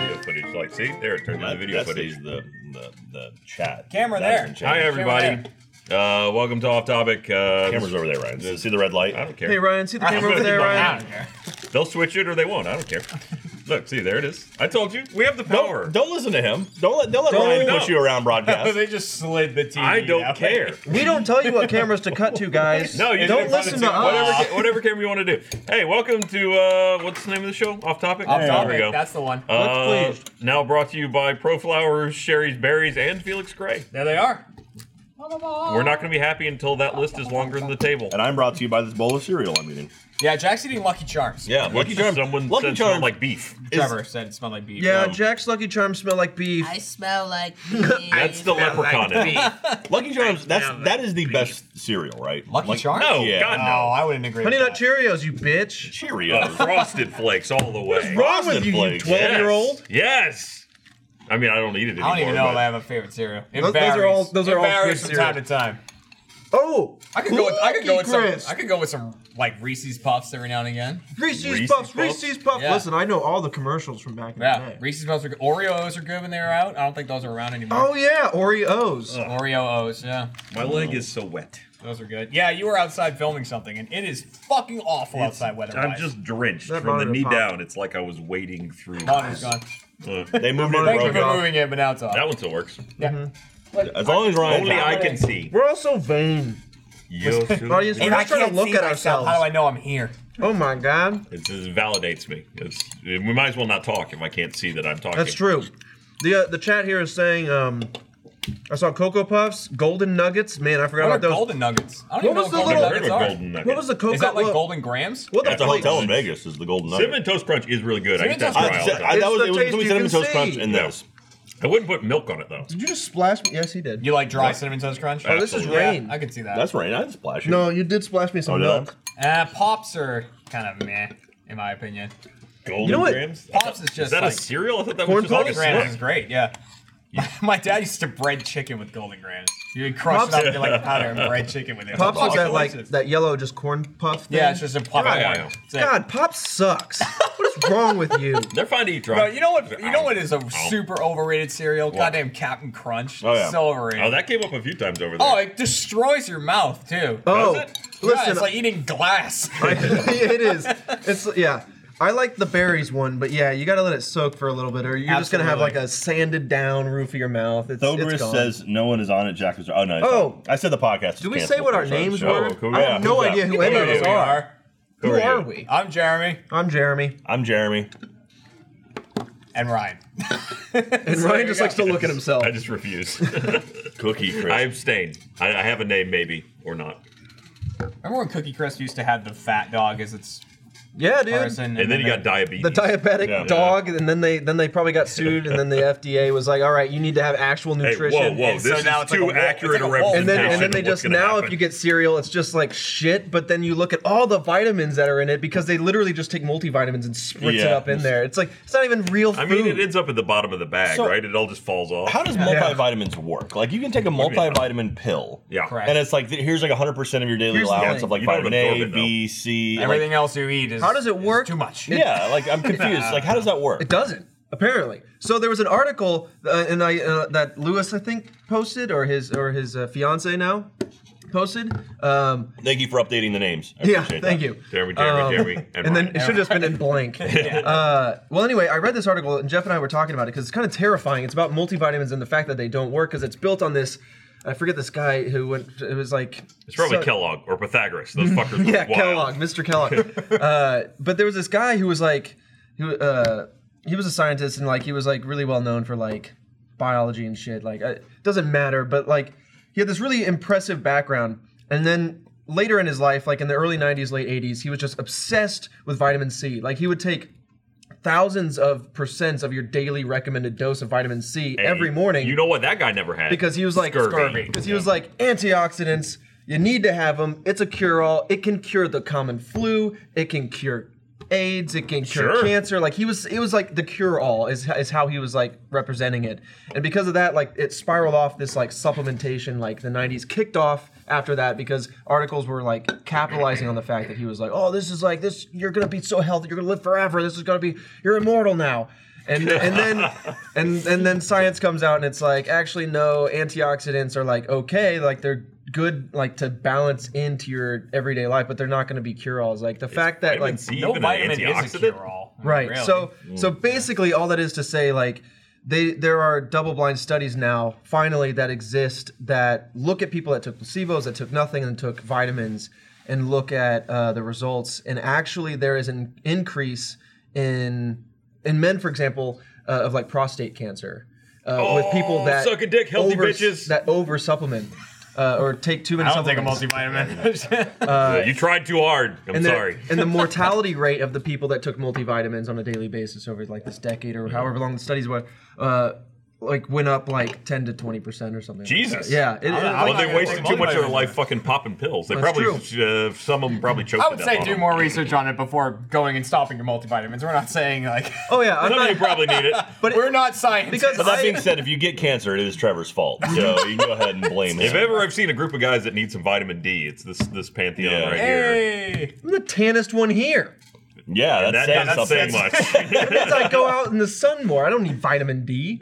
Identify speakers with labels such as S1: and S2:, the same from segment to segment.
S1: footage. See, there it turned
S2: Well,
S1: into
S2: that-
S1: video
S2: that's
S1: footage.
S2: The, the, the, the chat.
S3: Camera
S2: That is
S3: there.
S2: in chat.
S1: Hi, everybody. Uh, welcome to Off Topic. Uh,
S2: Camera's over there, Ryan. See the red light?
S1: I don't care.
S4: Hey Ryan, see the camera over
S1: really
S4: there,
S1: don't
S4: Ryan.
S1: They'll switch it or they won't. I don't care. Look, see, there it is. I told you, we have the power.
S2: Don't, don't listen to him. Don't let, don't let Ryan
S1: No.
S2: push you around broadcast.
S5: they just slid the TV.
S1: I don't
S5: down.
S1: care.
S4: We don't tell you what cameras to cut to, guys.
S1: No, you
S4: don't
S1: can
S4: listen to
S1: find it Whatever,
S4: us.
S1: ca- whatever camera you want to do. Hey, welcome to uh, what's the name of the show? Off Topic.
S3: Off
S1: There we
S3: topic.
S1: go.
S3: That's the one.
S1: Uh,
S4: What's
S1: now brought to you by ProFlowers, Sherry's Berries, and Felix Gray.
S3: there they are.
S1: We're not going to be happy until that list is longer than the table.
S2: And I'm brought to you by this bowl of cereal I'm eating.
S3: Yeah, Jack's eating Lucky Charms.
S2: Yeah,
S1: Which
S2: Lucky Charms.
S1: Someone
S2: Lucky
S1: said
S2: Charms
S1: smelled like beef.
S3: Trevor said it smelled like beef.
S4: Yeah, Jack's Lucky Charms smell like beef.
S6: I smell like
S1: That's the leprechaun. in it.
S2: Lucky Charms. That's that is the best cereal, right?
S3: Lucky
S2: Like-
S3: Charms?
S1: No,
S2: Yeah.
S1: God
S3: No,
S1: no.
S3: I wouldn't agree.
S4: Honey
S3: with that.
S4: Nut Cheerios, you bitch.
S1: Uh,
S2: Cheerios.
S1: frosted flakes all the way.
S4: Wrong
S2: Frosted
S4: with you, you
S2: Flakes,
S1: Yes.
S4: 12 year old.
S1: Yes. I mean, I don't eat it anymore.
S3: I don't even know
S1: but-
S3: if I have a favorite cereal. It
S4: Those- those are
S3: varies.
S4: all- those
S3: It
S4: are all
S3: varies
S4: good
S3: from time to time.
S4: Oh,
S3: I could go with I could go with
S4: Lucky
S3: some
S4: Crisp.
S3: I could go with some like Reese's Puffs every now and again.
S4: Reese's,
S1: Reese's
S4: Puffs,
S1: Puffs?
S4: Reese's Puffs.
S3: Yeah.
S4: Listen, I know all the commercials from back in the
S3: Yeah,
S4: day.
S3: Reese's Puffs are good. Oreos are good when they were out. I don't think those are around anymore.
S4: Oh yeah, Oreos.
S3: Oh. Oreo O's, yeah.
S5: My leg is so wet.
S3: Those are good. Yeah, you were outside filming something, and it is fucking awful outside weather.
S1: I'm just drenched
S4: That
S1: from the
S4: monitor
S1: knee
S4: popped.
S1: down. It's like I was wading through.
S3: Monitor's gone.
S2: They moved it.
S3: Thank
S4: Broke
S3: you for
S2: around.
S4: off.
S3: moving it, but now it's off.
S1: That one still works.
S3: yeah.
S2: As long as Ryan.
S1: Only I can see.
S4: We're all so vain. Audience, we're
S3: And I
S4: just trying
S3: can't
S4: to look
S3: see myself.
S4: at ourselves.
S3: How do I know I'm here?
S4: Oh my god,
S1: It just validates me. It's, we might as well not talk if I can't see that I'm talking.
S4: that's true. The uh, the chat here is saying, um, I saw Cocoa Puffs, Golden Nuggets. Man, I
S3: What
S4: forgot
S3: are
S4: about those.
S3: golden nuggets? I
S4: What
S3: don't
S4: was
S3: even know
S4: the
S3: what golden
S1: I've never
S3: nuggets
S4: little-
S1: heard of a
S3: are.
S1: golden nugget.
S4: what was the cocoa?
S3: Is that like
S4: what-
S3: golden grams?
S4: What the
S2: That's a
S4: flakes?
S2: hotel in Vegas. Is the Golden Nugget.
S1: Cinnamon Toast Crunch is really good. I eat
S3: Cinnamon
S1: that
S3: Toast
S1: dry all
S2: I,
S1: the
S2: said-
S1: time.
S2: I,
S4: It's
S2: that was,
S4: the
S2: it was
S4: taste
S2: gonna be
S4: you
S2: cinnamon
S4: can
S2: toast
S4: see.
S2: crunch in
S1: Yeah.
S2: this.
S1: I wouldn't put milk on it though.
S4: Did you just splash me? Yes, he did.
S3: You like dry cinnamon toast crunch?
S1: Oh,
S4: this is
S1: Absolutely.
S3: Yeah,
S4: rain.
S3: I can see that.
S2: That's right. I didn't splash it.
S4: no, you did splash me some
S2: Oh, did I?
S4: milk.
S3: uh, pops are kind of meh, in my opinion.
S1: Golden
S4: You know what?
S1: grams.
S3: Pops is
S1: Is
S3: just
S1: that
S3: like
S1: a cereal? I thought that
S4: Corn
S1: was just like a
S4: Pops?
S3: grams is
S1: snack.
S3: great. Yeah. my dad used to bread chicken with golden grams. You would crush
S4: Pops-
S3: it up into like powder and bread chicken with it.
S4: Pops
S3: It's
S4: is that like
S3: delicious.
S4: that yellow just corn puff? Thing?
S3: Yeah, it's just a pop.
S1: Yeah, yeah, yeah.
S3: It's it.
S4: God, Pop sucks. what is wrong with you?
S1: They're fine to eat dry.
S3: Bro, you know what? You know
S1: Ow.
S3: what is a
S1: Ow.
S3: super overrated cereal? Goddamn Captain Crunch.
S2: Oh, yeah.
S3: So
S1: Oh,
S3: overrated.
S1: that came up a few times over there.
S3: Oh, it destroys your mouth too.
S4: Oh,
S1: it?
S4: listen,
S3: yeah, it's like eating glass.
S4: it is. It's yeah. I like the berries one, but yeah, you gotta let it soak for a little bit, or you're just gonna have like
S3: Absolutely.
S4: a sanded down roof of your mouth. It's, it's
S2: Thogris
S4: gone.
S2: says no one is on it. Jack is. Oh no. it's
S4: Oh.
S2: not. I said the podcast. is
S4: "Do we say
S2: canceled,
S4: what our
S2: so it's
S4: names
S2: not.
S4: were?
S1: cool.
S4: I
S1: Yeah,
S4: have no
S2: who's
S4: idea
S2: that?
S4: who any of
S1: Yeah,
S4: those
S1: we
S4: are. Who
S1: are
S4: are
S1: you?
S4: we?
S3: I'm Jeremy
S4: I'm Jeremy,
S2: I'm Jeremy.
S3: and Ryan.
S4: and Ryan just likes to look at himself.
S1: I just refuse.
S2: Cookie Chris.
S1: I abstain. I, I have a name, maybe or not.
S3: Remember when Cookie Crisp used to have the fat dog as its
S4: Yeah, dude.
S3: person?
S1: And then you got
S3: they-
S1: diabetes.
S4: The diabetic
S2: Yeah.
S4: dog, and then they then they probably got sued, and then the FDA was like, "All right, you need to have actual
S1: Hey,
S4: nutrition."
S1: whoa, whoa!
S3: And
S1: This
S3: so
S1: is
S3: now it's like
S1: too
S3: a wall-
S1: accurate
S3: it's
S1: a
S3: like a wall.
S4: and then
S1: representation.
S4: and then they
S1: of what's
S4: just
S1: gonna
S4: now if
S1: happen.
S4: you get cereal it's just like shit but then you look at all the vitamins that are in it because they literally just take multivitamins and spritz it
S2: Yeah.
S4: up in there it's like it's not even real food
S1: I mean, it ends up at the bottom of the bag,
S2: So-
S1: right? It all just falls off.
S2: How does multivitamins work? Like you can take a
S1: do you mean?
S2: multivitamin pill.
S1: yeah,
S3: Correct.
S2: And it's like th- here's like 100 percent of your daily
S4: Here's the
S2: allowance
S4: thing.
S2: of like
S1: You don't
S2: vitamin
S1: absorb
S2: A,
S1: it, though.
S2: B, C. like-
S3: everything else you eat is.
S4: How does it
S3: is
S4: work?
S3: Too much.
S2: yeah, like I'm confused. Like how does that work?
S4: it doesn't apparently so there was an article uh, and i uh, that lewis i think posted or his or his uh, fiance now posted um
S2: Thank you for updating the names. I
S4: yeah
S2: appreciate
S4: thank
S2: that.
S4: you
S1: Jeremy, Jeremy,
S4: Um,
S1: Jeremy, and,
S4: and then
S1: Ryan.
S4: it should have just been in blank. uh, well, anyway, I read this article and Jeff and I were talking about it because it's kind of terrifying. It's about multivitamins and the fact that they don't work because it's built on this. I forget this guy who went. It was like
S1: it's probably
S4: so-
S1: Kellogg or Pythagoras. Those fuckers. were
S4: Yeah,
S1: wild.
S4: Kellogg, Mr. Kellogg. uh, but there was this guy who was like, who uh, he was a scientist and like he was like really well known for like biology and shit. Like uh, it doesn't matter, but like he had this really impressive background, and then later in his life, like in the early '90s, late '80s, he was just obsessed with vitamin C. Like he would take thousands of percents of your daily recommended dose of vitamin C
S1: Hey,
S4: every morning
S1: You know what that guy never had?
S4: because he was like because he was like antioxidants. You need to have them. It's a cure-all. It can cure the common flu. It can cure AIDS. It can cure
S1: Sure.
S4: cancer. Like he was, it was like the cure-all is is how he was like representing it. And because of that, like it spiraled off this like supplementation. Like the '90s kicked off after that because articles were like capitalizing on the fact that he was like, oh, this is like this. You're gonna be so healthy. You're gonna live forever. This is gonna be. You're immortal now. And and then and and then science comes out and it's like actually no antioxidants are like okay like they're good like to balance into your everyday life but they're not going to be cure alls like the fact that
S1: vitamin
S4: like
S1: C
S3: No
S1: even an
S3: vitamin is a
S1: antioxidant?
S3: cure-all. I mean,
S4: Right.
S3: really.
S4: So so basically all that is to say like they there are double blind studies now finally that exist that look at people that took placebos that took nothing and took vitamins and look at uh, the results and actually there is an increase in in men for example uh, of like prostate cancer uh, with people that
S1: Oh, suck a dick, healthy
S4: over,
S1: bitches.
S4: that over supplement uh, or take too many
S3: I don't take a
S4: supplements.
S3: multivitamin.
S1: Uh, you tried too hard. I'm
S4: the-
S1: sorry.
S4: and the mortality rate of the people that took multivitamins on a daily basis over like this decade or however long the studies were, uh, like went up like 10 to 20 percent or something. like that.
S1: Jesus.
S4: yeah.
S3: I-
S4: It,
S1: Well,
S3: I'm not
S1: they
S3: gonna
S1: wasted
S3: take
S1: too much of their
S3: multivitamins.
S1: life fucking popping pills. They
S4: That's
S1: probably, uh, some of them probably choked to
S3: I would
S1: death
S3: say
S1: on
S3: do
S1: them.
S3: more research on it before going and stopping your multivitamins. We're not saying like
S4: oh yeah. I'm
S1: Some of you
S4: not,
S1: probably need it.
S4: but it-
S3: we're not scientists.
S4: because
S2: But that
S4: I-
S2: being said, if you get cancer, it is Trevor's fault. So you can go ahead and blame
S1: If
S2: him.
S1: ever I've seen a group of guys that need some vitamin D, it's this this pantheon
S2: Yeah.
S1: right here.
S3: hey,
S4: I'm the tannest one here.
S2: yeah,
S1: That
S2: that's saying
S1: doesn't say
S2: something.
S1: much.
S4: It's like go out in the sun more. I don't need vitamin D.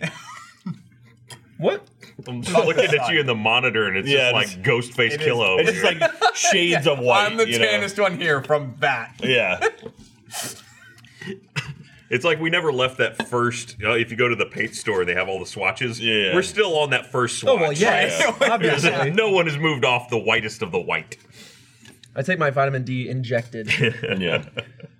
S4: What?
S1: I'm just looking at you in the monitor, and it's
S2: Yeah,
S1: just
S2: it's-
S1: like ghost face Kilo.
S2: It's just like shades of white.
S3: I'm the
S2: you know?
S3: tannest one here from that.
S2: Yeah.
S1: It's like we never left that first. You know, if you go to the paint store, they have all the swatches.
S2: Yeah.
S1: we're still on that first swatch.
S4: Oh well, yes, obviously.
S1: no one has moved off the whitest of the white.
S4: I take my vitamin D injected.
S2: Yeah.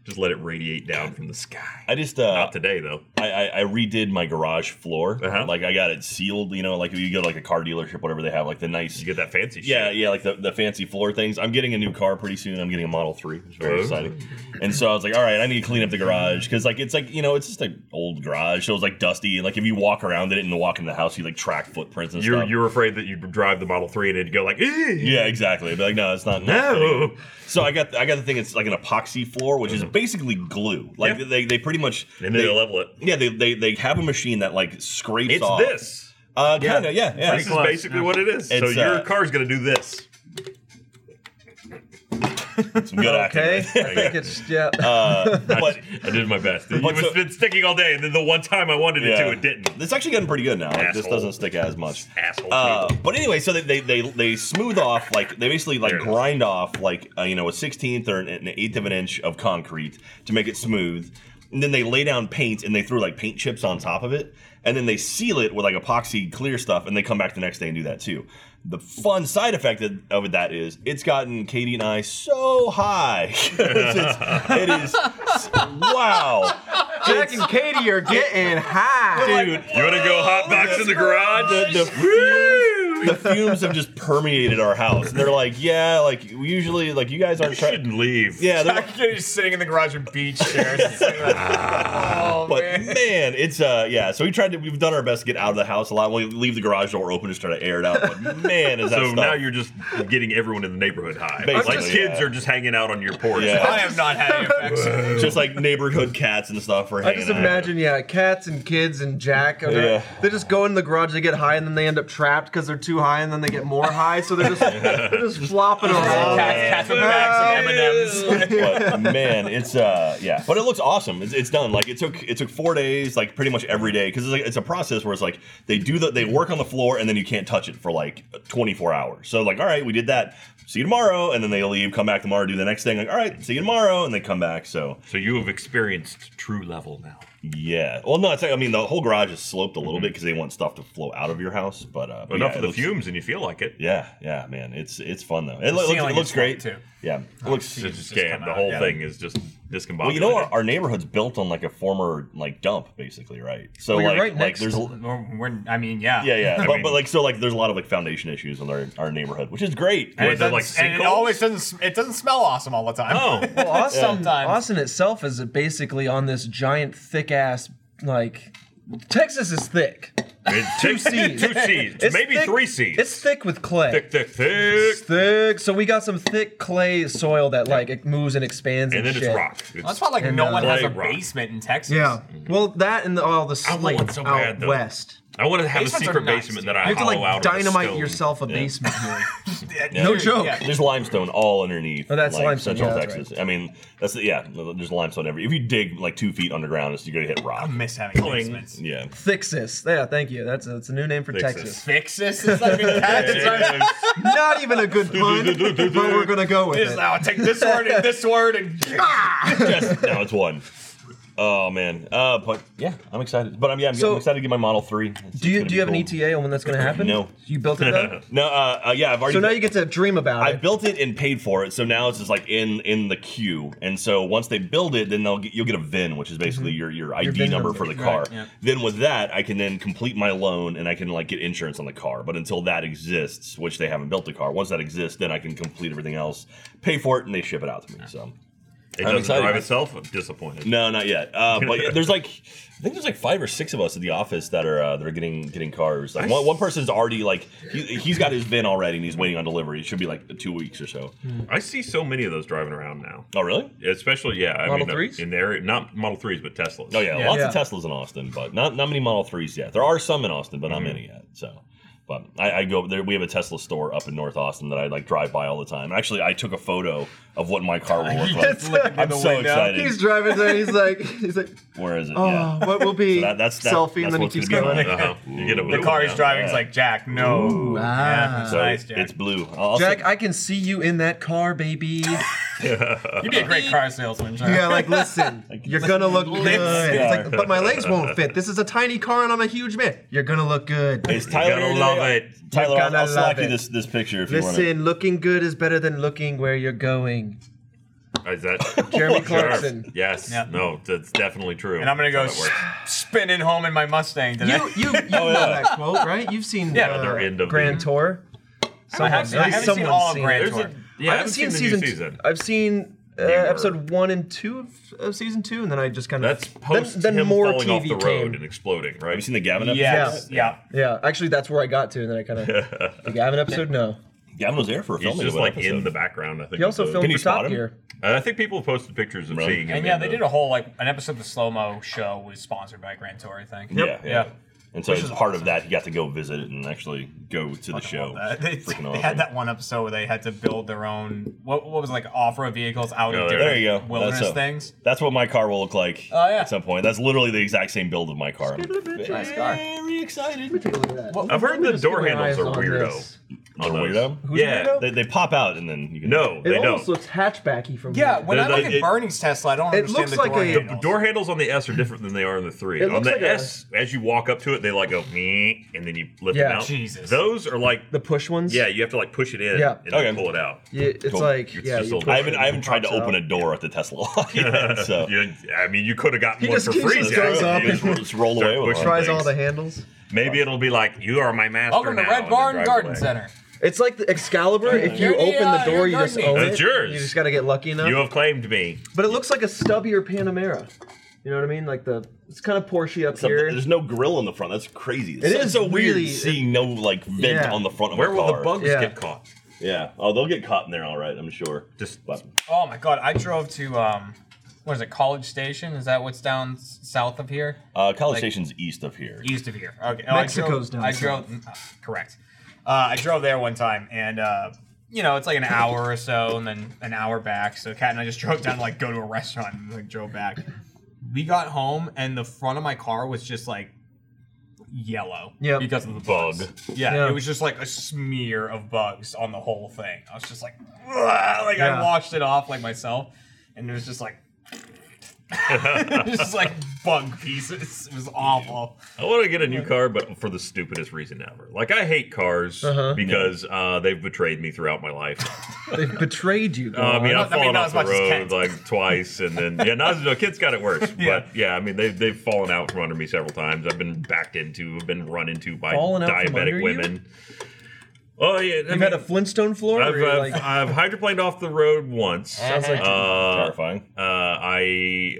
S1: Just let it radiate down from the sky.
S2: I just uh,
S1: Not today though.
S2: I, I, I redid my garage floor.
S1: Uh-huh.
S2: Like I got it sealed. You know, like if you go to like a car dealership, whatever they have, like the nice.
S1: You get that fancy.
S2: yeah,
S1: shit.
S2: yeah, like the, the fancy floor things. I'm getting a new car pretty soon. I'm getting a Model Three. It's very
S1: Oh.
S2: exciting. And so I was like, all right, I need to clean up the garage because like it's like you know it's just an old garage, so it's like dusty. And like if you walk around in it and walk in the house, you like track footprints and
S1: You're
S2: stuff.
S1: you're afraid that you'd drive the Model Three and it'd go like. "Eh."
S2: yeah, exactly. I'd be like, no, it's not.
S1: No.
S2: So I got I got the thing. It's like an epoxy floor, which is basically glue. Like
S1: Mm-hmm. Yeah.
S2: they, they pretty much
S1: And then
S2: they-
S1: they level it.
S2: Yeah, they, they they have a machine that like scrapes
S1: It's
S2: off.
S1: this.
S2: Uh, kind of, yeah, yeah.
S1: This
S3: close,
S1: is basically
S3: yeah.
S1: what it is. so
S2: It's,
S1: your
S2: uh,
S1: car's gonna do this.
S2: It's good acting.
S4: Okay, I think it's yeah.
S2: Uh, But
S1: I did my best. It was
S2: so-
S1: been sticking all day, and then the one time I wanted it
S2: yeah.
S1: to, it didn't.
S2: It's actually getting pretty good now. Like, this
S1: Asshole.
S2: doesn't stick as much.
S1: Asshole
S2: Uh,
S1: people.
S2: but anyway, so they, they they they smooth off like they basically like
S1: There it is.
S2: grind off like uh, you know a sixteenth or an, an eighth of an inch of concrete to make it smooth. And then they lay down paint and they threw like paint chips on top of it. And then they seal it with like epoxy clear stuff and they come back the next day and do that too. The fun side effect of of that is it's gotten Katie and I so high. it's, it is wow.
S4: Jack and Katie are getting high.
S2: Dude,
S1: You want to go hot box in the garage?
S2: Oh, the, the fumes, the fumes have just permeated our house. And they're like, yeah, like usually, like you guys aren't
S1: You
S2: trying.
S1: shouldn't leave.
S2: Yeah, they're
S3: Back here, just sitting in the garage with beach chairs. Just sitting like, oh
S2: but
S3: man.
S2: man, it's uh, yeah. So we tried to, we've done our best to get out of the house a lot. We leave the garage door open, just try to air it out. But man, is that
S1: So
S2: stuff.
S1: now you're just getting everyone in the neighborhood high.
S2: Basically,
S1: like kids
S2: yeah.
S1: are just hanging out on your porch.
S2: Yeah.
S3: I am not having effects.
S2: just like neighborhood cats and stuff for
S4: I
S2: hanging
S4: just
S2: out.
S4: imagine, yeah, cats and kids and Jack. Are
S2: Yeah.
S4: They just go in the garage, they get high, and then they end up trapped because they're too high, and then they get more high, so they're just they're just flopping around.
S3: Cats with bags and M&Ms.
S2: but man, it's uh yeah. But it looks awesome. It's, it's done. Like it took it took four days, like pretty much every day, because it's, like, it's a process where it's like they do the they work on the floor and then you can't touch it for like 24 hours. So like all right, we did that. See you tomorrow, and then they leave, come back tomorrow, do the next thing. Like all right, see you tomorrow, and they come back. So
S1: So you have experienced true level now.
S2: yeah. Well, no, it's like, I mean the whole garage is sloped a little bit because they want stuff to flow out of your house. But uh, but
S1: Enough of
S2: yeah, it
S1: the
S2: looks-
S1: fumes, and you feel like it.
S2: Yeah, yeah, man, it's it's fun though. It, loo- looks,
S3: ceiling
S2: it looks
S3: is
S2: great
S3: flat, too.
S2: Yeah, it looks
S1: It's just a
S3: Just come
S1: scam. The
S3: out,
S1: whole
S3: yeah.
S1: thing is just discombobulated.
S2: Well, you know, our, our neighborhood's built on like a former like dump, basically, right? So
S4: Well, you're
S2: like,
S4: right
S2: like
S4: next
S2: there's
S4: to
S2: a-
S3: We're, we're, I mean, yeah.
S2: yeah, yeah, but,
S1: mean-
S2: but like so like there's a lot of like foundation issues in our, our neighborhood, which is great.
S3: And it,
S1: Was it
S3: doesn't,
S1: like
S3: and it
S1: sinkholes?
S3: always doesn't. sm- It doesn't smell awesome all the time.
S1: oh,
S4: Well, Austin,
S3: Sometimes.
S4: Austin itself is basically on this giant, thick ass like. Texas is thick.
S1: It's two
S4: C's.
S1: two C's,
S4: It's
S1: maybe
S4: thick-
S1: three C's.
S4: It's thick with clay.
S1: thick, thick, thick,
S4: It's thick. So we got some thick clay soil that like it moves and expands
S1: and
S4: and,
S1: then it's
S4: shit.
S1: rock. It's,
S3: That's why like
S4: And,
S3: no
S4: uh,
S3: one has a
S1: Clay rock.
S3: basement in Texas.
S4: Yeah. Well, that and the, all the slate
S1: want so
S4: out
S1: bad, though.
S4: west.
S1: I want to have
S3: Basements
S1: a
S3: are
S1: secret
S3: nuts,
S1: basement
S3: dude.
S1: that I
S4: You have to
S1: hollow
S4: like
S1: out. with a
S4: dynamite
S1: stone.
S4: yourself a
S2: Yeah.
S4: basement here.
S3: Yeah,
S4: No
S3: you're-
S4: joke.
S3: yeah.
S2: There's limestone all underneath.
S4: Oh, that's
S2: like,
S4: limestone,
S2: Central
S4: yeah, that's
S2: Texas. I mean, that's the, yeah. There's limestone every. If you dig like two feet underground, it's you gonna hit
S3: I
S2: rock.
S3: miss having
S1: Boing.
S3: basements.
S2: Yeah.
S4: Thixis. Yeah, thank you. That's a, that's a new name for
S1: Thixis.
S4: Texas.
S3: Fix this. It's like being taxed.
S4: Not even a good pun, but we're gonna go with
S3: It's
S4: it.
S3: like, I'll take this word and this word and
S2: Yes, now it's one. Oh man. Uh, but yeah, I'm excited. But I'm yeah, I'm,
S4: So-
S2: I'm excited to get my Model Three. It's-
S4: Do you
S2: it's
S4: do you have
S2: gonna
S4: an E
S2: be
S4: ETA on when that's gonna happen?
S2: No.
S4: You built it though.
S2: cool. No. Uh, uh, yeah, I've already.
S4: so now you get to dream about
S2: I
S4: it.
S2: built it and paid for it, so now it's just like in in the queue. And so once they build it, then they'll get, you'll get a VIN, which is basically your your ID
S4: VIN
S2: number,
S4: number.
S2: for the
S4: Right,
S2: car. Then with that, I can then complete my loan and I can like get insurance on the car. But until that exists, which they haven't built the car, once that exists, then I can complete everything else, pay for it, and they ship it out to me. So
S1: It
S2: I'm
S1: doesn't
S2: excited.
S1: drive itself. I'm disappointed.
S2: no, not yet. Uh, but yeah, there's like, I think there's like five or six of us at the office that are uh, that are getting getting cars. Like one, one person's already like he, he's got his VIN already and he's waiting on delivery. It should be like two weeks or so.
S1: I see so many of those driving around now.
S2: Oh really?
S1: Especially, yeah. I
S4: Model
S1: mean, uh,
S4: threes?
S1: in there, not Model Threes, but Teslas.
S2: Oh yeah,
S4: Yeah.
S2: lots
S4: Yeah.
S2: of Teslas in Austin, but not not many Model Threes yet. There are some in Austin, but not many yet. So, but I, I go there. We have a Tesla store up in North Austin that I like drive by all the time. Actually, I took a photo of what my car will look like.
S4: It's-
S2: I'm so excited.
S4: He's driving there. He's like, he's like,
S2: Where is it?
S4: oh,
S2: yeah.
S4: what will be
S2: That- that's that,
S4: selfie?
S2: That's
S4: and then he
S2: what's
S4: keeps
S2: gonna be
S4: going.
S2: mine.
S1: Uh-huh. You get a
S3: the
S1: blue
S3: car
S1: one
S3: he's
S1: now.
S3: driving.
S2: yeah.
S3: He's like Jack. No. yeah,
S4: ah.
S3: that's
S2: So
S3: nice, Jack.
S2: it's blue. I'll also-
S4: Jack, I can see you in that car, baby.
S3: You'd be a great car salesman, Jack.
S4: yeah, like listen, you're gonna look good.
S2: Yeah.
S4: It's like, but my legs won't fit. This is a tiny car and I'm a huge man. You're gonna look good.
S2: Is Tyler
S1: gotta
S2: in
S1: love
S2: today?
S1: it.
S2: Tyler,
S4: You
S2: I'll,
S4: gotta
S2: I'll slack
S4: love
S2: you
S4: it.
S2: this this picture if you want
S4: Listen, looking good is better than looking where you're going.
S1: Is that
S4: Jeremy
S1: Sure.
S4: Clarkson.
S1: Yes.
S3: Yeah.
S1: No, that's definitely true.
S3: And I'm gonna go
S1: That's how that works.
S3: s- spinning home in my Mustang today.
S4: You you you know that quote, right? You've seen
S3: Yeah,
S4: uh,
S1: Other end of
S4: Grand
S1: the-
S4: Tour.
S3: I
S4: Someone-
S3: haven't seen,
S4: at
S3: I
S4: least
S3: haven't seen
S4: someone's
S3: all of
S4: seen
S3: Grand
S4: it.
S1: There's
S3: Tour.
S1: a, yeah, I haven't seen, the
S4: season.
S1: new season.
S4: I've seen uh,
S1: Newer.
S4: episode one and two of, of season two, and then I just kind of
S1: That's post him falling off the road and exploding,
S2: Have you
S1: right?
S2: seen the Gavin episode?
S3: Yes.
S4: Yeah.
S3: Yeah.
S4: yeah, actually, that's where I got to, and then I kind of the Gavin episode. No,
S2: Gavin was there for a
S1: He's
S2: filming.
S1: just
S2: of an
S1: like
S2: episode.
S1: in the background. I think
S4: he also
S1: of the-
S4: filmed
S2: you
S4: for Top
S2: spot him?
S4: Gear.
S1: And I think people have posted pictures of
S2: Right.
S1: seeing him.
S3: And yeah,
S1: in
S3: they
S1: the-
S3: did a whole like an episode of the slow mo show was sponsored by Grand Tour. I think.
S2: Yeah, yeah.
S3: Yeah.
S2: And so
S3: Which
S2: as
S3: is
S2: part of that, he got to go visit it and actually go to the show.
S3: Uh, they,
S2: Freaking
S3: they
S2: awesome.
S3: had that one episode where they had to build their own what, what was it, like off road vehicles out
S1: Yeah,
S3: of
S1: there
S3: different
S2: Oh, There you go.
S3: wilderness
S2: That's a-
S3: things.
S2: That's what my car will look like
S3: Oh, yeah.
S2: at some point. That's literally the exact same build of my car. I'm
S3: Nice car.
S2: very excited.
S4: Take a look at that.
S1: I've heard
S4: Let me
S1: the
S4: just keep
S1: door
S4: my
S1: handles
S4: eyes
S1: are
S4: on
S1: weirdo.
S4: this.
S2: They're
S1: on those.
S2: weirdo?
S4: Who's
S1: yeah.
S4: weirdo?
S2: Oh, They, they pop out and then you can.
S1: No,
S4: It
S1: they
S4: almost
S1: don't.
S4: looks hatchbacky from
S3: Yeah,
S4: here.
S3: when
S1: There's
S3: I look
S1: like-
S3: at
S1: it-
S3: Bernie's Tesla, I don't
S4: It
S3: understand
S4: looks
S3: the
S4: like
S3: door
S4: a-
S1: the
S3: handles.
S1: door handles on the S are different than they are on the three.
S4: It
S1: on
S4: looks
S1: the
S4: like a-
S1: S, as you walk up to it, they like go "Meh," and then you lift
S4: Yeah.
S1: it out.
S3: Jesus.
S1: Those are like
S4: the push ones.
S1: yeah, you have to like push it in
S4: Yeah.
S1: and then
S2: Okay.
S1: pull it out.
S4: Yeah, it's
S2: Cool.
S4: like
S1: It's
S4: yeah.
S1: just
S4: you
S1: a-
S4: push
S2: I
S4: it
S2: haven't,
S4: and
S2: I haven't
S4: it
S2: tried to
S4: pops
S2: open
S4: out.
S2: a door at the Tesla lot yet. So
S1: You, I mean, you could have gotten
S4: He
S1: one
S4: just
S1: for
S4: keeps-
S1: free.
S4: just
S1: Jack.
S4: goes up
S1: You
S4: and
S1: just
S2: roll
S1: start
S2: away with
S1: pushing
S2: one.
S4: Tries all
S1: things.
S4: the handles.
S1: Maybe it'll be like you are my master
S3: Welcome to
S1: now,"
S3: Red
S1: and
S3: Barn
S1: then drives
S3: Garden
S1: away.
S3: Center.
S4: It's like the Excalibur. If you
S3: You're the,
S4: open the
S3: uh,
S4: door,
S3: you're
S4: you just
S3: gardening.
S4: own it.
S1: That's yours.
S4: You just got to get lucky enough.
S1: You have claimed me.
S4: But it looks like a stubbier Panamera. You know what I mean? Like the it's kind of Porsche up
S2: So
S4: here.
S2: there's no grill on the front. That's crazy. It's
S4: It
S2: so-
S4: is
S2: it's so weird
S4: really-
S2: seeing no like vent
S4: Yeah.
S2: on the front of
S1: Where
S2: a
S1: will
S2: car.
S1: the bugs
S4: Yeah.
S1: get caught?
S2: Yeah. Oh, they'll get caught in there, all right. I'm sure.
S1: Just-
S2: But-
S3: Oh my god, I drove to um, what is it, College Station? Is that what's down s- south of here?
S2: uh, College Station's east of here.
S3: East of here. Okay. oh,
S4: Mexico's down
S3: I drove, I drove uh, correct. Uh, I drove there one time and uh, you know, it's like an hour or so and then an hour back. So Kat and I just drove down to like go to a restaurant and like drove back. We got home and the front of my car was just like yellow
S4: Yep.
S3: because of the
S1: Bug.
S3: bugs. Yeah,
S4: Yeah.
S3: it was just like a smear of bugs on the whole thing. I was just like, "Ugh," like
S4: Yeah.
S3: I washed it off like myself, and it was just like, just like bug pieces. It was awful.
S1: I want to get a new car, but for the stupidest reason ever. Like I hate cars
S4: Uh-huh.
S1: because uh, they've betrayed me throughout my life.
S4: They've betrayed you.
S1: Uh, I mean, I've
S3: I
S4: Goran.
S3: mean,
S1: fallen off
S3: not as
S1: the
S3: much as
S1: road
S3: Kent.
S1: like twice, and then yeah, not as no, Kent's got it worse. But yeah, I mean, they've they've fallen out from under me several times. I've been backed into, I've been run into by
S4: Fallen out from under
S1: diabetic
S4: you?
S1: women. Oh yeah, I
S4: You've had a Flintstone floor.
S1: I've,
S4: where you're
S1: I've,
S4: like,
S1: I've hydroplaned off the road once.
S4: sounds like
S1: Uh,
S2: Terrifying.
S1: uh, I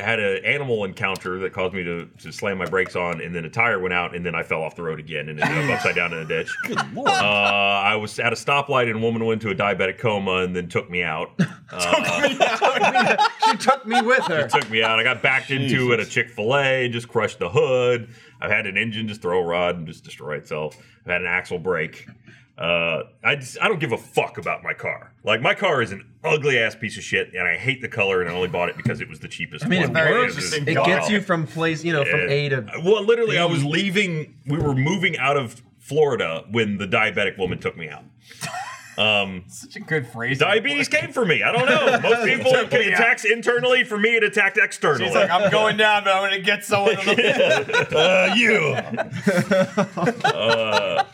S1: had an animal encounter that caused me to, to slam my brakes on, and then a tire went out, and then I fell off the road again and ended up upside down in a ditch.
S2: Good lord.
S1: Uh, I was at a stoplight, and a woman went into a diabetic coma and then took me out.
S4: she took me with her.
S1: took me out. I got backed into at a Chick Fil A, just crushed the hood. I've had an engine just throw a rod and just destroy itself. I've had an axle break. Uh, I just, I don't give a fuck about my car. Like my car is an ugly ass piece of shit, and I hate the color, and I only bought it because it was the cheapest.
S4: I mean, it
S1: one.
S3: very
S1: was-
S3: interesting
S4: It
S3: God.
S4: gets you from place, you know, from A to.
S1: Uh, Well, literally, I was leaving. We were moving out of Florida when the diabetic woman took me out.
S3: Such a good phrase.
S1: Diabetes came for me. I don't know. Most people it
S3: me out.
S1: attacks internally. For me, it attacked externally.
S3: She's like, I'm going down, but I'm gonna get someone. on the-"
S2: Uh, you.
S1: Uh,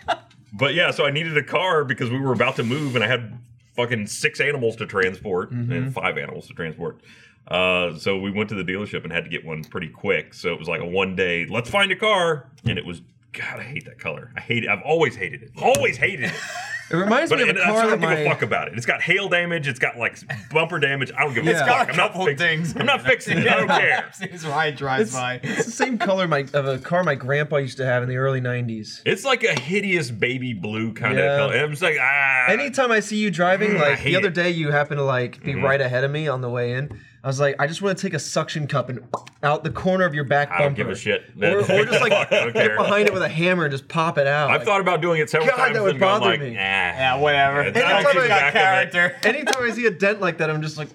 S1: But yeah, so I needed a car because we were about to move, and I had fucking six animals to transport
S3: Mm-hmm.
S1: and five animals to transport. Uh, so we went to the dealership and had to get one pretty quick. So it was like a one day, let's find a car, and it was. God, I hate that color. I hate it. I've always hated it. Always hated it.
S4: It reminds
S1: But
S4: me
S1: I,
S4: of
S1: and
S4: a
S1: I
S4: car
S1: don't
S4: that
S1: give a
S4: my.
S1: fuck about it. It's got hail damage. It's got like bumper damage. I don't give a
S4: It's
S1: fuck.
S3: got a
S1: I'm not
S3: couple
S1: fix-
S3: dings.
S1: I'm not fixing it. I don't care.
S3: It's why it drives
S4: It's,
S3: by.
S4: it's the same color my, of a car my grandpa used to have in the early '90s.
S1: It's like a hideous baby blue kind
S4: Yeah.
S1: of color. And I'm just like ah.
S4: Anytime I see you driving,
S1: I
S4: like
S1: hate
S4: the other
S1: it. Mm-hmm.
S4: day, you happen to like be right ahead of me on the way in. I was like, I just want to take a suction cup and out the corner of your back
S1: I
S4: bumper.
S1: don't give a shit.
S4: Or, or just like
S1: I don't care.
S4: get behind it with a hammer and just pop it out.
S1: I've
S4: Like,
S1: thought about doing it several
S4: God,
S1: times
S4: that would
S1: and gone
S4: bother
S1: like, ah,
S4: me.
S1: nah.
S3: Yeah, whatever.
S1: It's
S3: It's
S1: not
S3: not
S1: the
S3: got
S1: back of it.
S3: character.
S4: Anytime I see a dent like that, I'm just like,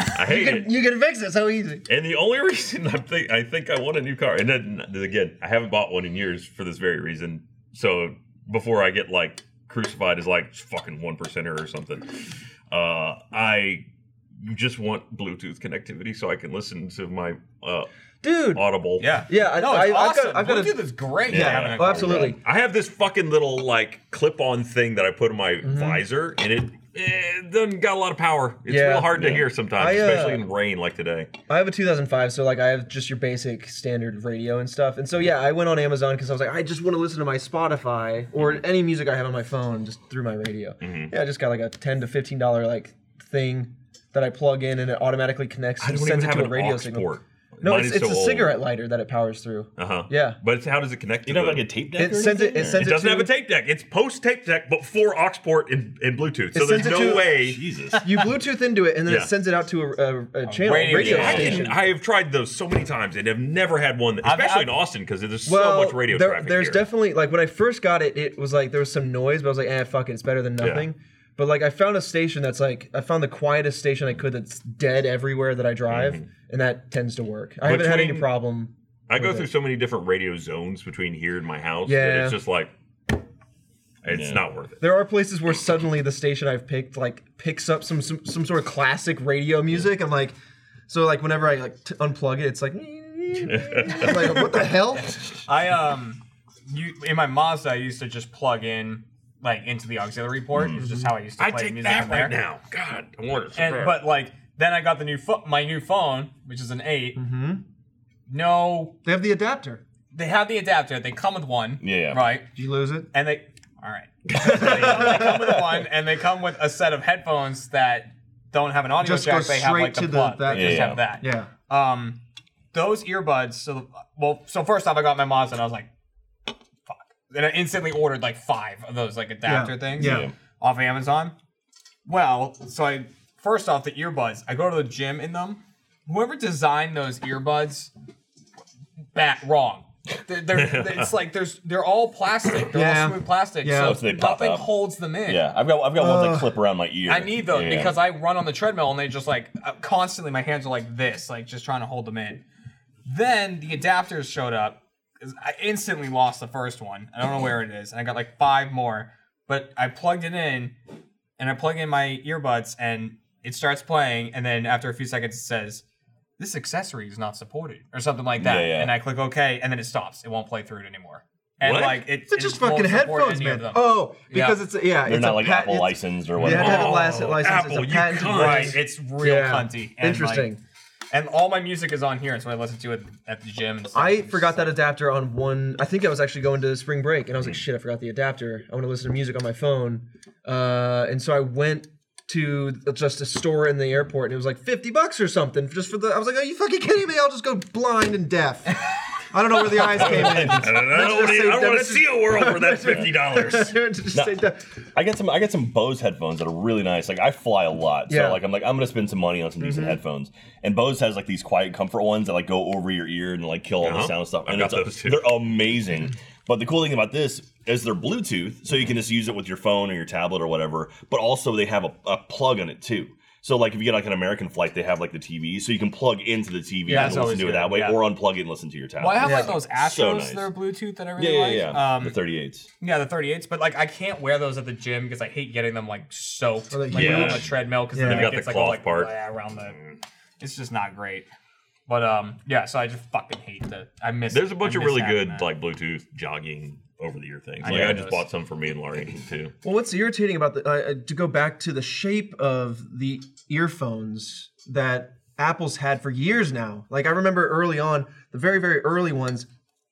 S1: I hate
S4: you
S1: it.
S4: can, you can fix it so easy.
S1: And the only reason I think I think I want a new car, and then then again, I haven't bought one in years for this very reason. So before I get like crucified as like fucking one percenter or something, uh, I just want Bluetooth connectivity so I can listen to my uh,
S4: Dude.
S1: Audible.
S5: Yeah.
S4: Yeah, I,
S3: No,
S4: I,
S3: it's
S4: I've
S3: awesome.
S4: got, I've got a,
S3: Bluetooth is great.
S1: Yeah.
S3: having a
S4: oh,
S3: car.
S4: absolutely.
S1: I have this fucking little like clip-on thing that I put in my
S4: Mm-hmm.
S1: visor, and it, it doesn't got a lot of power. It's
S4: Yeah.
S1: real hard to
S2: Yeah.
S1: hear sometimes,
S4: I, uh,
S1: especially in rain like today.
S4: I have a 2005, so like I have just your basic standard radio and stuff. And so yeah, I went on Amazon because I was like, I just want to listen to my Spotify
S1: Mm-hmm.
S4: or any music I have on my phone just through my radio. Yeah, I just got like a 10 to 15 dollar like thing that I plug in and it automatically connects
S1: I
S4: and
S1: don't
S4: sends
S1: even have
S4: it to a
S1: an
S4: radio
S1: aux
S4: signal.
S1: port.
S4: No,
S1: Mine
S4: it's,
S1: is
S4: it's
S1: so
S4: a
S1: old.
S4: cigarette lighter that it powers through.
S1: Uh huh.
S4: Yeah.
S1: But it's, how does it connect? To
S2: You don't
S1: the,
S2: have like a tape deck?
S4: It
S2: or
S4: sends
S2: anything,
S4: it. It
S2: or-
S1: It
S4: sends it,
S1: doesn't
S4: to,
S1: have a tape deck. It's post tape deck, but for aux port and, and Bluetooth. So there's
S4: It sends it
S1: no
S4: to-
S1: way.
S2: Jesus.
S4: You Bluetooth into it, and then
S1: Yeah.
S4: it sends it out to a, a, a channel
S3: radio
S4: radio,
S1: I,
S3: station.
S4: station.
S1: can, I have tried those so many times and have never had one, especially
S3: I've-
S1: in Austin, because there's
S4: well,
S1: so much radio
S4: there-
S1: traffic
S4: there's
S1: here.
S4: definitely like when I first got it, it was like there was some noise, but I was like, eh, fuck it, it's better than nothing. But like I found a station that's like I found the quietest station I could that's dead everywhere that I drive, and that tends to work. I haven't had any
S1: Mm-hmm. Between-
S4: problem.
S1: I go
S4: with
S1: through
S4: it.
S1: so many different radio zones between here and my house that
S4: Yeah.
S1: it's just like it's
S2: Yeah.
S1: not worth it.
S4: There are places where suddenly the station I've picked like picks up some some, some sort of classic radio music. I'm like, so like whenever I like t- unplug it, it's like, I'm like what the hell?
S3: I um, you in my Mazda, I used to just plug in like into the auxiliary port. It's just how I used to
S1: Mm-hmm. I
S3: play
S1: take
S3: music
S1: that
S3: in there.
S1: right now. God, I want it. so
S3: And
S1: bad.
S3: but like then I got the new pho- my new phone, which is an 8
S4: Mm-hmm.
S3: No,
S4: They have the adapter.
S3: they have the adapter. They come with one.
S2: Yeah, yeah.
S3: Right.
S4: Did you lose it?
S3: And they all right. they come with one, and they come with a set of headphones that don't have an audio
S4: Just
S3: jack.
S4: goes
S3: They have
S4: straight
S3: like the
S4: to the-
S3: plug.
S4: that-
S3: they just
S2: Yeah,
S3: have that.
S4: Yeah.
S3: Um, those earbuds. So well, so first off, I got my Mazda, and I was like, fuck. And I instantly ordered like five of those like adapter
S4: Yeah,
S3: things
S4: yeah.
S3: off of Amazon. Well, so I first off the earbuds. I go to the gym in them. Whoever designed those earbuds, bat wrong. They're, they're- it's like there's they're all plastic. They're
S4: Yeah.
S3: all smooth plastic.
S4: Yeah.
S3: So
S2: So they pop
S3: nothing
S2: up.
S3: holds them in.
S2: Yeah, I've got I've got ones
S4: Ugh.
S2: that clip around my ear.
S3: I need those
S2: Yeah.
S3: because I run on the treadmill and they just like uh, constantly my hands are like this, like just trying to hold them in. Then the adapters showed up. 'cause I instantly lost the first one. I don't know where it is, and I got like five more. But I plugged it in, and I plug in my earbuds, and it starts playing. And then after a few seconds, it says, "This accessory is not supported," or something like that.
S2: Yeah, yeah.
S3: And I click OK, and then it stops. It won't play through it anymore. And
S1: What?
S3: like it,
S4: They're
S3: it
S4: just
S3: won't
S4: fucking
S3: support
S4: headphones,
S3: any of
S4: man.
S3: them.
S4: Oh,
S3: Yeah.
S4: because it's a, yeah,
S2: They're
S4: it's
S2: not
S4: a
S2: like
S4: pat-
S2: Apple
S4: it's-
S2: licensed or
S4: You
S2: whatever.
S4: have to have a
S1: Oh,
S4: license. license.
S1: Apple,
S4: it's
S1: you
S4: a patent.
S1: cunt.
S3: Right, it's real
S4: Yeah.
S3: cunty. And
S4: Interesting.
S3: like- and all my music is on here, and so I listen to it at the gym. And stuff.
S4: I forgot that adapter on one. I think I was actually going to spring
S3: Hmm.
S4: break, and I was like, "Shit, I forgot the adapter. I want to listen to music on my phone." Uh, and so I went to just a store in the airport, and it was like fifty bucks or something just for the. I was like, "Are you fucking kidding me? I'll just go blind and deaf." I don't know where the eyes came in.
S1: I don't, I don't,
S4: just say that
S1: want to
S4: was-
S1: see a world where that's fifty dollars.
S4: Just say deaf.
S2: I got some I got some Bose headphones that are really nice. Like I fly a lot, so
S4: Yeah.
S2: like I'm like I'm gonna spend some money on some
S3: Mm-hmm.
S2: decent headphones. And Bose has like these quiet comfort ones that like go over your ear and like kill all
S1: Uh-huh.
S2: the sound stuff.
S1: I've
S2: And
S1: got
S2: it's-
S1: those, too.
S2: They're amazing. But the cool thing about this is they're Bluetooth, so you can just use it with your phone or your tablet or whatever. But also they have a, a plug on it too. So like if you get like an American flight, they have like the TV, so you can plug into the TV and
S3: Yeah, that's
S2: listen
S3: always
S2: to it
S3: good,
S2: that way,
S3: yeah.
S2: or unplug it and listen to your tablet.
S3: Well, I have like
S4: Yeah.
S3: those Astros
S2: So nice.
S3: that are Bluetooth that I
S2: yeah,
S3: really
S2: yeah,
S3: like.
S2: yeah.
S3: Um,
S2: the 38s.
S3: yeah, the 38s, but like I can't wear those at the gym because I hate getting them like soaked
S4: Or, like,
S3: like, when I'm
S1: yeah.
S3: on the treadmill because
S4: Yeah.
S3: then
S4: They've
S3: it
S1: got the
S3: gets like
S1: cloth
S3: all like
S1: part. Mm.
S3: bleh around the. It's just not great. But um, yeah. So I just fucking hate the. I miss.
S1: There's a
S3: I
S1: bunch of
S3: miss
S1: really
S3: having
S1: good
S3: that.
S1: like Bluetooth jogging over the ear things.
S3: I
S1: Like
S3: got
S1: I just
S3: those.
S1: bought some for me and Laurie too.
S4: Well, what's irritating about the uh, uh, to go back to the shape of the earphones that Apple's had for years now. Like I remember early on, the very very early ones,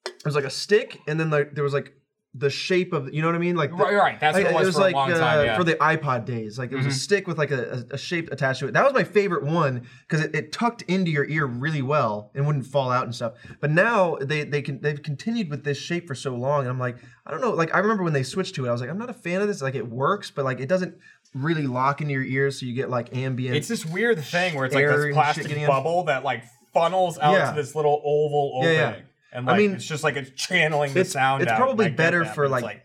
S4: there was like a stick, and then like there was like the shape of you know what I mean, like the-
S3: Right, right. That's what
S4: like,
S3: it was, for
S4: like
S3: a long time.
S4: uh,
S3: Yeah.
S4: for the iPod days. Like it was
S3: Mm-hmm.
S4: a stick with like a, a, a shape attached to it. That was my favorite one because it, it tucked into your ear really well and wouldn't fall out and stuff. But now they they can they've continued with this shape for so long. And I'm like, I don't know. Like I remember when they switched to it, I was like, I'm not a fan of this. Like it works, but like it doesn't really lock into your ears, so you get like ambient.
S3: It's this weird thing where it's like
S4: Air and
S3: this
S4: shit getting
S3: plastic
S4: in.
S3: bubble that like funnels out
S4: Yeah.
S3: to this little oval
S4: Yeah,
S3: opening.
S4: yeah.
S3: And
S4: I
S3: like
S4: mean,
S3: it's just like it's channeling the
S4: it's-
S3: sound.
S4: it's
S3: out,
S4: probably
S3: and I get
S4: better
S3: that,
S4: for,
S3: but it's,
S4: like,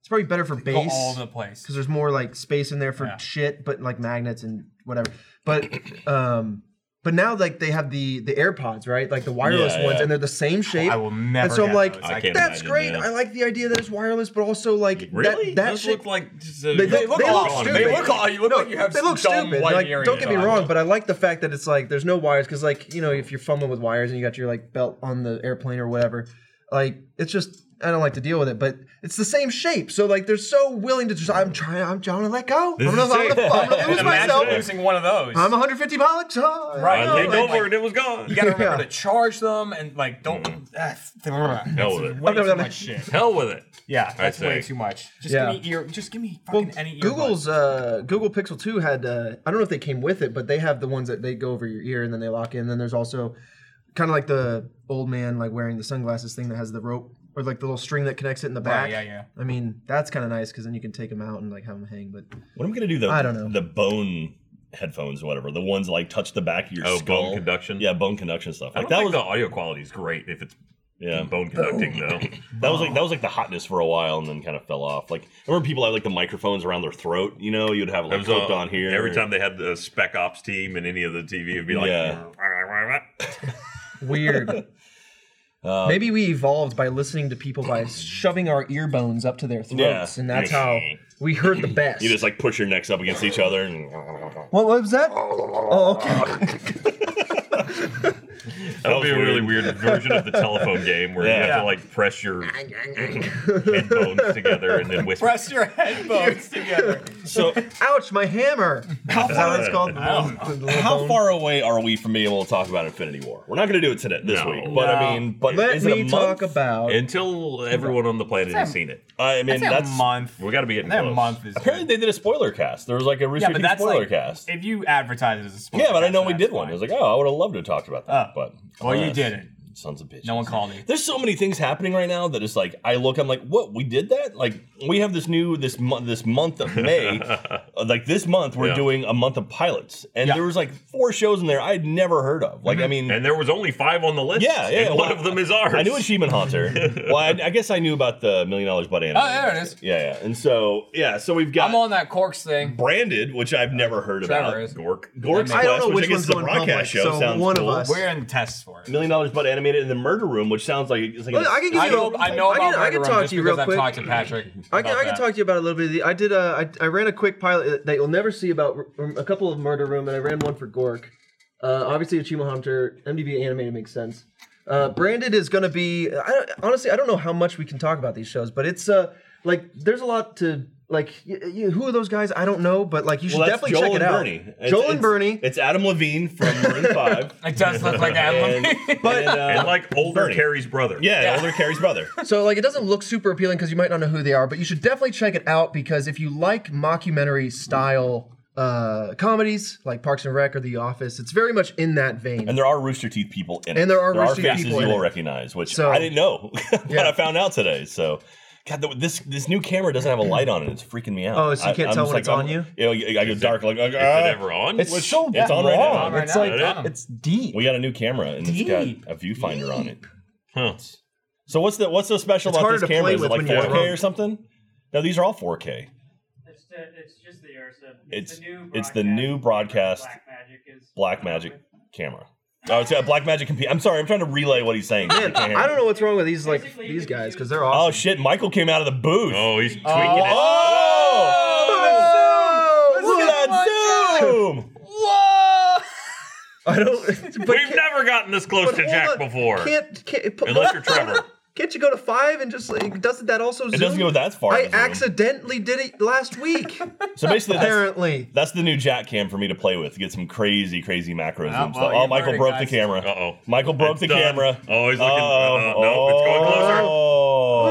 S4: it's probably better for
S3: go all
S4: bass
S3: over the place.
S4: because there's more like space in there for
S3: Yeah.
S4: shit, but like magnets and whatever. But um, but now like they have the the AirPods, right? Like the wireless
S2: Yeah,
S4: ones,
S2: yeah.
S4: and they're the same shape.
S3: I will never.
S4: And so I'm
S3: get
S4: like,
S3: those.
S1: I can't
S4: that's
S1: imagine
S4: great.
S1: that.
S4: I like the idea that it's wireless, but also like
S1: Really?
S4: that, that
S5: Those
S4: shit.
S5: look like just a-
S4: they,
S3: They look
S4: they
S3: all
S4: look
S1: on.
S4: stupid.
S1: They
S5: look all- you look like you have
S4: they look
S5: some dumb
S4: stupid.
S5: white
S4: Like,
S5: earrings
S4: don't get me
S5: on.
S4: wrong, but I like the fact that it's like there's no wires because, like, you know, if you're fumbling with wires and you got your like belt on the airplane or whatever, like it's just I don't like to deal with it. But it's the same shape, so like they're so willing to just I'm trying, I'm trying to let go.
S1: This
S4: I'm gonna,
S1: is
S4: I'm,
S1: it.
S4: gonna, I'm gonna lose
S3: And imagine
S4: myself.
S3: losing one of those.
S4: I'm 150 miles.
S3: Right,
S1: I
S4: Oh,
S3: no,
S1: leaned
S3: Oh, like-
S1: over and it was gone.
S3: you gotta remember
S4: Yeah.
S3: to charge them and like don't. Ah,
S1: Hell with
S3: that's
S1: it.
S3: way
S4: I've never
S3: too
S4: done
S3: much
S4: it.
S3: shit.
S1: Hell with it.
S3: Yeah, that's
S1: say.
S3: way too much. Just
S4: Yeah.
S3: give me ear. Just give me
S4: Well,
S3: fucking any. earbud.
S4: Google's uh, Google Pixel 2 had uh, I don't know if they came with it, but they have the ones that they go over your ear and then they lock in. then there's also kind of like the old man like wearing the sunglasses thing that has the rope or like the little string that connects it in the back.
S3: yeah, yeah.
S4: I mean that's kind of nice because then you can take them out and like have them hang. But
S2: What am I gonna do? The
S4: I don't know.
S2: the bone headphones, or whatever. The ones that, like touch the back of your
S1: Oh,
S2: skull.
S1: bone conduction?
S2: Yeah, bone conduction stuff.
S1: I
S2: Like
S1: don't
S2: that
S1: think
S2: was
S1: the audio quality is great if it's uh,
S2: yeah.
S1: bone conducting though.
S2: That was like that was like the hotness for a while, and then kind of fell off. Like I remember people had like the microphones around their throat. You know, you'd have it,
S1: That
S2: like
S1: was
S2: hooked
S1: all-
S2: on here
S1: Every time they had the Spec Ops team in any of the TV, it'd be like,
S2: Yeah.
S4: weird.
S2: Uh,
S4: Maybe we evolved by listening to people by shoving our ear bones up to their throats,
S2: Yeah.
S4: and that's how we heard the best.
S2: You just like push your necks up against each other, and
S4: what was that? Oh, okay.
S1: that would be a really weird version of the telephone game where you have
S2: Yeah.
S1: to like press your head bones together and then whisper.
S3: press your headphones together.
S2: so
S4: Ouch, my hammer. How far that's called? The little
S2: how
S4: bone?
S2: far away are we from being able to talk about Infinity War? We're not going to do it today this
S1: No.
S2: week, but I
S3: No.
S2: mean, but
S4: Let
S2: is it a
S4: me
S2: month?
S4: talk about.
S1: Until everyone on the planet has seen it,
S2: I mean,
S3: I'd say
S2: that's
S3: a month.
S1: we got to be getting
S3: That
S1: close.
S3: month is
S2: apparently
S3: good.
S2: they did a spoiler cast. There was like a Rooster
S3: yeah, but
S2: Teeth
S3: that's
S2: spoiler
S3: like
S2: cast.
S3: if you advertise it as a spoiler.
S2: Yeah, but I know
S3: cast,
S2: we
S3: that's
S2: did one.
S3: fine.
S2: I was like, oh, I would have loved to have talked about that,
S3: Oh.
S2: but
S3: Well, you
S2: alas,
S3: didn't.
S2: Sons of bitches.
S3: No one called you.
S2: There's so many things happening right now that it's like I look, I'm like, what? We did that? Like we have this new this month this month of May, uh, like this month we're
S1: Yeah.
S2: doing a month of pilots, and
S3: Yeah. Mm-hmm.
S2: there was like four shows in there I had never heard of. Like I mean,
S1: and there was only five on the list.
S2: yeah, yeah.
S1: and one
S2: well,
S1: of them is ours.
S2: I knew Achievement Hunter. well, I, I guess I knew about the Million Dollars Butt Anime.
S3: Oh, there it is.
S2: Yeah, yeah. And so yeah, so we've got
S3: I'm on that corks thing.
S2: branded, which I've never heard
S3: Trevor
S2: about.
S3: is.
S1: Gork.
S2: Gork's
S3: I
S4: don't
S2: Quest,
S4: know
S2: which
S4: which
S2: I guess
S4: one's
S2: is the
S4: going
S2: broadcast
S4: public,
S2: show.
S4: so
S2: sounds
S4: one of
S2: cool.
S4: us.
S3: We're in tests for it.
S2: Million Dollars Butt Animated and the Murder Room, which sounds like it's like
S4: Well,
S2: a-
S4: I can give
S3: I
S4: you.
S3: know,
S4: a-
S3: I know
S4: I
S3: about
S4: can, I can
S3: Murder Room
S4: talk
S3: just
S4: to you real
S3: because
S4: quick.
S3: I've talked to Patrick.
S4: I can, I can talk to you about it a little bit. I did a, I, I ran a quick pilot that you'll never see about um, a couple of Murder Room, and I ran one for Gork. Uh, obviously, Achievement Hunter, MDB animated makes sense. Uh, Branded is going to be. I, don't- honestly, I don't know how much we can talk about these shows, but it's uh, like there's a lot to like. Y- y- who are those guys? I don't know, but like you should
S2: Well, that's
S4: definitely
S2: Joel
S4: check it
S2: and
S4: out.
S2: Bernie. It's-
S4: Joel
S2: it's-
S4: and Bernie.
S2: It's Adam Levine from Maroon Five.
S3: It does look like
S2: and,
S3: that.
S2: but
S1: And like older
S2: Bernie.
S1: Carrie's brother.
S2: yeah, older Carrie's brother.
S4: So like it doesn't look super appealing because you might not know who they are, but you should definitely check it out because if you like mockumentary style uh, comedies like Parks and Rec or The Office. It's very much in that vein.
S2: And there are Rooster Teeth people in it.
S4: And there are Rooster Teeth
S2: faces
S4: people
S2: you
S4: in
S2: will
S4: it.
S2: recognize, which
S4: So-
S2: I didn't know, but
S4: Yeah.
S2: I found out today. So, God, th- this this new camera doesn't have a light on it. It's freaking me out.
S4: Oh, so you
S2: I-
S4: can't
S2: I'm
S4: tell
S2: just
S4: when it's on you?
S2: Yeah, I- I go dark. Like, like,
S1: Is
S2: ah.
S1: it ever on?
S6: It's so
S2: it's on right now.
S6: wrong.
S2: It's on right
S6: It's
S3: now.
S6: like
S1: Yeah.
S6: it's deep.
S2: We got a new camera and it's got a viewfinder on it.
S1: Huh.
S2: So what's the what's so special
S4: It's
S2: about
S4: harder
S2: this
S4: to
S2: camera?
S4: play
S2: Is it
S4: with
S2: like
S4: when you're
S2: 4K or
S4: drunk.
S2: something? No, these are all 4K.
S7: It's, the, it's just the Ursa.
S2: It's-
S7: the new
S2: it's the new broadcast
S7: Black Magic is
S2: Black Magic camera. Oh, it's got Black Magic computer. I'm sorry, I'm trying to relay what he's saying.
S4: Man, I don't know what's wrong with these like
S7: Basically,
S4: these
S7: if you
S4: guys
S7: do-
S4: because they're
S2: Oh
S4: awesome.
S2: shit! Michael came out of the booth.
S1: Oh, he's tweaking
S2: Oh! Look at that zoom!
S4: I don't.
S1: it.
S4: But
S1: We've
S4: can't-
S1: never gotten this close
S4: but
S1: to
S4: hold
S1: Jack
S4: on.
S1: before.
S4: Can't can't, put-
S1: Unless you're Trevor.
S4: can't you go to five and just like doesn't that also zoom?
S2: It doesn't go that far.
S4: I
S2: to zoom.
S4: accidentally did it last week.
S2: So basically, that's,
S4: apparently,
S2: that's the new Jack cam for me to play with to get some crazy, crazy macro
S3: Ah,
S2: zoom
S3: well,
S2: stuff. Oh,
S3: you've
S2: Michael
S3: heard it,
S2: broke the
S3: guys.
S2: camera.
S1: Uh-oh.
S2: Michael broke
S1: It's
S2: the
S1: done.
S2: camera. Um,
S1: Oh, he's looking- uh-uh, no, it's going closer.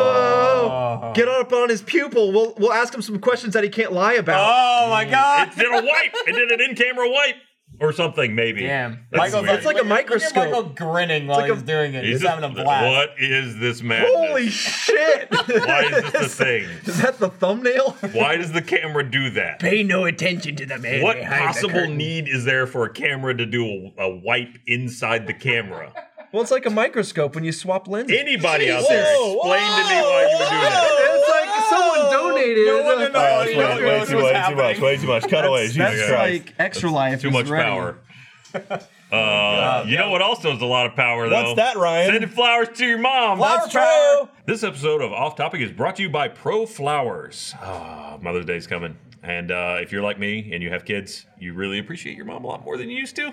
S2: Oh.
S4: oh, get up on his pupil. We'll we'll ask him some questions that he can't lie about.
S3: Oh my god!
S1: It did a wipe. It did an in-camera wipe or something, maybe.
S3: Damn,
S1: That's weird.
S4: it's like a
S3: look at-
S4: microscope.
S3: Look at Michael grinning while
S4: like a-
S3: he's doing it. He's,
S1: just-
S3: having a blast.
S1: What is this madness?
S4: Holy shit!
S1: Oh, Why is this the thing?
S4: Is that the thumbnail?
S1: Why does the camera do that?
S6: Pay no attention to the man.
S1: What
S6: behind the
S1: possible
S6: curtain.
S1: need is there for a camera to do a, a wipe inside the camera?
S4: Well, it's like a microscope when you swap lenses.
S1: Anybody out
S2: Jesus.
S1: there, explain
S2: Whoa,
S1: to me why you would do that.
S4: it's like someone donated.
S3: No one in the
S2: Oh,
S3: You
S2: that's
S3: know
S2: way,
S3: what
S2: way
S3: was
S2: too, way too
S3: happening?
S2: much. Way too much. Cutaway.
S4: That's,
S2: Jesus
S4: that's
S2: Christ.
S4: like extra life.
S1: Too
S4: is
S1: much
S4: ready.
S1: power. Uh, you know what also is a lot of power, though?
S2: What's that, Ryan?
S1: Sending flowers to your mom.
S3: Flower
S2: That's
S3: power.
S2: true.
S1: This episode of Off Topic is brought to you by Pro Flowers. Ah, Mother's Day's coming. And uh, if you're like me and you have kids, you really appreciate your mom a lot more than you used to.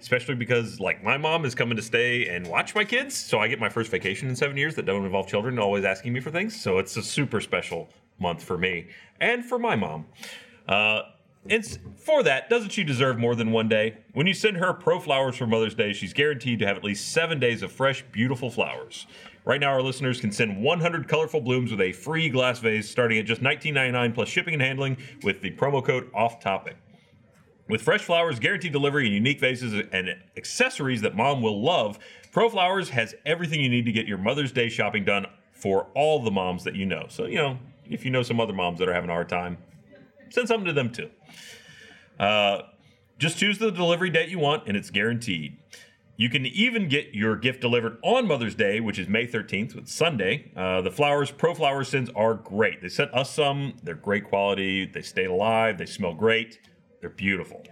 S1: Especially because, like, my mom is coming to stay and watch my kids. So I get my first vacation in seven years that don't involve children always asking me for things. So it's a super special month for me and for my mom. Uh, and s- for that, doesn't she deserve more than one day? When you send her pro flowers for Mother's Day, she's guaranteed to have at least seven days of fresh, beautiful flowers. Right now, our listeners can send 100 colorful blooms with a free glass vase starting at just $19.99 plus shipping and handling with the promo code OFF TOPIC. With fresh flowers, guaranteed delivery, and unique vases and accessories that mom will love, Pro Flowers has everything you need to get your Mother's Day shopping done for all the moms that you know. So, you know, if you know some other moms that are having a hard time, send something to them too. Uh, just choose the delivery date you want, and it's guaranteed. You can even get your gift delivered on Mother's Day, which is May 13th, it's Sunday. Uh, the flowers, Pro Flowers scents are great. They sent us some. They're great quality. They stayed alive. They smell great. They're beautiful.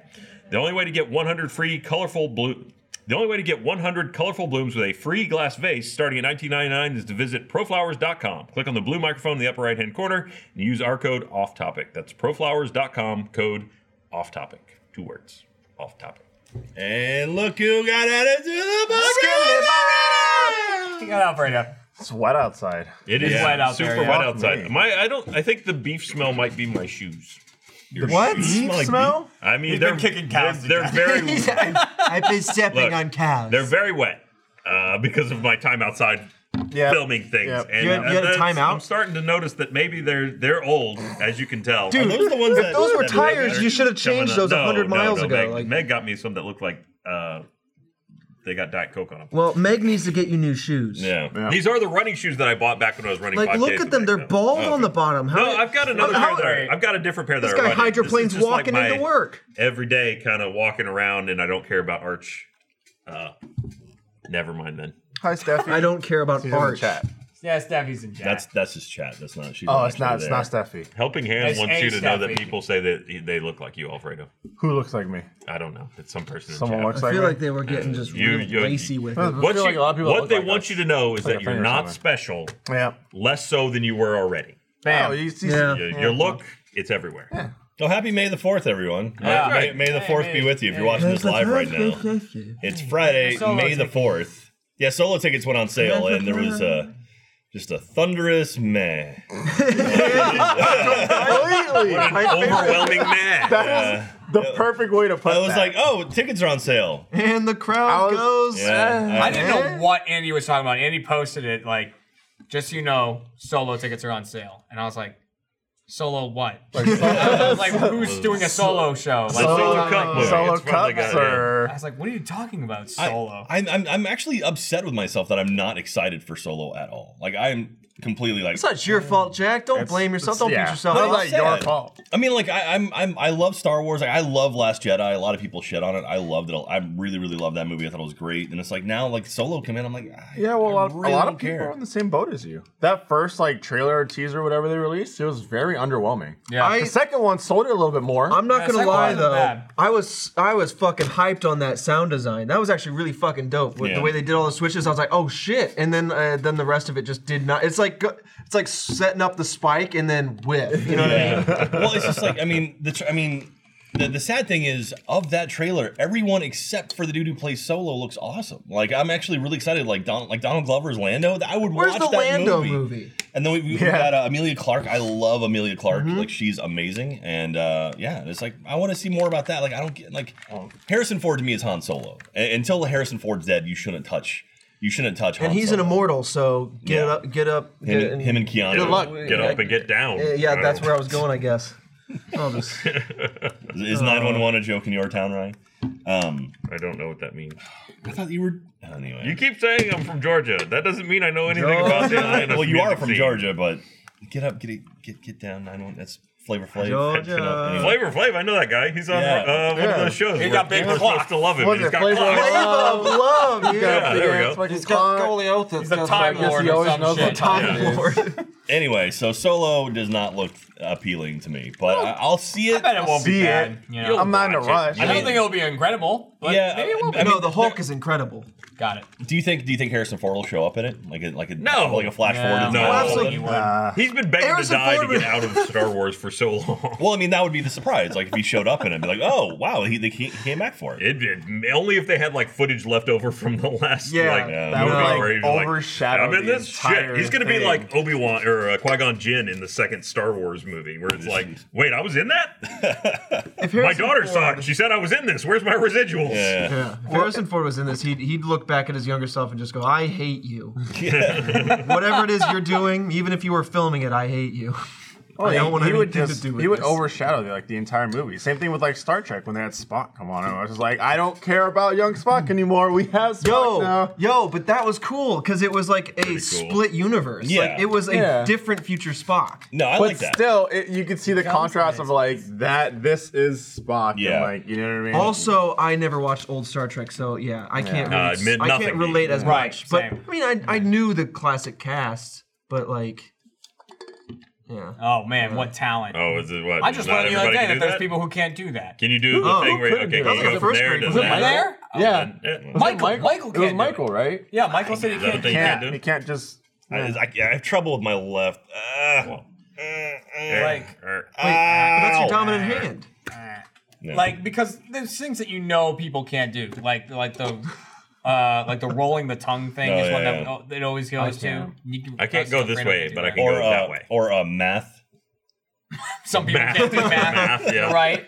S1: The only way to get 100 free colorful blue. The only way to get 100 colorful blooms with a free glass vase starting at 19.99 is to visit proflowers.com. Click on the blue microphone in the upper right-hand corner and use our code off topic. That's proflowers.com code off topic. Two words. Off topic.
S2: And look who got added to the
S3: Check it out right now.
S6: It's wet outside.
S1: It is
S3: It's wet out
S1: super
S3: there, yeah.
S1: wet outside. My, I don't. I think the beef smell might be my shoes. Your
S6: What?
S1: shoes
S6: Beef
S1: smell like
S6: smell?
S1: beef. I mean,
S3: He's
S1: they're
S3: been kicking cows
S1: They're,
S3: to
S1: they're very.
S6: I've been stepping
S1: Look,
S6: on cows.
S1: They're very wet uh, because of my time outside
S6: Yep.
S1: filming things.
S6: Yep.
S1: And,
S6: You had-
S1: uh,
S6: you had a
S1: that's-
S6: timeout?
S1: I'm starting to notice that maybe they're they're old, as you can tell.
S2: Are
S4: Dude,
S2: those the ones
S4: if
S2: that-
S4: those were
S2: that
S4: tires,
S2: they're
S4: you should have
S1: Coming
S4: changed
S1: up-
S4: those
S1: no,
S4: 100
S1: no,
S4: miles
S1: no,
S4: ago.
S1: Meg,
S4: like,
S1: Meg got me some that looked like uh, they got Diet Coke on them.
S4: well, Meg needs to get you new shoes.
S2: Yeah.
S1: These are the running shoes that I bought back when I was running.
S4: Like,
S1: 5Ks
S4: look
S1: with
S4: at them.
S1: Meg,
S4: They're
S1: though.
S4: bald on the bottom. How,
S1: Oh, No, I've got another pair
S4: how-
S1: that are, I've got a different pair that
S4: This
S1: are
S4: guy
S1: running. This is
S4: hydroplanes
S1: just
S4: walking
S1: my
S4: into work.
S1: Everyday kind of walking around, and I don't care about arch. Uh, never mind then.
S6: Hi, Steffi.
S4: I don't care about
S6: She's in the
S4: art.
S6: chat.
S3: Yeah, Steffi's in chat.
S2: That's that's his chat. That's not. She's
S6: Oh, it's
S2: actually
S6: not. It's
S2: there.
S6: not Steffi.
S1: Helping Hand
S3: It's
S1: wants
S3: a
S1: you to know that
S3: Steffi.
S1: people say that he- they look like you, Alfredo.
S6: Who looks like me?
S1: I don't know. It's some person.
S6: Someone
S1: in chat.
S6: looks
S4: I
S6: like
S4: feel
S6: me.
S4: like they were getting just
S1: You-
S4: really
S1: you-
S4: racy with
S6: I
S4: it.
S6: feel
S1: What,
S6: like
S1: you-
S6: a lot of people
S1: what
S6: look
S1: they
S6: like
S1: want
S6: us.
S1: you to know is
S6: Like
S1: that
S6: a
S1: you're
S6: finger or
S1: not
S6: something.
S1: special,
S6: Yeah.
S1: less so than you were already.
S6: Oh, you see.
S4: Yeah.
S1: Your, your look, it's everywhere.
S2: Oh, happy May the Fourth, everyone! May-
S3: Yeah.
S2: May, may the
S3: Ah. Hey,
S2: Fourth
S3: May.
S2: be with you. If you're
S3: Hey.
S2: watching this live right now, it's Friday,
S3: Solo
S2: May the
S3: tickets.
S2: Fourth. Yeah, solo tickets went on sale, and there was uh, just a thunderous meh.
S6: Completely. My favorite.
S1: Overwhelming man.
S6: That is the perfect way to put
S2: I
S6: it.
S2: was like, oh, tickets are on sale.
S4: And the
S6: I
S4: crowd
S6: was-
S4: goes.
S2: Yeah,
S3: I didn't know what Andy was talking about. Andy posted it like, just so you know, solo tickets are on sale, and I was like, Solo what? I was like, who's doing a solo show? Like,
S1: Solo Cup movie.
S6: solo
S1: It's from the guy,
S6: cups
S1: yeah.
S3: I
S6: or
S3: was like, what are you talking about,
S2: I-
S3: solo?
S2: I'm, I'm I'm actually upset with myself that I'm not excited for Solo at all. Like I'm completely like
S4: It's not your fault, Jack. Don't
S6: It's-
S4: blame yourself.
S6: it's-
S4: Don't beat
S6: yeah.
S4: yourself
S6: No,
S4: up.
S6: it's
S2: I'm
S6: not your
S2: sad.
S6: fault.
S2: I mean, like I, I'm I'm I love Star Wars. Like I love Last Jedi. A lot of people shit on it. I loved it. I really really loved that movie. I thought it was great. And it's like now like Solo come in. I'm like "Ah, I-
S6: yeah, well, a
S2: I
S6: lot,
S2: really
S6: a lot
S2: don't
S6: of people
S2: care.
S6: are in the same boat as you. That first like trailer or teaser, or whatever they released, it was very underwhelming.
S3: Yeah.
S6: the second one sold it a little bit more.
S4: I'm
S3: Yeah,
S4: not gonna
S3: second
S4: lie
S3: one wasn't
S4: though.
S3: bad.
S4: I was I was fucking hyped on that sound design. That was actually really fucking dope. With
S2: Yeah.
S4: the way they did all the switches, I was like, oh shit. And then uh, then the rest of it just did not. It's like go- it's like setting up the spike and then whip. You know what I mean?
S2: well, it's just like I mean, the tr- I mean, the, the sad thing is of that trailer, everyone except for the dude who plays Solo looks awesome. Like I'm actually really excited. Like Don, like Donald Glover's Lando. That I would
S4: Where's
S2: watch
S4: the
S2: that
S4: Lando
S2: movie.
S4: movie?
S2: And then we, we
S6: Yeah.
S2: got uh, Amelia Clark. I love Amelia Clark.
S3: Mm-hmm.
S2: Like she's amazing. And uh, yeah, it's like I want to see more about that. Like I don't get like
S3: Oh.
S2: Harrison Ford to me is Han Solo. A- until Harrison Ford's dead, you shouldn't touch. You shouldn't touch. Han
S4: And he's an
S2: Solo.
S4: immortal, so get
S2: Yeah.
S4: up, get up.
S2: Him,
S4: get-
S2: and, him and Keanu.
S4: Good luck.
S1: Get up and get down.
S4: Yeah, yeah, that's where I was going, I guess. I'll just-
S2: Is- Is nine one
S3: Oh.
S2: one a joke in your town, Ryan? Um,
S1: I don't know what that means.
S2: I thought you were. Anyway,
S1: You keep saying I'm from Georgia. That doesn't mean I know anything about the Atlanta
S2: well, you are
S1: music
S2: from
S1: scene.
S2: Georgia, but get up, get it, get get down. I don't. That's Flavor Flav.
S4: Georgia.
S2: Shut up. Anyway.
S1: Flavor Flav, I know that guy. He's on
S2: Yeah.
S1: uh, one of
S6: Yeah.
S1: those shows.
S3: He
S1: where
S3: got big
S1: people are
S3: clock.
S1: supposed to love him.
S6: Was
S1: He's
S6: it
S1: got
S6: Flavor
S1: clock.
S6: Flav?
S4: Love, love, yeah.
S1: Yeah, there we go.
S4: He's got scoliosis.
S3: the
S4: that's
S3: Time
S4: like-
S3: Lord
S6: he
S3: or
S6: always
S3: some
S6: knows
S3: shit.
S6: what time
S4: Time
S6: it is.
S4: Lord.
S2: Anyway, so Solo does not look appealing to me, but I, I'll see it.
S3: I bet it won't
S6: See
S3: be bad.
S6: it.
S3: You know?
S6: I'm not in a
S1: watch it.
S6: rush.
S3: I don't
S2: mean-
S3: think it'll be incredible, but
S2: Yeah,
S3: maybe it will be.
S2: I mean,
S4: no, the Hulk is incredible.
S3: Got it.
S2: Do you think? Do you think Harrison Ford will show up in it? Like a like a
S1: No.
S2: like a flash
S3: Yeah.
S2: forward? in
S1: No.
S2: time?
S1: Well,
S4: absolutely.
S3: You wouldn't.
S6: Uh,
S1: He's been begging
S4: Harrison
S1: to die
S4: Ford
S1: to
S4: was-
S1: get out of Star Wars for so long.
S2: Well, I mean that would be the surprise. Like if he showed up in it, and be like, oh wow, he, they, he came back for it.
S1: It, it only if they had like footage left over from the last
S4: Yeah,
S1: like uh,
S2: that
S1: movie
S2: would,
S1: where
S6: like,
S1: he's like,
S6: overshadow
S1: I'm in
S6: the
S1: this shit.
S6: entire
S1: He's gonna be
S6: thing.
S1: like Obi Wan or uh, Qui Gon Jinn in the second Star Wars movie, where it's like, wait, I was in that.
S4: If
S1: My
S4: Harrison
S1: daughter
S4: Ford-
S1: saw it. She said I was in this. Where's my residuals?
S2: Yeah.
S4: Yeah. If Harrison Ford was in this, he'd, he'd look back at his younger self and just go, I hate you. Whatever it is you're doing, even if you were filming it, I hate you.
S6: Oh,
S4: I
S6: he,
S4: don't want
S6: he would
S4: anything to
S6: just
S4: do with
S6: he would
S4: this.
S6: overshadow the, like the entire movie. Same thing with like Star Trek when they had Spock come on. I was just like, I don't care about young Spock anymore. We have Spock
S4: Yo,
S6: now.
S4: yo, but that was cool because it was like a
S1: cool.
S4: split universe.
S2: Yeah.
S4: Like it was a
S6: Yeah.
S4: different future Spock.
S2: No, I
S6: but
S2: like that.
S6: still, it, you could see the contrast of like that. This is Spock.
S2: Yeah.
S6: And, like you know what I mean.
S4: Also, I never watched old Star Trek, so yeah, I can't
S1: Yeah. Uh, it
S4: really,
S1: meant
S4: I can't
S1: nothing.
S4: relate as
S3: Right,
S4: much. But
S3: same.
S4: I mean, I, I knew the classic cast, but like, yeah.
S3: Oh man, what talent!
S1: Oh, is it what?
S3: I just
S1: not
S3: learned the other
S1: everybody
S3: day
S1: can
S3: that
S1: do
S3: there's
S1: that?
S3: people who can't do that.
S1: Can you do the
S4: Oh,
S1: thing where
S6: couldn't
S1: okay,
S6: do
S1: can
S6: that.
S1: you
S4: That
S1: go
S4: was
S1: from
S4: the
S1: there
S4: first
S1: to
S4: grade.
S1: that?
S3: there?
S4: Was it
S6: yeah,
S1: Yeah.
S3: Michael, Michael,
S6: it was
S3: can't do it.
S6: Michael, right?
S3: Yeah, Michael said he
S1: Is that what
S3: can't.
S1: they can't
S6: Can't,
S1: do?
S6: he can't just.
S2: I, I, I have trouble with my left. Ah.
S1: Well,
S2: Uh,
S1: Like,
S2: uh,
S3: Like-
S4: Wait, that's
S2: ow.
S4: your dominant hand.
S2: No.
S3: Like because there's things that you know people can't do, like like the uh like the rolling the tongue thing
S2: Oh,
S3: is one
S2: yeah,
S3: that
S2: yeah.
S3: oh, it always goes to.
S4: can't.
S3: You can-
S1: I can't
S3: uh,
S1: go
S3: some
S1: this
S3: random
S1: way,
S3: people
S1: but
S3: do
S1: I
S3: that.
S1: can
S2: or
S1: go that
S2: uh,
S1: way.
S2: or uh, math.
S3: Some people can't do math,
S1: Math, yeah.
S3: right?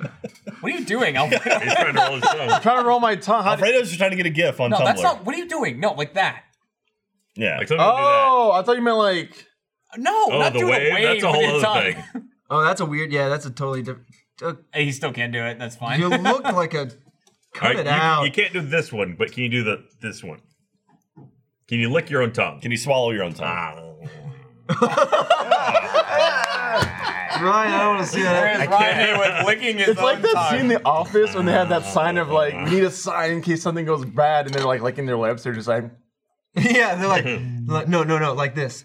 S3: What are you doing? I'll, no,
S1: He's trying to roll his tongue.
S6: Trying to roll my tongue. How do-
S2: Alfredo's just trying to get a GIF on Tumblr.
S3: that's not. What are you doing? No, like that.
S2: yeah,
S1: Like some people
S6: oh, I thought you meant like.
S3: No,
S1: do that. Oh,
S3: not
S1: the
S3: do
S1: wave?
S3: the wave
S1: That's a whole
S3: with your
S1: other
S3: tongue.
S1: thing.
S4: Oh, that's a weird. Yeah, that's a totally different. Uh,
S3: Hey, He still can't do it. That's fine.
S4: you look like a. Cut
S1: All right,
S4: it
S1: you,
S4: out.
S1: you can't do this one, but can you do the this one? Can you lick your own tongue?
S2: can you swallow your own tongue?
S1: Ah,
S4: Ryan, I don't want to see
S3: Whereas
S4: that.
S3: Ryan was licking his
S6: It's like
S3: own
S6: that
S3: tongue.
S6: scene in The Office when they have that sign of like
S2: Uh.
S6: need a sign in case something goes bad, and they're like licking their lips. They're just like,
S4: yeah, they're like, like, no, no, no, like this.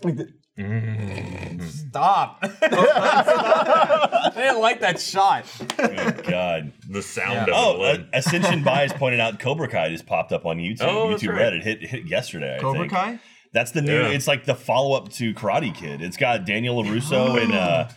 S3: Stop. I didn't like that shot.
S2: Good God.
S1: the sound of
S2: Oh,
S1: the
S2: uh,
S1: lid.
S2: Ascension Bias pointed out Cobra Kai just popped up on YouTube.
S1: Oh, that's
S2: YouTube
S1: right.
S2: Reddit hit hit yesterday. I
S4: Cobra
S2: think.
S4: Kai?
S2: That's the new.
S1: Yeah.
S2: It's like the follow up to Karate Kid. It's got Daniel Larusso and uh,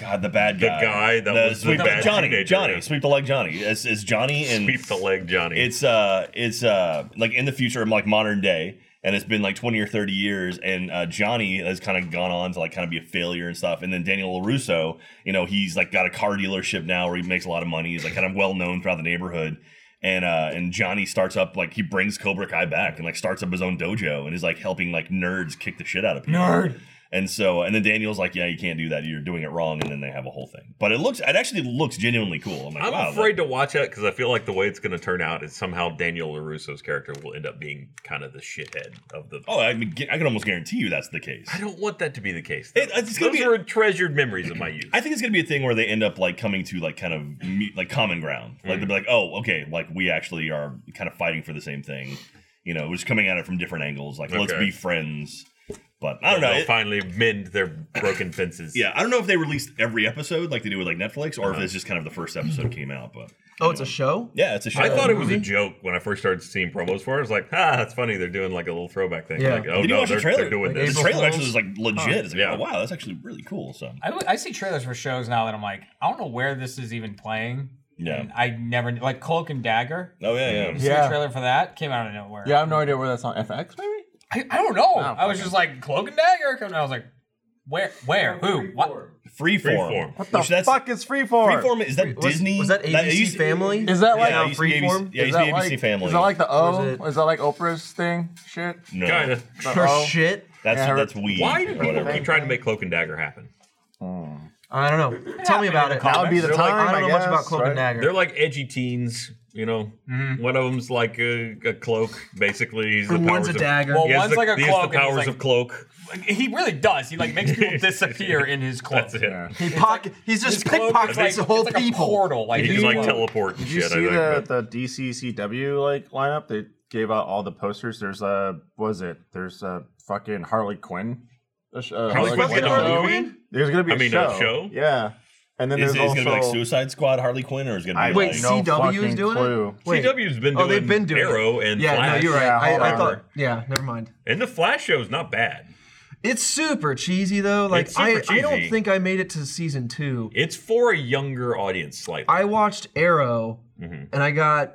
S2: God, the bad
S1: The
S2: guy,
S1: guy that was the
S2: sweep
S1: bad
S2: Johnny,
S1: teenager,
S2: Johnny,
S1: yeah.
S2: sweep the leg, Johnny. It's, it's Johnny and
S1: Sweep the leg, Johnny.
S2: It's uh, it's uh, like in the future, like modern day, and it's been like twenty or thirty years, and uh, Johnny has kind of gone on to like kind of be a failure and stuff, and then Daniel Larusso, you know, he's like got a car dealership now where he makes a lot of money. He's like kind of well known throughout the neighborhood. And uh, and Johnny starts up like he brings Cobra Kai back and like starts up his own dojo and is like helping like nerds kick the shit out of people. Nerd. And so, and then Daniel's like, "Yeah, you can't do that. You're doing it wrong." And then they have a whole thing. But it looks, it actually looks genuinely cool. I'm like,
S1: I'm
S2: wow,
S1: afraid to watch it because I feel like the way it's going to turn out is somehow Daniel Larusso's character will end up being kind of the shithead of the.
S2: That, oh, I mean, gu- I can almost guarantee you that's the case.
S1: I don't want that to be the case.
S2: It- it's gonna
S1: Those
S2: be-
S1: are treasured memories of my youth.
S2: I think it's gonna be a thing where they end up like coming to like kind of me- like common ground. Like they'll be like, oh, okay, like we actually are kind of fighting for the same thing. You know, we're just coming at it from different angles. Like let's
S1: Okay.
S2: be friends. But I don't know.
S1: They'll
S2: It-
S1: finally mend their broken fences.
S2: yeah, I don't know if they released every episode like they do with like Netflix,
S1: Uh-huh.
S2: or if it's just kind of the first episode came out. But
S4: Oh, it's a show.
S2: yeah, it's a show.
S1: I thought it was a joke when I first started seeing promos for it. I was like, ah, it's funny. They're doing like a little throwback thing.
S4: Yeah.
S1: Like, oh,
S2: Did you
S1: no,
S2: watch
S1: they're,
S2: the trailer?
S1: they're doing
S4: Like,
S1: this.
S2: the
S4: April
S2: trailer actually
S4: Fools?
S2: is like legit. It's like,
S1: Yeah.
S2: oh, wow, that's actually really cool. So
S3: I, I see trailers for shows now that I'm like, I don't know where this is even playing.
S2: Yeah.
S3: And I never like Cloak and Dagger.
S2: oh yeah, yeah.
S3: You see
S6: Yeah.
S3: a trailer for that? Came out of nowhere.
S6: Yeah, I have no idea where that's on FX. Maybe
S3: I, I don't know.
S6: don't
S3: I was just like Cloak and Dagger. Coming, I was like, where, where, who, what?
S2: Freeform.
S1: Freeform.
S6: what the
S2: Which that's-
S6: fuck is Freeform?
S2: Freeform is that
S4: Was-
S2: Disney?
S4: Was that ABC
S2: used to-
S4: Family?
S6: Is that like
S2: Yeah, it used to be ABC Yeah, it
S4: Freeform?
S6: is
S2: used to
S6: that
S2: be
S6: like
S2: ABC Family.
S6: is that like the O?
S4: Or is
S6: Is,
S4: it-
S6: that like Oprah's thing? Shit.
S2: no,
S1: Kind of.
S4: For
S6: Uh-oh.
S4: shit.
S2: That's
S6: Yeah, I
S2: that's
S6: heard-
S2: weed.
S1: Why do
S2: or
S1: people
S2: whatever.
S1: keep trying to make Cloak and Dagger happen?
S4: I don't know. Tell me about it.
S6: That would be the
S1: They're
S6: time.
S1: like,
S4: I don't know much
S6: guess,
S4: about Cloak
S6: right?
S4: and Dagger.
S1: They're like edgy teens, you know. One of them's like a, a cloak, basically. He's the
S4: And one's
S1: powers
S4: a
S1: of-
S4: dagger.
S1: he has
S3: One's
S1: the,
S3: like a
S1: he has
S3: cloak and
S1: the
S3: he's
S1: powers
S3: like-
S1: of cloak.
S3: He really does. He like makes people disappear in his cloak.
S1: That's it.
S4: he pocket. he's
S3: His
S4: just
S3: cloak
S4: pickpockets
S3: is like,
S4: the whole
S3: it's like a
S4: people.
S3: portal. Like, uh,
S1: He
S3: his
S1: can like
S3: cloak.
S1: teleport and
S6: Did you
S1: shit. I
S6: see
S1: think.
S6: the,
S1: but-
S6: the DCCW like lineup? They gave out all the posters. There's a what is it? There's a fucking Harley Quinn. A sh- uh,
S1: Harley Quinn
S4: Fucking
S1: in a
S6: show.
S1: movie?
S6: There's gonna be
S1: I
S6: a
S1: mean,
S6: show.
S1: a show?
S6: Yeah, and then
S2: Is, is
S6: there's
S2: it
S6: also
S2: gonna be like Suicide Squad, Harley Quinn, or is it gonna
S6: I
S2: be
S4: Wait,
S2: like?
S4: no CW is
S6: fucking
S4: doing it?
S6: clue.
S4: Wait.
S1: CW's been doing
S4: Oh, they've been doing it.
S1: Arrow and
S4: Yeah,
S1: Flash.
S4: no, you're right.
S6: Yeah, hold
S4: I, I
S6: on.
S4: thought. Yeah, never mind.
S1: And the Flash show's not bad.
S4: It's super cheesy though. Like
S1: It's super
S4: I, I don't
S1: cheesy.
S4: think I made it to season two.
S1: It's for a younger audience slightly.
S4: I watched Arrow, and I got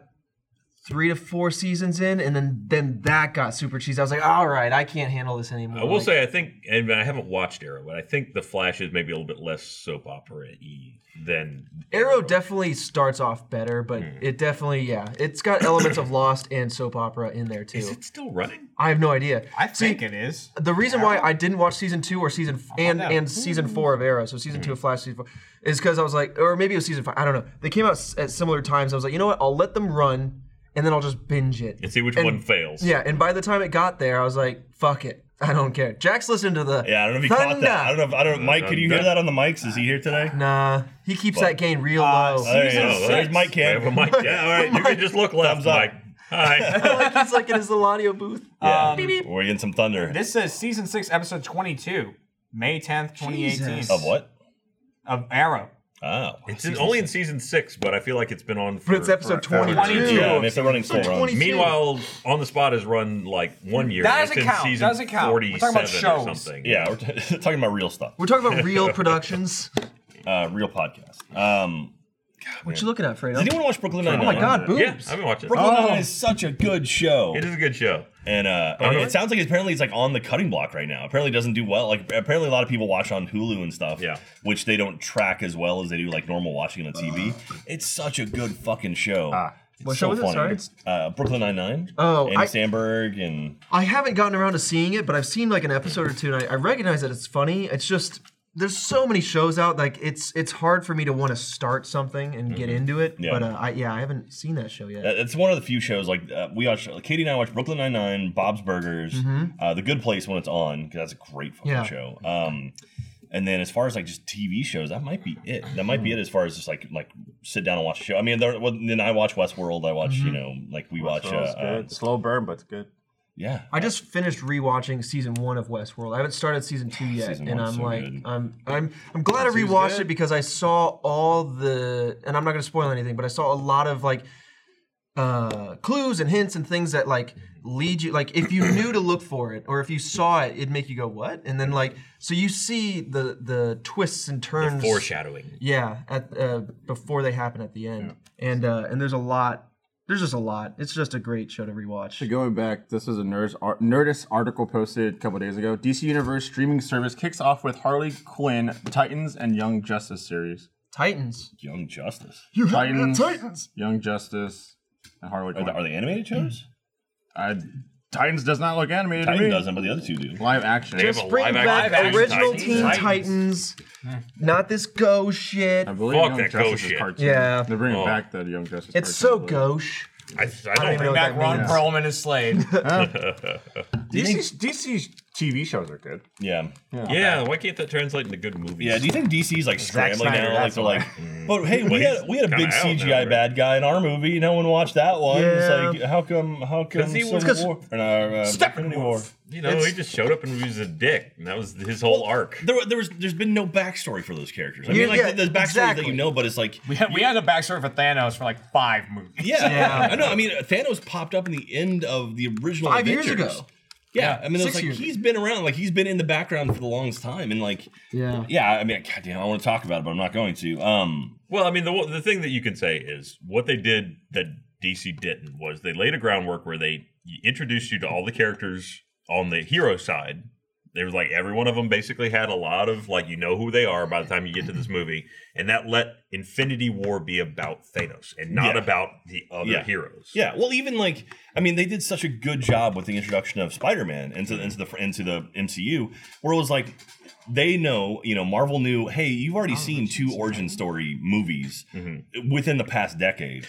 S4: three to four seasons in, and then then that got super cheesy. I was like, all right, I can't handle this anymore.
S1: I will
S4: Like,
S1: say, I think, and I haven't watched Arrow, but I think The Flash is maybe a little bit less soap opera y than
S4: Arrow definitely starts off better, but it definitely yeah, it's got elements of Lost and soap opera in there too.
S1: Is it still running?
S4: I have no idea.
S3: I think it is.
S4: the reason why I didn't watch season two or season
S2: Oh,
S4: f- and
S3: no.
S4: and season four of Arrow, so season two of Flash, season four, is because I was like, or maybe it was season five. I don't know. They came out s- at similar times. I was like, you know what? I'll let them run, and then I'll just binge it
S1: And see which one fails.
S4: Yeah, and by the time it got there, I was like, fuck it, I don't care. Jack's listening to the
S2: Yeah, I don't know if you caught
S4: thunder.
S2: that. I don't know. If, I don't. Mike, could you hear that on the mics? Is he here today?
S4: Nah, he keeps that gain real low.
S2: There you
S1: Season
S2: go. There's
S1: six.
S2: Mike
S1: We have a
S2: Cannon.
S1: mic. Yeah, all right. You can just look left,
S2: Thumbs up.
S1: Mike. Hi.
S4: like he's like in his little audio booth.
S2: Yeah,
S3: Um,
S2: we're getting some thunder.
S3: This says season six, episode twenty-two, May tenth, twenty eighteen.
S4: Jesus.
S2: of what?
S3: Of Arrow.
S2: Oh,
S1: It's in- only in season six, but I feel like it's been on for.
S4: But it's episode
S6: forever.
S4: 22.
S2: yeah, and if they're running slow
S4: For
S2: runs.
S4: 20
S1: Meanwhile, on the spot has run like one year.
S3: That
S1: It's
S3: doesn't
S1: in
S3: count.
S1: Season
S3: Doesn't count. We're
S1: 47
S3: talking about
S1: or
S3: shows.
S1: something.
S2: Yeah, we're t- talking about real stuff,
S4: We're talking about real productions.
S2: uh, real podcast. Um,
S4: What you looking at, Fredo?
S2: does anyone watch Brooklyn Nine
S4: oh
S2: Nine?
S4: my god, boobs.
S1: Yeah, I've been watching. it.
S2: Brooklyn Nine is such a good show.
S1: It is a good show.
S2: And uh,
S4: Oh,
S2: and it sounds like it's apparently it's like on the cutting block right now. Apparently it doesn't do well. Like apparently a lot of people watch on Hulu and stuff.
S1: Yeah.
S2: Which they don't track as well as they do like normal watching on TV. It's such a good fucking show.
S6: Ah.
S2: It's
S4: Uh. What show is it? Sorry?
S2: It's uh, Brooklyn Nine Nine.
S4: Oh,
S2: and
S4: I-
S2: Sandberg and
S4: I haven't gotten around to seeing it, but I've seen like an episode or two, and I, I recognize that it's funny. It's just there's so many shows out, like it's it's hard for me to want to start something and get into it.
S2: Yeah.
S4: But uh, I yeah, I haven't seen that show yet.
S2: that- Uh, it's one of the few shows like uh, we watch. Katie and I watch Brooklyn Nine Nine, Bob's Burgers, uh, The Good Place when it's on because that's a great fucking
S4: Mm-hmm. Yeah.
S2: show. Um, and then as far as like just TV shows, that might be it. That might be it as far as just like like sit down and watch a show. I mean, there, well, then I watch Westworld. I watch you
S4: Mm-hmm.
S2: know like we watch.
S6: So
S2: uh,
S6: it's
S2: uh,
S6: good. Slow burn, but it's good.
S2: yeah,
S4: I just finished rewatching season one of Westworld. I haven't started season two yet,
S2: Season
S4: and
S2: one's
S4: I'm
S2: so
S4: like,
S2: good.
S4: I'm I'm I'm glad I rewatched it because I saw all the, and I'm not gonna spoil anything, but I saw a lot of like uh, clues and hints and things that like lead you, like if you knew to look for it or if you saw it, it'd make you go what, and then like so you see the the twists and turns,
S1: Foreshadowing.
S4: yeah, at uh, before they happen at the end, and uh, and there's a lot. There's just a lot. It's just a great show to rewatch.
S6: Going back, this is a Nerdist, ar- Nerdist article posted a couple days ago. DC Universe streaming service kicks off with Harley Quinn, Titans, and Young Justice series.
S4: Titans.
S2: Young Justice.
S4: You
S6: Titans.
S4: Titans.
S6: Young Justice, and Harley
S2: Are
S6: Quinn.
S2: they, are they animated shows?
S6: I Uh, Titans does not look animated. to
S2: Titan
S6: me.
S2: doesn't, but the other two do.
S6: Live action.
S1: They have
S4: Just
S1: a
S4: bring
S1: live-action
S4: back
S1: Titans.
S4: original
S1: Titans.
S4: Teen Titans, Hmm. not this Go shit.
S6: I believe
S1: Fuck
S6: Young
S1: that
S6: Justice
S1: ghost
S6: is
S1: shit.
S6: cartoon.
S4: Yeah.
S6: They're bringing
S1: Oh.
S6: back the Young Justice.
S4: It's so
S6: cartoon,
S4: gauche.
S2: Oh,
S1: I, I don't,
S4: even know
S1: know.
S3: Back
S4: that
S3: Ron
S4: means.
S3: Perlman is Slade.
S6: I believe. DC DC's TV shows are good.
S2: Yeah.
S1: Yeah, why can't that translate into good movies?
S2: Yeah, do you think DC's like scrambling
S3: Snyder,
S2: now? Like
S3: that's
S2: they're like, but hey, we
S1: Well,
S2: had
S1: Mm. he's
S2: we had a
S1: kinda
S2: big
S1: out now,
S2: CGI
S1: right?
S2: bad guy in our movie. No one watched that one.
S4: Yeah.
S2: It's like, how come? How come?
S1: 'Cause he was-
S2: Civil
S1: 'cause
S2: War, or, no, uh, Infinity War.
S1: You know, he just showed up and he was a dick, and that was his whole arc.
S2: There, there was, there's been no backstory for those characters. I
S4: Yeah,
S2: mean, like
S4: yeah,
S2: there's backstory that
S4: exactly.
S2: you know, but it's like,
S3: we, had, we had a backstory for Thanos for like five movies.
S2: yeah,
S4: Yeah.
S2: I know. I mean, Thanos popped up in the end of the original
S4: Five years
S2: Avengers.
S4: ago.
S2: Yeah, I mean, it's
S4: six
S2: like
S4: years
S2: he's been around, like he's been in the background for the longest time, and like,
S4: Yeah.
S2: yeah, I mean, goddamn, I want to talk about it, but I'm not going to. Um,
S1: Well, I mean, the one- the thing that you can say is what they did that DC didn't was they laid a groundwork where they introduced you to all the characters on the hero side. There was like every one of them basically had a lot of like you know who they are by the time you get to this movie, and that let Infinity War be about Thanos and not
S2: Yeah.
S1: about the other
S2: Yeah.
S1: heroes.
S2: Yeah, well, even like I mean, they did such a good job with the introduction of Spider-Man into into the into the MCU, where it was like they know, you know, Marvel knew, hey, you've already seen two origin story movies within the past decade,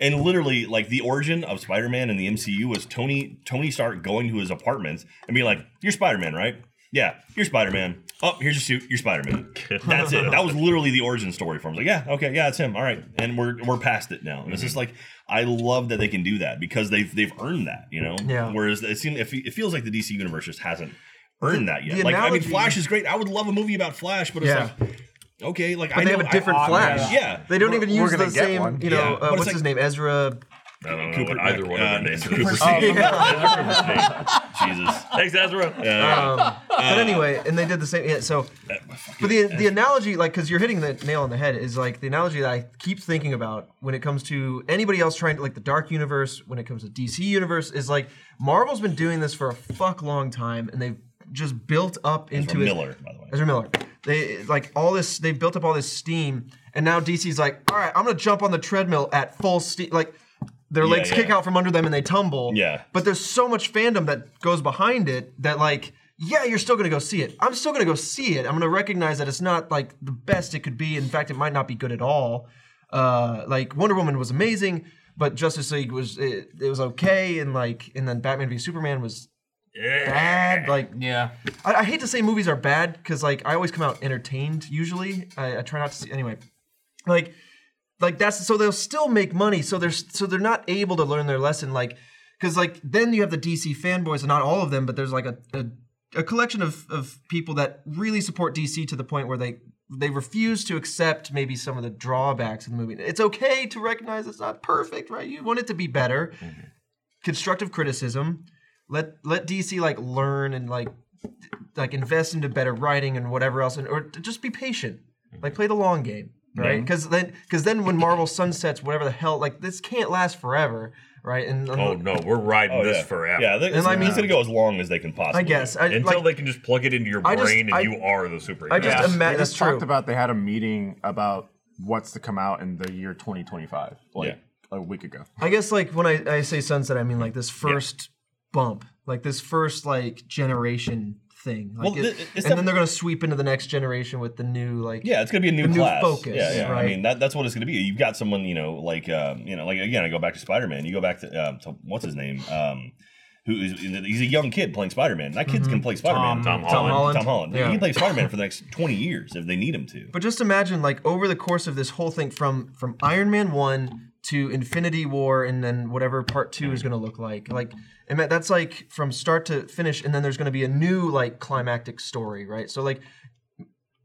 S2: and literally like the origin of Spider-Man in the MCU was Tony Tony Stark going to his apartments and being like, "You're Spider-Man, right?" Yeah, you're Spider-Man. Oh, here's your suit. You're Spider-Man. That's it. That was literally the origin story for him. I was like, yeah, okay, yeah, it's him. All right, and we're we're past it now. And it's just
S4: Mm-hmm.
S2: like I love that they can do that because they've they've earned that, you know.
S4: Yeah.
S2: Whereas it seems it it feels like the DC universe just hasn't earned that yet.
S4: the
S2: like I mean,
S4: analogy-
S2: Flash is great. I would love a movie about Flash, but it's
S4: Yeah.
S2: like okay, like I
S4: But they
S2: know,
S4: have a different
S2: I,
S4: Flash.
S2: Yeah.
S4: They don't
S6: We're-
S4: even
S6: we're
S4: use
S6: gonna
S4: the
S6: get
S4: same,
S6: one.
S4: you know,
S2: Yeah.
S4: uh,
S2: But it's
S4: what's
S2: like-
S4: his name? Ezra.
S1: I don't know
S2: Cooper-
S1: what either one of
S2: uh,
S1: their names.
S2: Cooper
S1: Cooper
S2: Steve.
S1: Steve.
S2: Jesus.
S1: Thanks, Ezra.
S4: Um, but anyway, and they did the same. Yeah, so, but the the analogy, like, because you're hitting the nail on the head, is like the analogy that I keep thinking about when it comes to anybody else trying to like the Dark Universe. When it comes to DC Universe, is like Marvel's been doing this for a fuck long time, and they've just built up into
S2: From
S4: it.
S2: Miller, by the way.
S4: Ezra Miller. They like all this. They built up all this steam, and now DC's like, all right, I'm gonna jump on the treadmill at full steam. Like their legs
S2: yeah.
S4: kick out from under them and they tumble.
S2: Yeah.
S4: But there's so much fandom that goes behind it that like, yeah, you're still gonna go see it. I'm still gonna go see it. I'm gonna recognize that it's not like the best it could be. In fact, it might not be good at all. Uh, like Wonder Woman was amazing, but Justice League was it, it was okay, and like, and then Batman v Superman was bad. Like,
S3: Yeah.
S4: I, I hate to say movies are bad because like I always come out entertained. Usually, I, I try not to see anyway. Like, like that's so they'll still make money. So they're so they're not able to learn their lesson. Like, because like then you have the DC fanboys, and not all of them, but there's like a a, a collection of of people that really support DC to the point where they they refuse to accept maybe some of the drawbacks of the movie. It's okay to recognize it's not perfect, right? You want it to be better. Constructive criticism. Let let DC like learn and like like invest into better writing and whatever else, and or t- just be patient. Like play the long game, right? Because then, because then when Marvel sunsets, whatever the hell, like this can't last forever, right? And um,
S1: Oh no, we're riding
S2: Oh,
S1: this
S2: yeah.
S1: forever.
S2: Yeah, they- it's,
S4: I mean-
S2: it's gonna go as long as they can possibly.
S4: I guess I,
S1: Until
S4: like,
S1: they can just plug it into your
S4: I
S1: brain
S4: just-
S1: and
S4: I-
S1: you are the superhero.
S4: I just
S6: they
S4: imagine that's
S6: just
S4: true.
S6: talked about they had a meeting about what's to come out in the year 2025, like
S2: Yeah.
S6: a week ago.
S4: I guess like when I, I say sunset, I mean like this first bump, like this first like generation thing, like
S2: Well,
S4: it-
S2: thi-
S4: and
S2: it's
S4: then
S2: defi-
S4: they're gonna sweep into the next generation with the new like
S2: Yeah, it's gonna be a new
S4: A new
S2: class.
S4: focus,
S2: yeah, yeah. I
S4: right.
S2: mean, that, that's what it's gonna be. You've got someone, you know, like, um, you know, like again, I go back to Spider Man. You go back to, um, to what's his name, um, who is he's a young kid playing Spider Man. That kid can play Spider Man.
S1: Tom
S4: Tom
S1: Holland.
S4: Holland.
S2: Tom Holland.
S4: Yeah.
S2: He can play Spider Man for the next twenty years if they need him to.
S4: But just imagine, like over the course of this whole thing, from from Iron Man one to Infinity War, and then whatever Part two is going to look like. Like, and that- that's like from start to finish, and then there's going to be a new like climactic story, right? So like,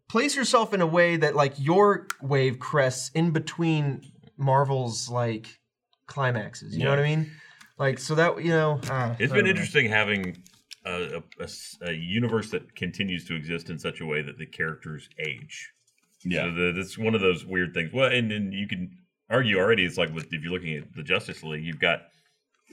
S4: place yourself in a way that like your wave crests in between Marvel's like climaxes. You know what I mean? Like, so that you know, ah,
S1: It's
S4: I
S1: been
S4: don't know.
S1: interesting having a, a- a s- a universe that continues to exist in such a way that the characters age. So
S2: Yeah,
S1: the, that's one of those weird things. Well, and then you can argue already. It's like with, if you're looking at the Justice League, you've got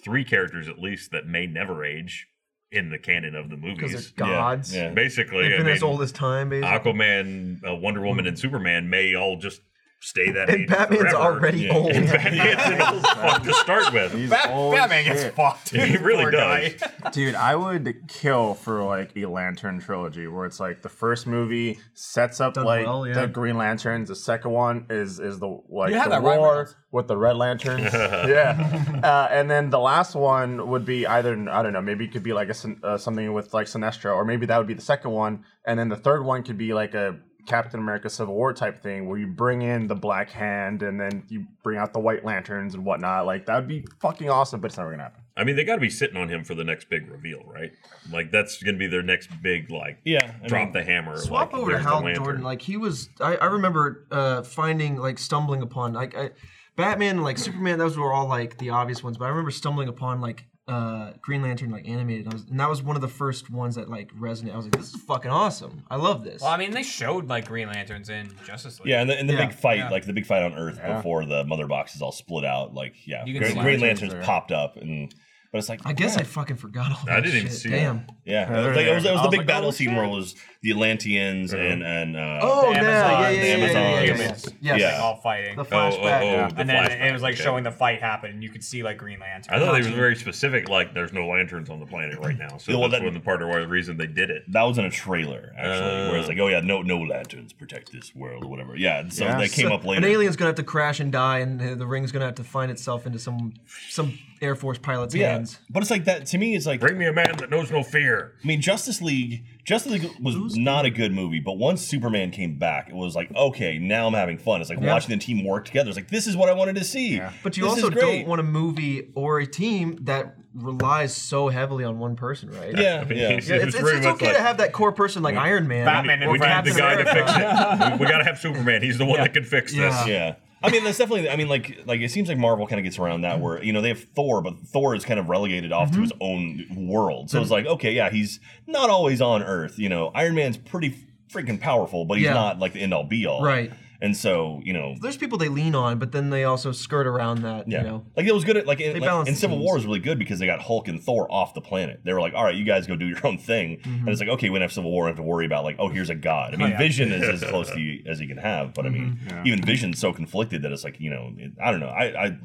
S1: three characters at least that may never age in the canon of the
S4: because they're
S1: movies.
S4: gods.
S2: yeah.
S1: Basically,
S4: They've
S1: I
S4: been as
S1: mean,
S4: old as time, basically.
S1: Aquaman, uh, Wonder Woman, and Superman may all just stay that
S4: And
S1: age.
S4: Batman's
S1: forever.
S4: already
S2: Yeah.
S4: old.
S1: And Batman's an old fuck to start with.
S6: He's
S3: Bat-
S6: old
S3: Batman gets
S6: shit.
S3: fucked.
S1: Oh, He really
S3: Poor guy.
S1: does.
S6: Dude, I would kill for like a Lantern trilogy where it's like the first movie sets up
S4: Done
S6: like
S4: well, yeah.
S6: the Green Lanterns, the second one is is the like
S3: You had
S6: the
S3: that right,
S6: war
S3: Reynolds.
S6: with the Red Lanterns. yeah, uh, and then the last one would be either I don't know, maybe it could be like a sin- uh, something with like Sinestro, or maybe that would be the second one, and then the third one could be like a. Captain America Civil War type thing where you bring in the Black Hand and then you bring out the White Lanterns and whatnot. Like, that would be fucking awesome, but it's never gonna happen.
S1: I mean, they got to be sitting on him for the next big reveal, right? Like that's going to be their next big like
S5: Yeah, I
S1: drop
S5: mean-
S1: the hammer.
S4: Swap
S1: like,
S4: over to
S1: there's the
S4: Hal
S1: lantern.
S4: Jordan. Like he was, I, I remember uh, finding like stumbling upon like I, Batman, like Superman. Those were all like the obvious ones, but I remember stumbling upon like uh, Green Lantern, like animated. And, I was, and that was one of the first ones that like resonated. I was like, this is fucking awesome. I love this.
S3: Well, I mean, they showed like Green Lanterns in Justice League.
S2: Yeah, and the, and the
S4: Yeah,
S2: big fight,
S3: yeah.
S2: like the big fight on Earth
S6: Yeah.
S2: before the mother box is all split out. Like, yeah,
S3: You can
S2: Green,
S3: see
S2: Green Lanterns
S6: it. Lanterns there.
S2: popped up, and but it's like
S4: I guess
S2: yeah.
S4: I fucking forgot all that.
S1: I didn't even
S4: shit.
S1: see that.
S4: Damn.
S2: yeah,
S6: Yeah,
S2: it was, like, it was, it was
S6: I
S2: the
S6: was
S2: big
S6: like,
S2: battle
S6: oh,
S2: scene
S6: shit.
S2: where it was the Atlanteans and and uh,
S4: Oh,
S3: The
S4: yeah,
S3: Amazon,
S4: yeah, yeah,
S3: the
S4: yeah, yeah, yeah,
S2: Amazon
S4: yeah,
S2: humans.
S4: yeah. Yes.
S2: Yeah.
S3: all fighting.
S4: The
S1: Oh, oh, oh,
S4: flashback. yeah.
S1: the
S3: and then
S1: flashback,
S3: it was like
S1: okay.
S3: showing the fight happen, and you could see like Green Lantern.
S1: I thought they were very specific. Like, there's no lanterns on the planet right now, so
S2: Yeah, well,
S1: that's
S2: that-
S1: one part of why the reason they did it.
S2: that was in a trailer actually, where it's like, oh yeah, no no lanterns protect this world or whatever. Yeah, so
S6: Yeah.
S2: that came up later.
S4: An alien's gonna have to crash and die, and uh, the ring's gonna have to find itself into some some Air Force pilot's
S2: yeah,
S4: hands.
S2: but it's like that to me. It's like
S1: Bring me a man that knows no fear.
S2: I mean, Justice League. Justice League was not a good movie, but once Superman came back, it was like, okay, now I'm having fun. It's like watching the team work together. It's like this is what I wanted to see.
S4: But you
S2: This
S4: also
S2: is great.
S4: don't want a movie or a team that relies so heavily on one person, right?
S2: Yeah, yeah.
S4: Yeah, it's, it's,
S1: very
S4: it's
S1: much
S4: okay
S1: like-
S4: to have that core person like Iron Man,
S3: Batman and
S1: We
S4: or
S1: need
S3: Captain
S1: the guy to
S4: America.
S1: fix it. We, we got to have Superman. He's the one that can fix this.
S4: Yeah.
S2: Yeah. I mean, that's definitely. I mean, like, like it seems like Marvel kind of gets around that where you know they have Thor, but Thor is kind of relegated off
S4: Mm-hmm.
S2: to his own world. So it's like, okay, yeah, he's not always on Earth. You know, Iron Man's pretty freaking powerful, but he's
S4: Yeah.
S2: not like the end all be all.
S4: Right.
S2: And so you know,
S4: There's people they lean on, but then they also skirt around that.
S2: yeah,
S4: You know.
S2: like it was good. At, like, in, like,
S4: balance
S2: in
S4: the
S2: Civil
S4: teams.
S2: War is really good because they got Hulk and Thor off the planet. They were like, all right, you guys go do your own thing. And
S4: Mm-hmm.
S2: it's like, okay, we don't have Civil War. We don't have to worry about like, oh, here's a god. I mean,
S3: yeah.
S2: Vision is as close to you as you can have, but I mean,
S4: Mm-hmm.
S2: even Vision's so conflicted that it's like, you know, it- I don't know. I, I,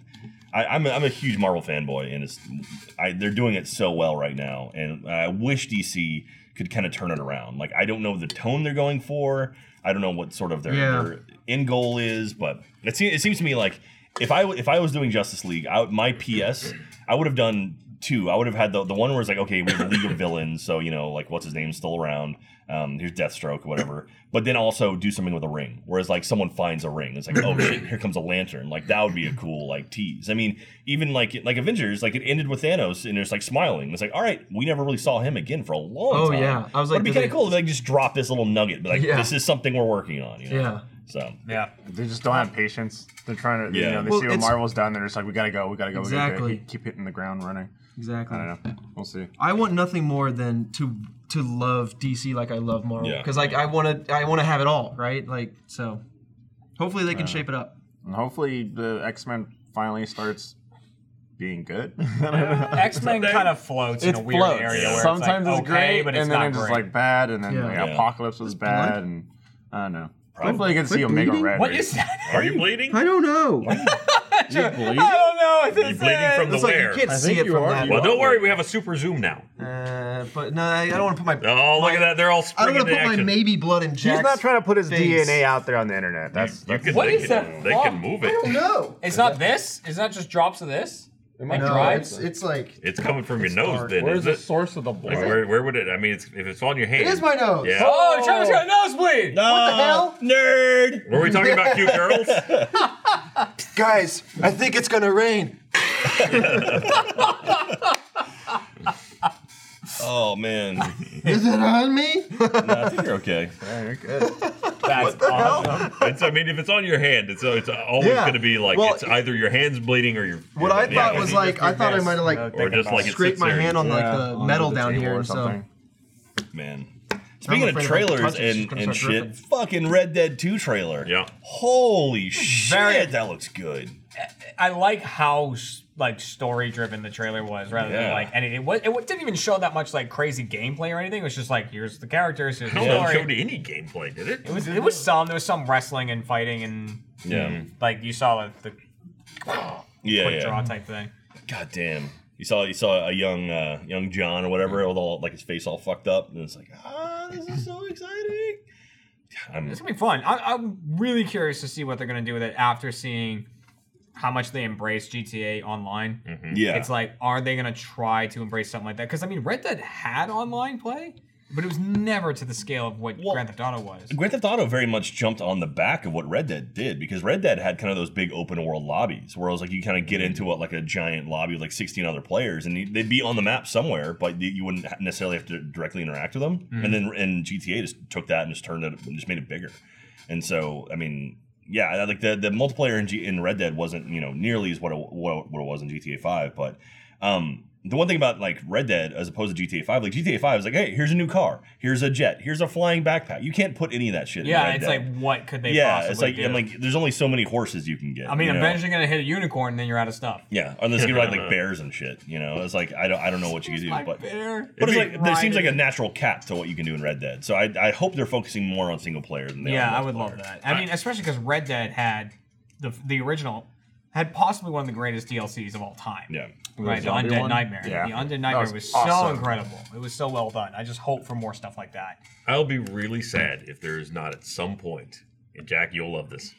S2: I I'm, a, I'm a huge Marvel fanboy, and it's I, they're doing it so well right now, and I wish DC could kind of turn it around. Like, I don't know the tone they're going for. I don't know what sort of their,
S4: Yeah.
S2: their end goal is, but it seems it seems to me like if I w- if I was doing Justice League, I, would- my PS, I would have done two. I would have had the, the one where it's like, okay, we have a League of Villains, so you know, like what's his name still around. Um, here's Deathstroke, whatever. But then also do something with a ring, whereas like someone finds a ring, it's like, oh shit, here comes a lantern. Like that would be a cool like tease. I mean, even like like Avengers, like it ended with Thanos and it's like smiling. It's like, all right, we never really saw him again for a long
S4: Oh,
S2: time.
S4: yeah. I was
S2: But
S4: like,
S2: it'd be
S4: did
S2: kind
S4: they-
S2: of cool if they just drop this little nugget, be like
S4: Yeah.
S2: this is something we're working on. You know?
S4: Yeah.
S2: So
S3: yeah.
S6: They just don't have patience. They're trying to,
S2: Yeah.
S6: you know, they
S4: Well,
S6: see what
S4: it's-
S6: Marvel's done. They're just like, we gotta go, we gotta go, we gotta
S4: Exactly.
S6: go. Keep, keep hitting the ground running.
S4: Exactly.
S6: I don't know. We'll see.
S4: I want nothing more than to to love DC like I love Marvel
S2: Yeah.
S4: because like I want to I want to have it all right like so hopefully they can shape it up
S6: And hopefully, the X Men finally starts being good.
S3: X Men kind of floats in a weird area where
S6: Sometimes
S3: it's, like, okay,
S6: great,
S3: but it's
S6: and
S3: not
S6: then it's just
S3: great.
S6: like bad, and then
S4: Yeah.
S6: like,
S2: Yeah.
S6: Apocalypse was bad, and I don't know. Hopefully, I can see
S4: Quit
S6: Omega
S4: bleeding?
S6: Red.
S3: what is that?
S1: Are you bleeding?
S4: I don't know
S3: I don't know. It's
S1: Are you bleeding from the
S4: it's like you
S1: lair?
S4: can't see
S6: think
S4: it
S6: you
S4: from
S6: are.
S4: that
S1: Well, don't worry. We have a super zoom now.
S4: uh, but no I, I don't want to put my
S1: Oh, look
S4: my-
S1: at that. They're all
S4: I don't
S1: springing
S4: want to
S1: into
S4: put my
S1: action.
S4: maybe blood in Jack's
S6: He's not trying to put his
S4: face.
S6: DNA out there on the internet. That's,
S1: You
S6: that's
S1: can,
S3: What
S1: they
S3: is
S1: can,
S3: that
S1: They
S3: fuck?
S1: can move it.
S4: No.
S3: It's not this. It's not just drops of this. Like
S4: No,
S3: drives.
S4: it's, it's like
S1: It's coming from your nose, then,
S6: where's
S1: is
S6: the
S1: it?
S6: source of the
S1: Like,
S6: blood?
S1: where, where would it? I mean, it's, if it's on your hand.
S4: it is my nose.
S1: Yeah.
S3: Oh, Trevor's got a nosebleed.
S4: What the hell?
S2: nerd.
S1: Were we talking about cute girls?
S4: Guys, I think it's gonna rain.
S2: Oh man, no,
S4: Is it on me?
S2: I think you're okay.
S6: Yeah, you're good.
S3: That's awesome.
S1: It's, I mean, if it's on your hand, it's it's always
S4: Yeah.
S1: going to be like
S4: Well,
S1: it's either your hand's bleeding or your.
S4: What I
S1: yeah,
S4: thought was
S1: you
S4: like I thought I might have like
S1: Or just like it
S4: scraped
S1: sits
S4: my
S1: there.
S4: hand on like the metal down here
S6: or
S4: and so.
S6: something.
S2: man. Speaking
S4: I'm
S2: of
S4: afraid if I
S2: trailers
S4: touch it, it's
S2: and,
S4: gonna
S2: and
S4: start
S2: shit,
S4: dripping.
S2: fucking Red Dead 2 trailer.
S1: Yeah.
S2: Holy shit,
S3: Very-
S2: that looks good.
S3: I like how s- like story driven the trailer was, rather than
S2: Yeah.
S3: like and it, was, it wa- didn't even show that much like crazy gameplay or anything. It was just like here's the characters, here's
S1: I
S3: the
S1: don't know if it
S3: story.
S1: showed any gameplay, did it?
S3: It was it was some there was some wrestling and fighting and
S2: Yeah.
S3: like you saw like, the
S2: Yeah.
S3: quick
S2: Mm. yeah.
S3: draw type thing.
S2: God damn. You saw you saw a young uh, young John or whatever with all like his face all fucked up, and it's like, ah, this is so exciting. I'm,
S3: It's gonna be fun. I, I'm really curious to see what they're gonna do with it after seeing how much they embrace GTA Online.
S2: yeah,
S3: It's like, are they gonna try to embrace something like that? Because I mean, Red Dead had online play, but it was never to the scale of what
S2: Well,
S3: Grand Theft Auto was.
S2: Grand Theft Auto very much jumped on the back of what Red Dead did because Red Dead had kind of those big open world lobbies where it was like you kind of get into a, like a giant lobby with like 16 other players and you- they'd be on the map somewhere, but you- you wouldn't ha- necessarily have to directly interact with them. And then and GTA just took that and just turned it and just made it bigger. And so, I mean, yeah, I- like the, the multiplayer in, G, in Red Dead wasn't you know nearly as what it, what, what it was in GTA 5, but um, the one thing about like Red Dead as opposed to GTA 5, like GTA 5 is like, hey, here's a new car, here's a jet, here's a flying backpack. You can't put any of that shit. in
S3: Yeah,
S2: Red
S3: it's
S2: Dead.
S3: like, what could they
S2: yeah,
S3: possibly
S2: it's like
S3: do?
S2: and like there's only so many horses you can get.
S3: I mean,
S2: you know?
S3: eventually you're gonna hit a unicorn, and then you're out of stuff.
S2: Yeah, unless you ride like bears and shit. You know, it's like I don't I don't know what you can do,
S3: My
S2: but.
S3: bear.
S2: But it's
S1: It'd be
S2: like there seems like a
S3: riding.
S2: natural cap to what you can do in Red Dead. So I, I hope they're focusing more on single player than they
S3: Yeah,
S2: are.
S3: I
S2: on
S3: would
S2: multiplayer.
S3: love that. I mean, especially because Red Dead had the the original had possibly one of the greatest DLCs of all time.
S2: Yeah.
S3: Right, the
S4: zombie
S3: Undead
S4: one?
S3: Nightmare.
S6: Yeah.
S3: The Undead
S6: That
S3: Nightmare
S6: was
S3: was, so
S6: awesome.
S3: incredible. It was so well done. I just hope for more stuff like that.
S1: I'll be really sad if there is not at some point, and Jack, you'll love this.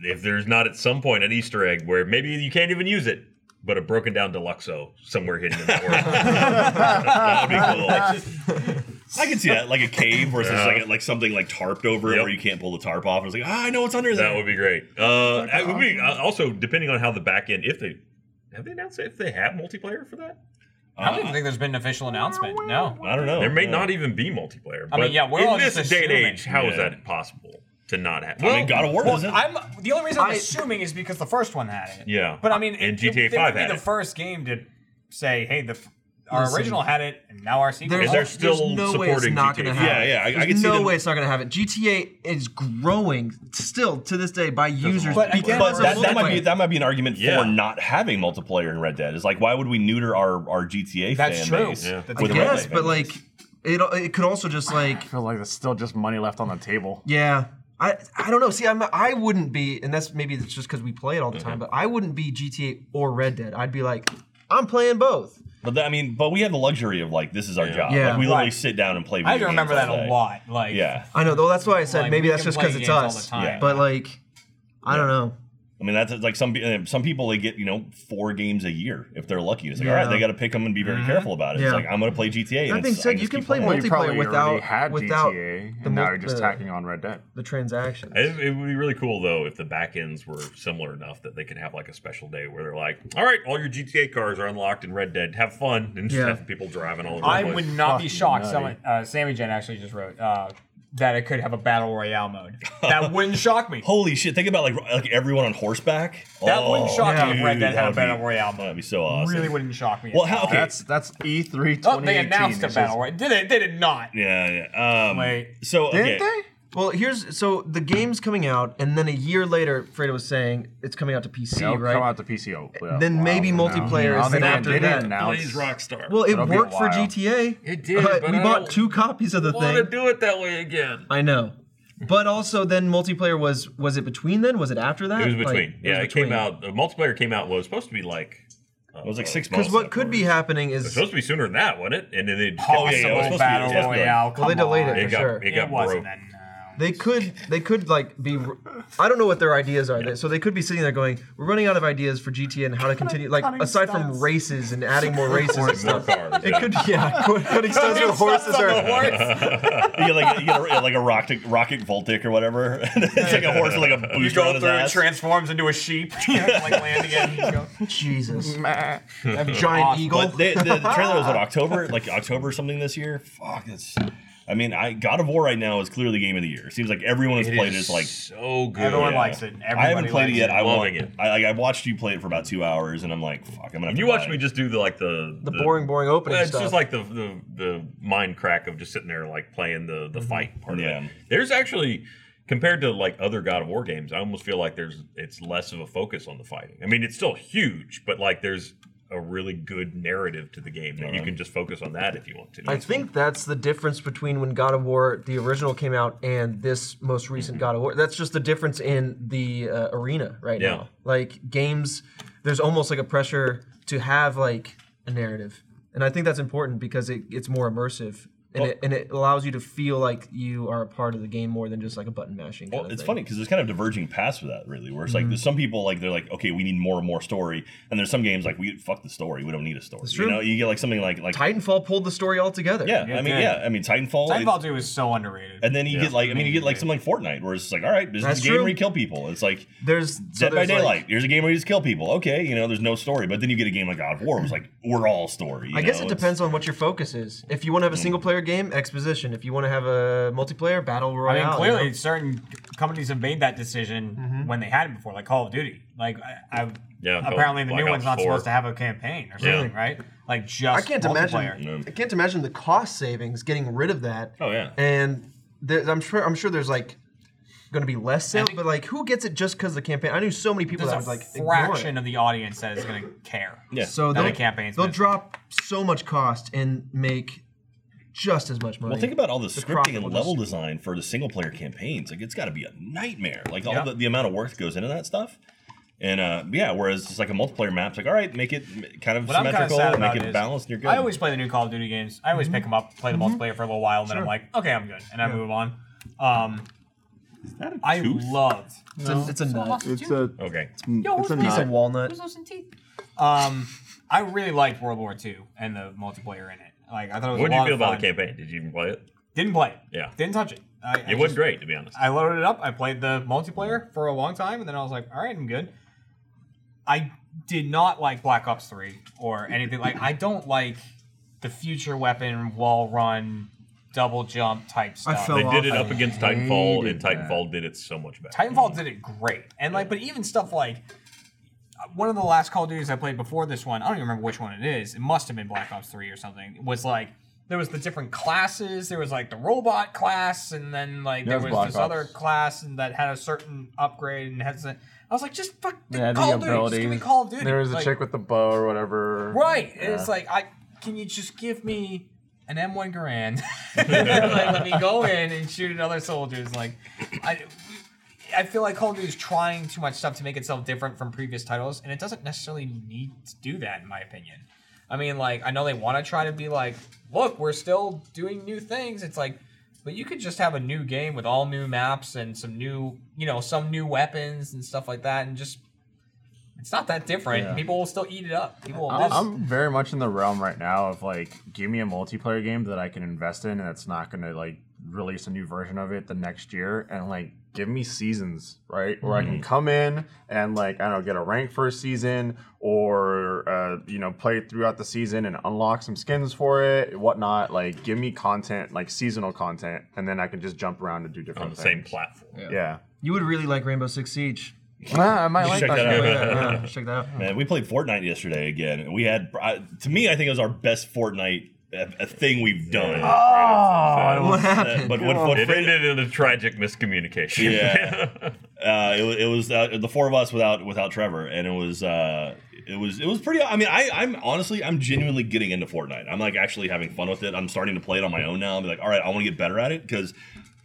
S1: If there's not at some point an Easter egg where maybe you can't even use it, but a broken down Deluxo somewhere hidden in the world.
S2: That would be cool. I can see that, like a cave where it's just like like something like tarped over it,
S1: Yep.
S2: where you can't pull the tarp off. It's like ah, I know what's
S1: that
S2: under there.
S1: would be great. Uh, it would be, uh, also, depending on how the back end, if they have they announced if they have multiplayer for that,
S3: I
S2: Uh,
S3: don't even think there's been an official announcement. No.
S2: I don't know.
S1: there may
S2: Yeah.
S1: not even be multiplayer.
S3: I
S1: But
S3: mean, yeah, we're
S1: in
S3: all
S1: this
S3: just
S1: day and
S3: assuming.
S1: age, how is
S2: Yeah.
S1: that possible to not have?
S2: I mean, God of War
S3: Well,
S2: doesn't.
S3: I'm the only reason I'm
S4: I-
S3: assuming is because the first one had it.
S1: Yeah.
S3: But I mean,
S1: Uh, And
S3: it- it-
S1: GTA
S3: they
S1: five
S3: would be
S1: had
S3: the
S1: it.
S3: first game to say, hey, the f- our
S4: Listen.
S3: original had it, and now our sequel.
S1: Is
S4: There's,
S1: there
S4: there's
S1: still
S4: no way it's
S1: supporting
S4: not
S1: GTA?
S4: going to happen.
S2: Yeah, yeah, I- I
S4: There's
S2: can see
S4: no
S2: them-
S4: way it's not going to happen. GTA is growing still to this day by users.
S3: But again,
S4: because
S2: but
S4: of
S2: that, that might
S4: multiplayer.
S2: be that might be an argument
S1: Yeah.
S2: for not having multiplayer in Red Dead. It's like why would we neuter our, our GTA
S3: That's
S2: fan
S3: true.
S2: base?
S3: Yeah.
S2: with
S4: I
S2: a Red
S4: guess,
S2: Dead
S4: but
S2: fan
S4: like
S2: base?
S4: it, it could also just like
S6: I feel like there's still just money left on the table.
S4: yeah. I, I don't know. See, I'm I wouldn't be, and that's maybe it's just because we play it all the
S3: Mm-hmm.
S4: time. But I wouldn't be GTA or Red Dead. I'd be like, I'm playing both.
S2: but that, I mean, but we have the luxury of like this is our job.
S4: Yeah.
S2: Like, we literally
S3: Right.
S2: sit down and play. Video
S3: I do remember
S2: games
S3: that
S2: all
S3: a
S2: day.
S3: lot. Like,
S2: Yeah,
S4: I know, though. That's why I said
S3: Like,
S4: maybe
S3: we
S4: that's
S3: can
S4: just
S3: play
S4: because it's
S3: games all
S4: us.
S3: the time.
S2: Yeah.
S4: But like, I don't know.
S2: I mean, that's like some uh, some people they get you know four games a year if they're lucky. It's like
S4: Yeah. Mm-hmm.
S2: all right, they got to pick them and be very careful about it. It's
S4: Yeah.
S2: like I'm going to play GTA. and
S4: That being
S2: it's- I
S4: said,
S2: just
S4: you can
S2: keep
S4: play
S2: playing
S4: multi-
S2: it.
S6: You probably
S4: Multiplayer
S6: already
S4: without-
S6: had
S4: without
S6: GTA,
S4: the
S6: and now
S4: mul-
S6: you're just
S4: the-
S6: tacking on Red Dead.
S4: The transactions.
S1: It, it would be really cool though if the back ends were similar enough that they could have like a special day where they're like, "All right, all your GTA cars are unlocked in Red Dead. Have fun!" and just
S4: Yeah.
S1: have people driving all over.
S3: I
S1: the place.
S3: would not be
S6: Fucking
S3: shocked.
S6: nutty.
S3: Someone, uh, Sammy Jen actually just wrote uh, that it could have a battle royale mode. That wouldn't shock me.
S2: Holy shit! Think about like like everyone on horseback.
S3: That
S2: Oh,
S3: wouldn't shock me.
S2: dude,
S3: if Red Dead had a
S2: that'd be-
S3: battle royale mode.
S2: That'd be so awesome.
S3: Really wouldn't shock me. at
S2: Well,
S3: all.
S2: how? Okay.
S6: That's that's E E3 2018.
S3: Oh, they announced a
S6: It's just-
S3: battle royale. Did it? They did not.
S2: yeah, yeah. Um,
S3: Wait.
S2: So okay.
S6: Didn't they?
S4: Well, here's so the game's coming out, and then a year later, Fredo was saying it's coming out to PC,
S6: It'll
S4: right?
S6: Come out to PCO.
S4: Then maybe multiplayer
S6: Oh,
S4: is then after that.
S1: Blaze Rockstar.
S4: Well, it
S6: It'll be a
S4: worked for
S6: while.
S4: GTA.
S1: It did, but
S4: Uh, we
S1: I
S4: bought
S1: don't
S4: two copies of the
S1: want to
S4: thing.
S1: do it that way again?
S4: I know, but also then multiplayer was was it between then? Was it after that?
S1: It was between.
S4: Like,
S1: yeah,
S4: was
S1: it came out. The multiplayer came out. Well, it was supposed to be like.
S2: It was like six months.
S4: Because what could be
S2: afterwards.
S4: happening
S1: It was
S4: is
S1: supposed to be sooner than that, wasn't it? And then they.
S2: Oh, yeah, yeah, it was supposed to be-
S3: battle
S2: it was supposed to be-
S3: royale. Come
S4: Well, they delayed
S3: on.
S4: it.
S1: It
S4: for
S1: got.
S4: sure.
S1: It got
S3: wasn't
S1: broke.
S3: announced.
S4: they could they could like be. I don't know what their ideas are. So they could be sitting there going, "We're running out of ideas for GTA and how to continue." Like
S6: cutting
S4: aside from
S6: stunts.
S4: races and adding more races and
S1: More
S4: stuff,
S1: cars.
S4: it could yeah. Cutting stunts with horses are
S2: You get like you get a, like a rocket rocket Voltic or whatever. it's like a horse with like a
S3: You
S2: booster on
S3: go
S2: his
S3: through and
S2: ass.
S3: transforms into a sheep. You know, like land again.
S4: Jesus.
S3: That'd be
S4: Giant
S3: awesome.
S4: eagle.
S2: But they, the, the trailer was in October, like October or something this year. Fuck, it's. I mean, I God of War right now is clearly game of the year. It seems like everyone has played it. It's like
S1: so good.
S3: Everyone
S2: Yeah.
S3: likes it. Everybody
S2: I haven't played it
S3: likes
S2: yet. I
S1: Loving
S2: want
S1: it.
S2: it. I, like, I watched you play it for about two hours, and I'm like, fuck, I'm gonna. Have
S1: You
S2: to buy
S1: watched
S2: it.
S1: me just do the like the
S4: The boring, boring opening
S1: Well, it's
S4: stuff.
S1: just like the, the the mind crack of just sitting there like playing the the fight part
S2: Mm-hmm. Yeah.
S1: of it. There's actually compared to like other God of War games, I almost feel like there's it's less of a focus on the fighting. I mean, it's still huge, but like there's a really good narrative to the game that
S2: Uh-huh.
S1: you can just focus on that if you want to.
S4: I think that's the difference between when God of War the original came out and this most recent God of War. That's just the difference in the uh, arena right
S1: Yeah.
S4: now. Like games, there's almost like a pressure to have like a narrative, and I think that's important because it, it's more immersive. And, it, and it allows you to feel like you are a part of the game more than just like a button mashing. kind
S2: Well,
S4: of
S2: it's
S4: thing.
S2: funny because there's kind of diverging paths with that, really. Where it's
S4: Mm-hmm.
S2: like there's some people like they're like, okay, we need more and more story, and there's some games like we fuck the story, we don't need a story.
S4: true.
S2: You know, you get like something like like
S4: Titanfall pulled the story all together.
S2: yeah, I mean
S3: did.
S2: yeah, I mean Titanfall. it-
S3: Titanfall 2 is so underrated.
S2: and then you get like I mean you get like something like Fortnite where it's just like all right, this
S4: That's
S2: is a game
S4: true.
S2: where you kill people. It's like
S4: There's
S2: Dead
S4: so
S2: by
S4: there's, like-
S2: Daylight. Here's a game where you just kill people. Okay, you know, there's no story. But then you get a game like God of War. It was like we're all story. you
S4: I guess
S2: know,
S4: it
S2: it's-
S4: depends on what your focus is. If you want to have a single player game, exposition. If you want to have a multiplayer, battle
S3: I
S4: royale.
S3: mean,
S4: you
S3: clearly,
S4: know?
S3: certain companies have made that decision
S4: Mm-hmm.
S3: when they had it before, like Call of Duty. Like, I, I
S1: Yeah,
S3: apparently the
S1: Black
S3: new
S1: Ops
S3: one's not
S1: 4.
S3: supposed to have a campaign or something, right? Like just
S4: I can't
S3: multiplayer.
S4: imagine. Hmm. I can't imagine the cost savings getting rid of that.
S2: Oh, yeah.
S4: And there, I'm sure. I'm sure there's like going to be less sales,
S3: think-
S4: but like who gets it just because the campaign? I knew so many people
S3: There's
S4: that
S3: a
S4: was like ignore it.
S3: fraction of the audience that is going to care.
S2: Yeah.
S4: So
S3: Now
S4: they'll,
S3: the campaign's
S4: they'll
S3: missing.
S4: drop so much cost and make just as much money.
S2: Well, think about all the, scripting and
S4: profitable
S2: level design for the single player campaigns. Like, it's got to be a nightmare. Like, all
S3: Yeah.
S2: the, the amount of work that goes into that stuff. And uh, yeah, whereas it's like a multiplayer map's like, all right, make it m- kind of
S3: What I'm kind of
S2: symmetrical,
S3: sad
S2: make
S3: about
S2: it
S3: is
S2: balanced, and you're good.
S3: I always play the new Call of Duty games. I always
S4: Mm-hmm.
S3: pick 'em pick them up, play the multiplayer for a little while, and then I'm like, okay, I'm good, and I move on. Um,
S5: that a
S3: I
S5: tooth?
S3: love.
S4: it's, a, it's a nut.
S6: It's a
S1: Okay.
S4: It's a piece of walnut.
S3: Um, I really liked World War II and the multiplayer in it. Like, I thought it was.
S1: What
S3: a
S1: did
S3: lot
S1: you feel
S3: of
S1: about
S3: fun.
S1: the campaign? Did you even play it?
S3: Didn't play it.
S1: Yeah.
S3: Didn't touch it. I, I
S1: It
S3: just-
S1: wasn't great, to be honest.
S3: I loaded it up. I played the multiplayer for a long time, and then I was like, all right, I'm good. I did not like Black Ops 3 or anything. Like, I don't like the future weapon, wall run, double jump type stuff.
S4: fell
S1: They did it
S4: off.
S1: up against Titanfall, and
S5: hated that.
S1: Titanfall did it so much better.
S6: Mm.
S3: Titanfall did it great, and like, but even stuff like uh, one of the last Call of Duties I played before this one, I don't even remember which one it is. It must have been Black Ops Three or something. Was like there was the different classes. There was like the robot class, and then like
S6: Yeah,
S3: there
S6: it was
S3: was
S6: Black
S3: this
S6: Ops.
S3: other class and that had a certain upgrade and had. Some, I was like, just fuck the
S5: Yeah, the
S3: Call of Duty. Just give me
S5: abilities.
S3: Call of Duty.
S6: there was a
S3: Like,
S6: chick with the bow or whatever.
S3: Right. And
S6: Yeah.
S3: It's like I can you just give me an M1 Garand? like, let me go in and shoot at other soldiers. Like I I feel like Call of Duty is trying too much stuff to make itself different from previous titles, and it doesn't necessarily need to do that, in my opinion. I mean, like, I know they want to try to be like, look, we're still doing new things. It's like, but you could just have a new game with all new maps and some new, you know, some new weapons and stuff like that, and just it's not that different. People will still eat it up. People will miss.
S6: I'm, I'm very much in the realm right now of like, give me a multiplayer game that I can invest in, and it's not going to like release a new version of it the next year, and like, give me seasons, right, where
S1: Mm-hmm.
S6: I can come in and like, I don't know, get a rank for a season, or uh, you know, play throughout the season and unlock some skins for it, whatnot. Like, give me content, like seasonal content, and then I can just jump around and do different
S1: on the same
S6: things.
S1: platform.
S6: Yeah,
S4: You would really like Rainbow Six Siege.
S6: Ah, I might
S2: You
S6: like
S2: should check that
S6: that. shit.
S2: out.
S4: Yeah, check that out.
S2: Man, we played Fortnite yesterday again. and We had, I, to me, I think it was our best Fortnite uh, uh, thing we've done.
S1: Ah, Oh,
S2: Uh,
S4: What happened?
S2: but what, what
S1: it
S2: Fran-
S1: ended in a tragic miscommunication.
S2: Yeah. uh, it, wa- it was uh, the four of us without without Trevor, and it was uh, it was it was pretty. I mean, I I'm honestly I'm genuinely getting into Fortnite. I'm like actually having fun with it. I'm starting to play it on my own now. I'm like, all right, I want to get better at it because.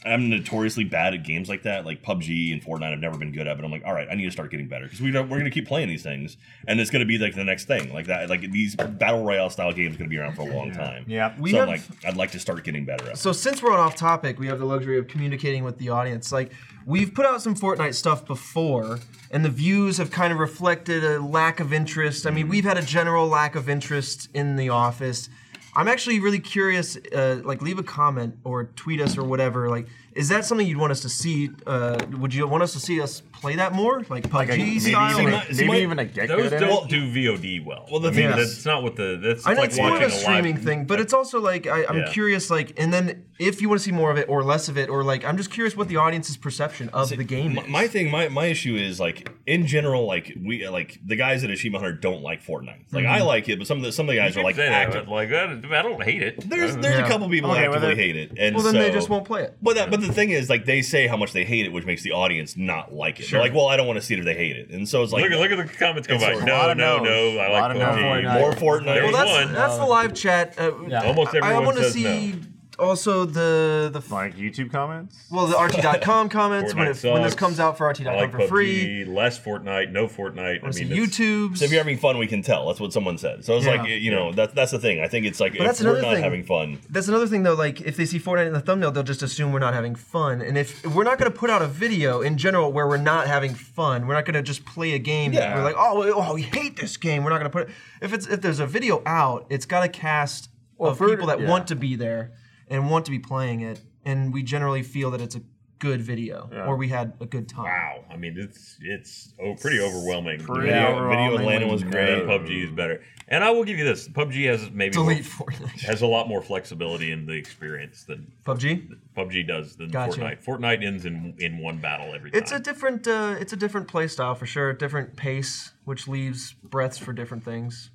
S2: I'm notoriously bad at games like that, like PUBG and Fortnite. I've never been good at, but I'm like, all right, I need to start getting better because we don't- we're going to keep playing these things, and it's going to be like the next thing, like that. Like these battle royale style games going to be around for a long time.
S3: Yeah.
S4: We
S2: so I'm like,
S4: have-
S2: I'd like to start getting better at. it.
S4: So since we're on off topic, we have the luxury of communicating with the audience. Like we've put out some Fortnite stuff before, and the views have kind of reflected a lack of interest. I
S6: Mm-hmm.
S4: mean, we've had a general lack of interest in the office. I'm actually really curious. Uh, like, leave a comment or tweet us or whatever. Like, is that something you'd want us to see? Uh, would you want us to see us play that more, like PUBG
S6: maybe
S4: style?
S6: even
S4: or-
S6: a, maybe
S2: my-
S6: even a get
S1: Those
S6: good in it.
S1: don't do VOD well. Well,
S2: the
S1: I
S2: thing
S1: mean,
S2: is-
S1: that's not what the that's
S4: I know
S1: like
S4: it's more of
S1: watching
S4: a
S1: live-
S4: streaming thing, but it's also like I, I'm
S1: Yeah.
S4: curious. Like, and then if you want to see more of it or less of it, or like, I'm just curious what the audience's perception of the game
S2: My,
S4: is.
S2: my thing, my, my issue is like in general, like we like the guys at Achievement Hunter don't like Fortnite. Like I like it, but some of the some of the guys are like
S1: Say that,
S2: active.
S1: but, like that, I don't hate it.
S2: There's there's
S4: Yeah.
S2: a couple people who
S6: Okay, well,
S2: actively
S6: then-
S2: hate it, and
S4: well, then they
S2: so-
S4: just won't play it.
S2: But that, but the thing is, like they say how much they hate it, which makes the audience not like it. They're like, well, I don't want to see it if they hate it, and so it's like
S1: look, at look at the comments go
S2: It's
S1: by.
S2: a
S1: No,
S6: lot of
S1: no,
S6: no's.
S1: no. I
S6: A
S1: like
S6: lot of no's.
S1: Fortnite.
S2: more Fortnite.
S1: There's
S4: Well, that's
S1: one.
S4: that's the live chat. Uh,
S1: Almost
S4: I- I
S1: everyone
S4: want to
S1: says
S4: see also the the f-
S6: Like YouTube comments?
S4: well the RT.com comments when it,
S1: Fortnite
S4: when this
S1: sucks.
S4: comes out for RT.com
S1: I like
S4: for free.
S1: PUBG, less Fortnite, no Fortnite.
S4: I
S1: I
S4: want to
S1: mean,
S4: see
S1: it's-
S4: YouTube's.
S2: if you're having fun, we can tell. That's what someone said. So it's
S4: Yeah.
S2: like you know that's that's the thing. I think it's like if
S4: that's
S2: we're
S4: another
S2: not
S4: thing.
S2: having fun.
S4: That's another thing though. Like if they see Fortnite in the thumbnail, they'll just assume we're not having fun. And if, if we're not going to put out a video in general where we're not having fun, we're not going to just play a game. that
S2: Yeah.
S4: We're like, oh, we- oh, we hate this game. We're not going to put it. If it's if there's a video out, it's got a cast of
S6: if we're-
S4: people that
S6: yeah.
S4: want to be there and want to be playing it. And we generally feel that it's a good video or we had a good time.
S1: wow. I mean, it's it's oh, pretty overwhelming.
S6: Pretty
S1: Video-
S6: overwhelming.
S2: Video Atlanta was
S6: No.
S2: great.
S1: and PUBG is better. And I will give you this: PUBG has maybe
S4: Delete
S1: more-
S4: Fortnite.
S1: has a lot more flexibility in the experience than
S4: PUBG.
S1: PUBG does than
S4: Gotcha.
S1: Fortnite. Fortnite ends in in one battle every time.
S4: It's a different uh, it's a different play style for sure, different pace, which leaves breaths for different things.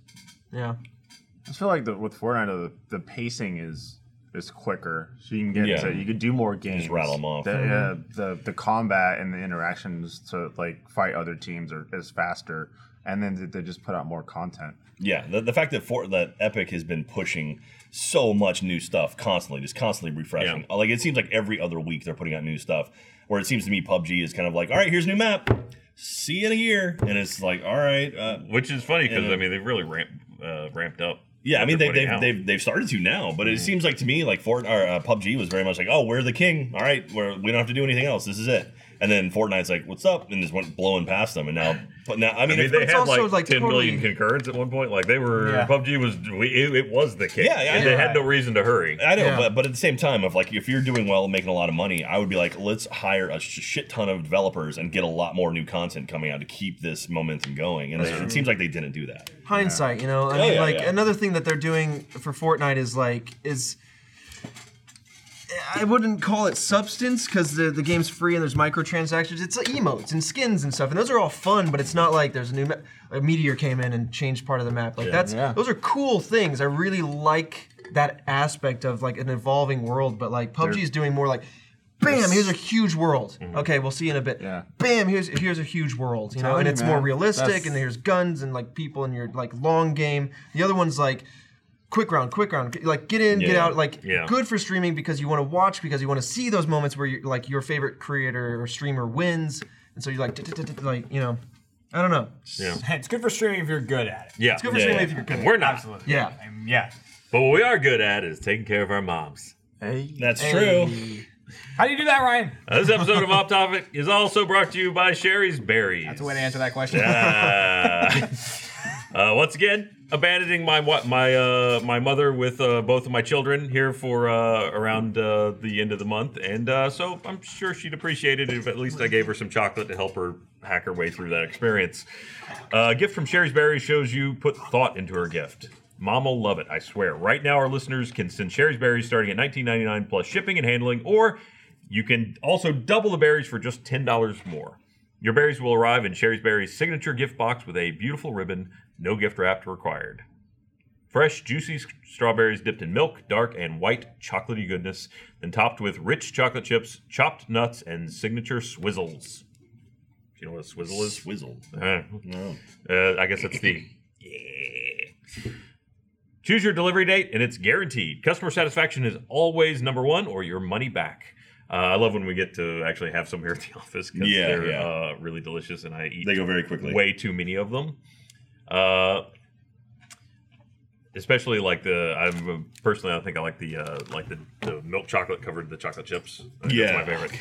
S4: Yeah.
S6: I just feel like the, with Fortnite, the, the pacing is is quicker, so you can get
S2: Yeah.
S6: to, you can do more games.
S2: rattle 'em off.
S6: The, uh, the the combat and the interactions to like fight other teams are is faster, and then they- they just put out more content.
S2: Yeah, the, the fact that for, that Epic has been pushing so much new stuff constantly, just constantly refreshing. Like it seems like every other week they're putting out new stuff. Where it seems to me PUBG is kind of like, all right, here's a new map. See you in a year, and it's like, all right, uh,
S1: which is funny because
S2: Yeah.
S1: I mean they've really ramped uh, ramped up.
S2: yeah. I mean, they,
S1: Everybody
S2: they've,
S1: out. Mm-hmm.
S2: they've they've started to now, but it seems like to me like Fort or uh, PUBG was very much like, oh, we're the king. All right, we're, we don't have to do anything else. This is it. And then Fortnite's like, what's up? And just went blowing past them, and now, but now, I
S1: I
S2: mean,
S1: mean,
S2: if-
S1: they
S4: it's
S1: had
S4: also,
S1: like,
S4: like,
S1: 10 million
S4: totally-
S1: concurrents at one point. Like they were
S3: Yeah.
S1: PUBG was we, it, it was the king.
S2: Yeah, yeah,
S1: And they
S2: yeah.
S1: had no reason to hurry.
S2: I know,
S4: Yeah.
S2: but, but at the same time, if like if you're doing well, and making a lot of money, I would be like, let's hire a sh- shit ton of developers and get a lot more new content coming out to keep this momentum going. And it seems like they didn't do that.
S4: Hindsight, you know. I mean,
S2: yeah,
S4: like
S2: yeah.
S4: another thing that they're doing for Fortnite is like is I wouldn't call it substance because the, the game's free and there's microtransactions. It's like emotes and skins and stuff, and those are all fun. But it's not like there's a new ma- a meteor came in and changed part of the map. Like that's
S6: Yeah.
S4: those are cool things. I really like that aspect of like an evolving world. But like PUBG is doing more like. Bam! Here's a huge world. Okay, we'll see you in a bit.
S6: Yeah.
S4: Bam! Here's here's a huge world. You know,
S6: telling
S4: and
S6: you,
S4: it's more
S6: man.
S4: realistic,
S6: That's-
S4: and there's guns and like people, and your like long game. The other one's like quick round, quick round, like get in, get
S2: Yeah.
S4: out. Like
S1: Yeah.
S4: good for streaming because you want to watch because you want to see those moments where you like your favorite creator or streamer wins, and so you like "D-d-d-d-d," like you know, I don't know.
S1: Yeah.
S3: it's good for streaming if you're good at it.
S1: Yeah.
S4: It's good for
S2: Yeah,
S4: streaming
S2: yeah.
S4: if you're good.
S1: We're not.
S3: Absolutely.
S4: Yeah.
S3: I mean, yeah.
S1: But what we are good at is taking care of our moms.
S6: Hey,
S2: That's true.
S3: How do you do that, Ryan?
S1: Uh, this episode of Off Topic is also brought to you by Sherry's Berries.
S3: That's a way to answer that question.
S1: Ah. uh, once again, abandoning my what my uh, my mother with uh, both of my children here for uh, around uh, the end of the month, and uh, so I'm sure she'd appreciate it if at least I gave her some chocolate to help her hack her way through that experience. Uh, gift from Sherry's Berry shows you put thought into her gift. Mom'll love it, I swear. Right now, our listeners can send Sherry's Berries starting at 19.99 plus shipping and handling, or you can also double the berries for just ten dollars more. Your berries will arrive in Sherry's Berries' signature gift box with a beautiful ribbon, no gift wrap required. Fresh, juicy s- strawberries dipped in milk, dark and white chocolatey goodness, then topped with rich chocolate chips, chopped nuts, and signature swizzles. Do you know what a swizzle is?
S2: Swizzle.
S1: Uh,
S2: No.
S1: uh, I guess that's the. Yeah. Choose your delivery date, and it's guaranteed. Customer satisfaction is always number one, or your money back. Uh, I love when we get to actually have some here at the office because
S2: Yeah,
S1: they're
S2: yeah.
S1: Uh, really delicious, and I eat
S2: They go very quickly.
S1: way too many of them. Uh, especially like the I'm uh, personally I think I like the uh, like the, the milk chocolate covered the chocolate chips. I think
S2: Yeah.
S1: that's my favorite.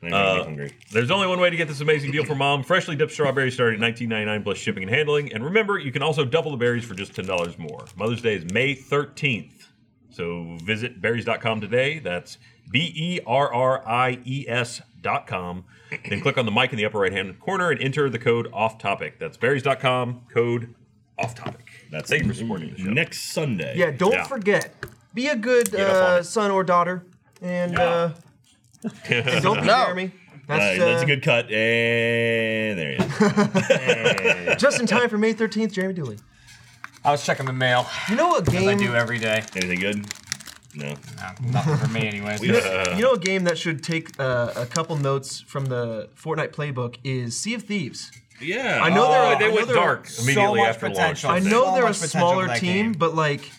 S2: I'm
S1: Uh,
S2: hungry.
S1: There's only one way to get this amazing deal for mom. Freshly dipped strawberries start at $19.99 plus shipping and handling. And remember, you can also double the berries for just $10 more. Mother's Day is May 13th. So visit berries.com today. That's B E R R I E S.com. Then click on the mic in the upper right hand corner and enter the code off topic. That's berries.com, code off topic.
S2: That's
S1: Thank you for supporting the show.
S2: Next Sunday.
S4: Yeah, don't
S1: Yeah.
S4: forget Be a good
S2: Get up on
S4: uh,
S2: it.
S4: son or daughter, and uh, and don't be
S6: No.
S4: Jeremy.
S2: All right,
S4: That's,
S2: that's
S4: uh,
S2: a good cut. And there he is.
S4: Just in time for May 13th, Jeremy Dooley.
S3: I was checking the mail.
S4: You know a
S3: As I
S4: game.
S3: do every day.
S2: Anything good? No.
S3: Uh, nothing for me, anyways.
S2: We-
S1: Uh,
S4: You know a game that should take uh, a couple notes from the Fortnite playbook is Sea of Thieves.
S1: Yeah.
S4: I know they're- I
S1: they
S4: know
S1: went
S4: they're
S1: dark
S3: so
S1: immediately
S3: much
S1: after
S3: potential.
S1: launch.
S4: I
S1: didn't
S4: know
S1: they?
S3: so
S4: they're a
S3: much potential for
S4: smaller
S3: that
S4: team,
S3: game.
S4: but like,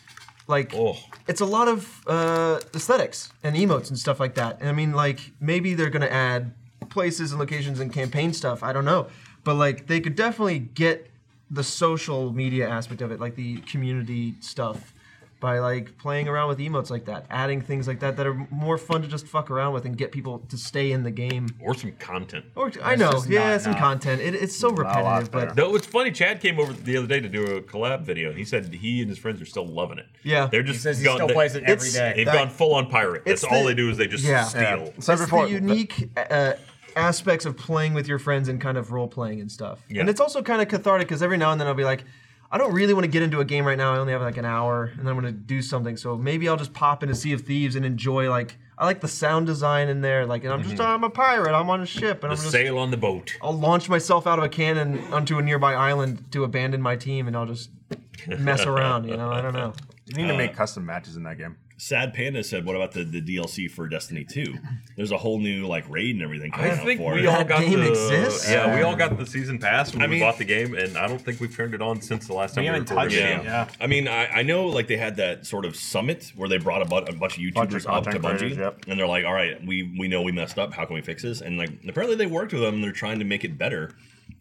S4: like
S1: Oh.
S4: it's a lot of uh, aesthetics and emotes and stuff like that. And I mean, like maybe they're gonna add places and locations and campaign stuff. I don't know, but like they could definitely get the social media aspect of it, like the community stuff, by like playing around with emotes like that, adding things like that that are more fun to just fuck around with and get people to stay in the game.
S1: Or some content.
S4: Or I know,
S3: just
S4: yeah,
S3: not
S4: some
S3: enough.
S4: content. It, it's so
S6: a lot
S4: repetitive, but
S6: there.
S1: No, it's funny. Chad came over the other day to do a collab video. He said he and his friends are still loving it.
S4: Yeah.
S1: They're
S3: He
S1: just
S3: says he
S1: gone-
S3: still
S1: they,
S3: plays it every
S4: it's-
S3: day.
S1: They've
S4: That-
S1: gone full on pirate. That's
S4: It's
S1: all
S4: the-
S1: they do is they just
S4: Yeah.
S1: steal.
S6: So
S4: it's
S6: before
S4: the unique uh, aspects of playing with your friends and kind of role playing and stuff.
S1: Yeah.
S4: And it's also kind of cathartic because every now and then I'll be like, I don't really want to get into a game right now. I only have like an hour, and then I'm gonna do something. So maybe I'll just pop into Sea of Thieves and enjoy. Like I like the sound design in there. Like, and I'm just I'm a pirate. I'm on a ship,
S1: Mm-hmm. The
S4: and I'm just
S1: sail on the boat.
S4: I'll launch myself out of a cannon onto a nearby island to abandon my team, and I'll just mess around. You know, I don't know.
S6: You need to make custom matches in that game.
S2: Sad Panda said, "What about the, the DLC for Destiny 2? There's a whole new like raid and everything coming
S1: I
S2: out
S1: think
S2: for
S1: we
S2: it.
S1: all
S4: That
S1: got
S4: game
S1: the
S4: exists?
S1: yeah we all got the season pass when
S2: I
S1: we
S2: mean-
S1: bought the game, and I don't think we've turned it on since the last time we,
S3: haven't
S1: recorded.
S3: touched
S1: it.
S2: Yeah.
S3: it. Yeah.
S2: I mean, I, I know like they had that sort of summit where they brought a, bu- a bunch of YouTubers
S6: Bunch of
S2: up to
S6: content
S2: Bungie,
S6: creators, yep.
S2: and they're like, "All right, we we know we messed up. How can we fix this?" And like apparently they worked with them. and They're trying to make it better.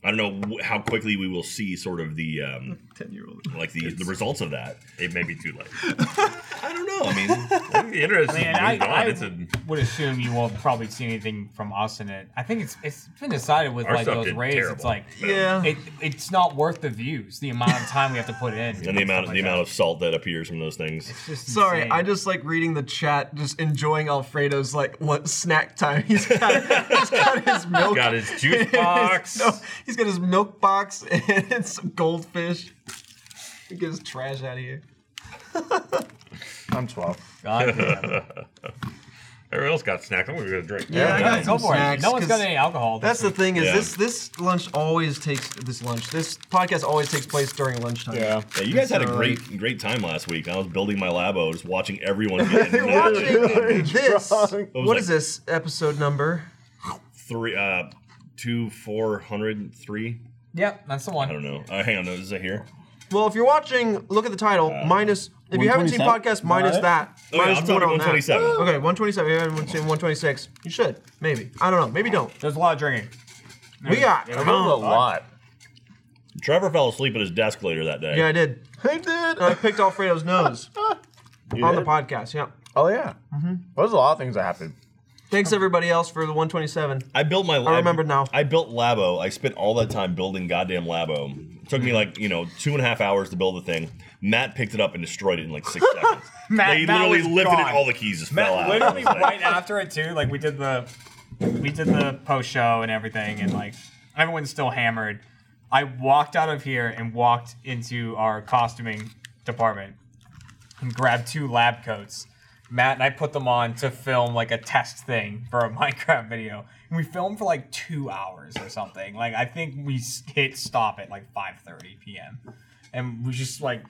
S2: I don't know wh- how quickly we will see sort of the um,
S4: Ten year old.
S2: like the, the results of that.
S1: It may be too late.
S2: I don't know. I mean,
S1: It'd be interesting.
S3: And I,
S1: moved on.
S3: I
S1: It's a-
S3: would assume you won't probably see anything from us in it. I think it's it's been decided with
S1: Our
S3: like
S1: stuff
S3: those
S1: did
S3: raids.
S1: terrible.
S3: It's like
S4: Yeah.
S3: it, it's not worth the views, the amount of time we have to put in,
S2: and the
S6: Oh
S2: amount the amount of salt that appears from those things.
S4: Sorry, I just like reading the chat, just enjoying Alfredo's like what snack time he's got. he's got his milk.
S1: got his juice
S4: his-
S1: box.
S4: no, he's got his milk box and some goldfish. Get his trash out of here.
S6: I'm 12.
S3: God, damn.
S1: Everyone else got snacks. I'm gonna get a drink.
S4: Yeah, I got
S3: go
S4: some
S3: for it.
S4: snacks,
S3: No one's got
S4: 'cause
S3: any alcohol.
S4: That's the thing is
S2: Yeah.
S4: this this lunch always takes this lunch. This podcast always takes place during lunchtime.
S6: Yeah.
S2: Yeah, you guys had a
S4: So,
S2: great great time last week. I was building my labo, just watching everyone get
S4: You're watching this. What is
S2: was like-
S4: this episode number?
S2: three, uh, two, four hundred, three.
S3: Yep, that's the
S2: I
S3: one.
S2: don't know. Uh, hang on, no, is it here?
S4: Well, if you're watching, look at the title. minus if you haven't seen podcast,
S6: 127?
S4: minus
S6: Right.
S4: that.
S2: Oh, yeah,
S4: minus
S2: I'm
S4: one
S2: talking
S4: on that.
S2: 127.
S4: Okay, 127. You haven't seen 126. You should maybe. I don't know. Maybe don't.
S3: There's a lot of drinking.
S4: We got.
S6: I remember a lot.
S2: Trevor fell asleep at his desk later that day.
S4: Yeah, I did.
S6: I did.
S4: And I picked Alfredo's nose
S6: You
S4: on the
S6: did?
S4: podcast. Yeah.
S6: Oh yeah. There's a lot of things that happened.
S4: Thanks everybody else for the 127.
S2: I built my. I
S4: remember now.
S2: I built labo. I spent all that time building goddamn labo. It took me like you know two and a half hours to build the thing. Matt picked it up and destroyed it in like six seconds.
S3: Matt-
S2: they
S3: Matt
S2: literally
S3: was
S2: lifted
S3: gone.
S2: it. All the keys just fell out.
S3: Literally
S2: I was like,
S3: right after it too. Like we did the we did the post show and everything, and like everyone's still hammered. I walked out of here and walked into our costuming department and grabbed two lab coats. Matt and I put them on to film like a test thing for a Minecraft video. And we filmed for like two hours or something. Like I think we s- hit stop at like 5:30 p.m. and we just like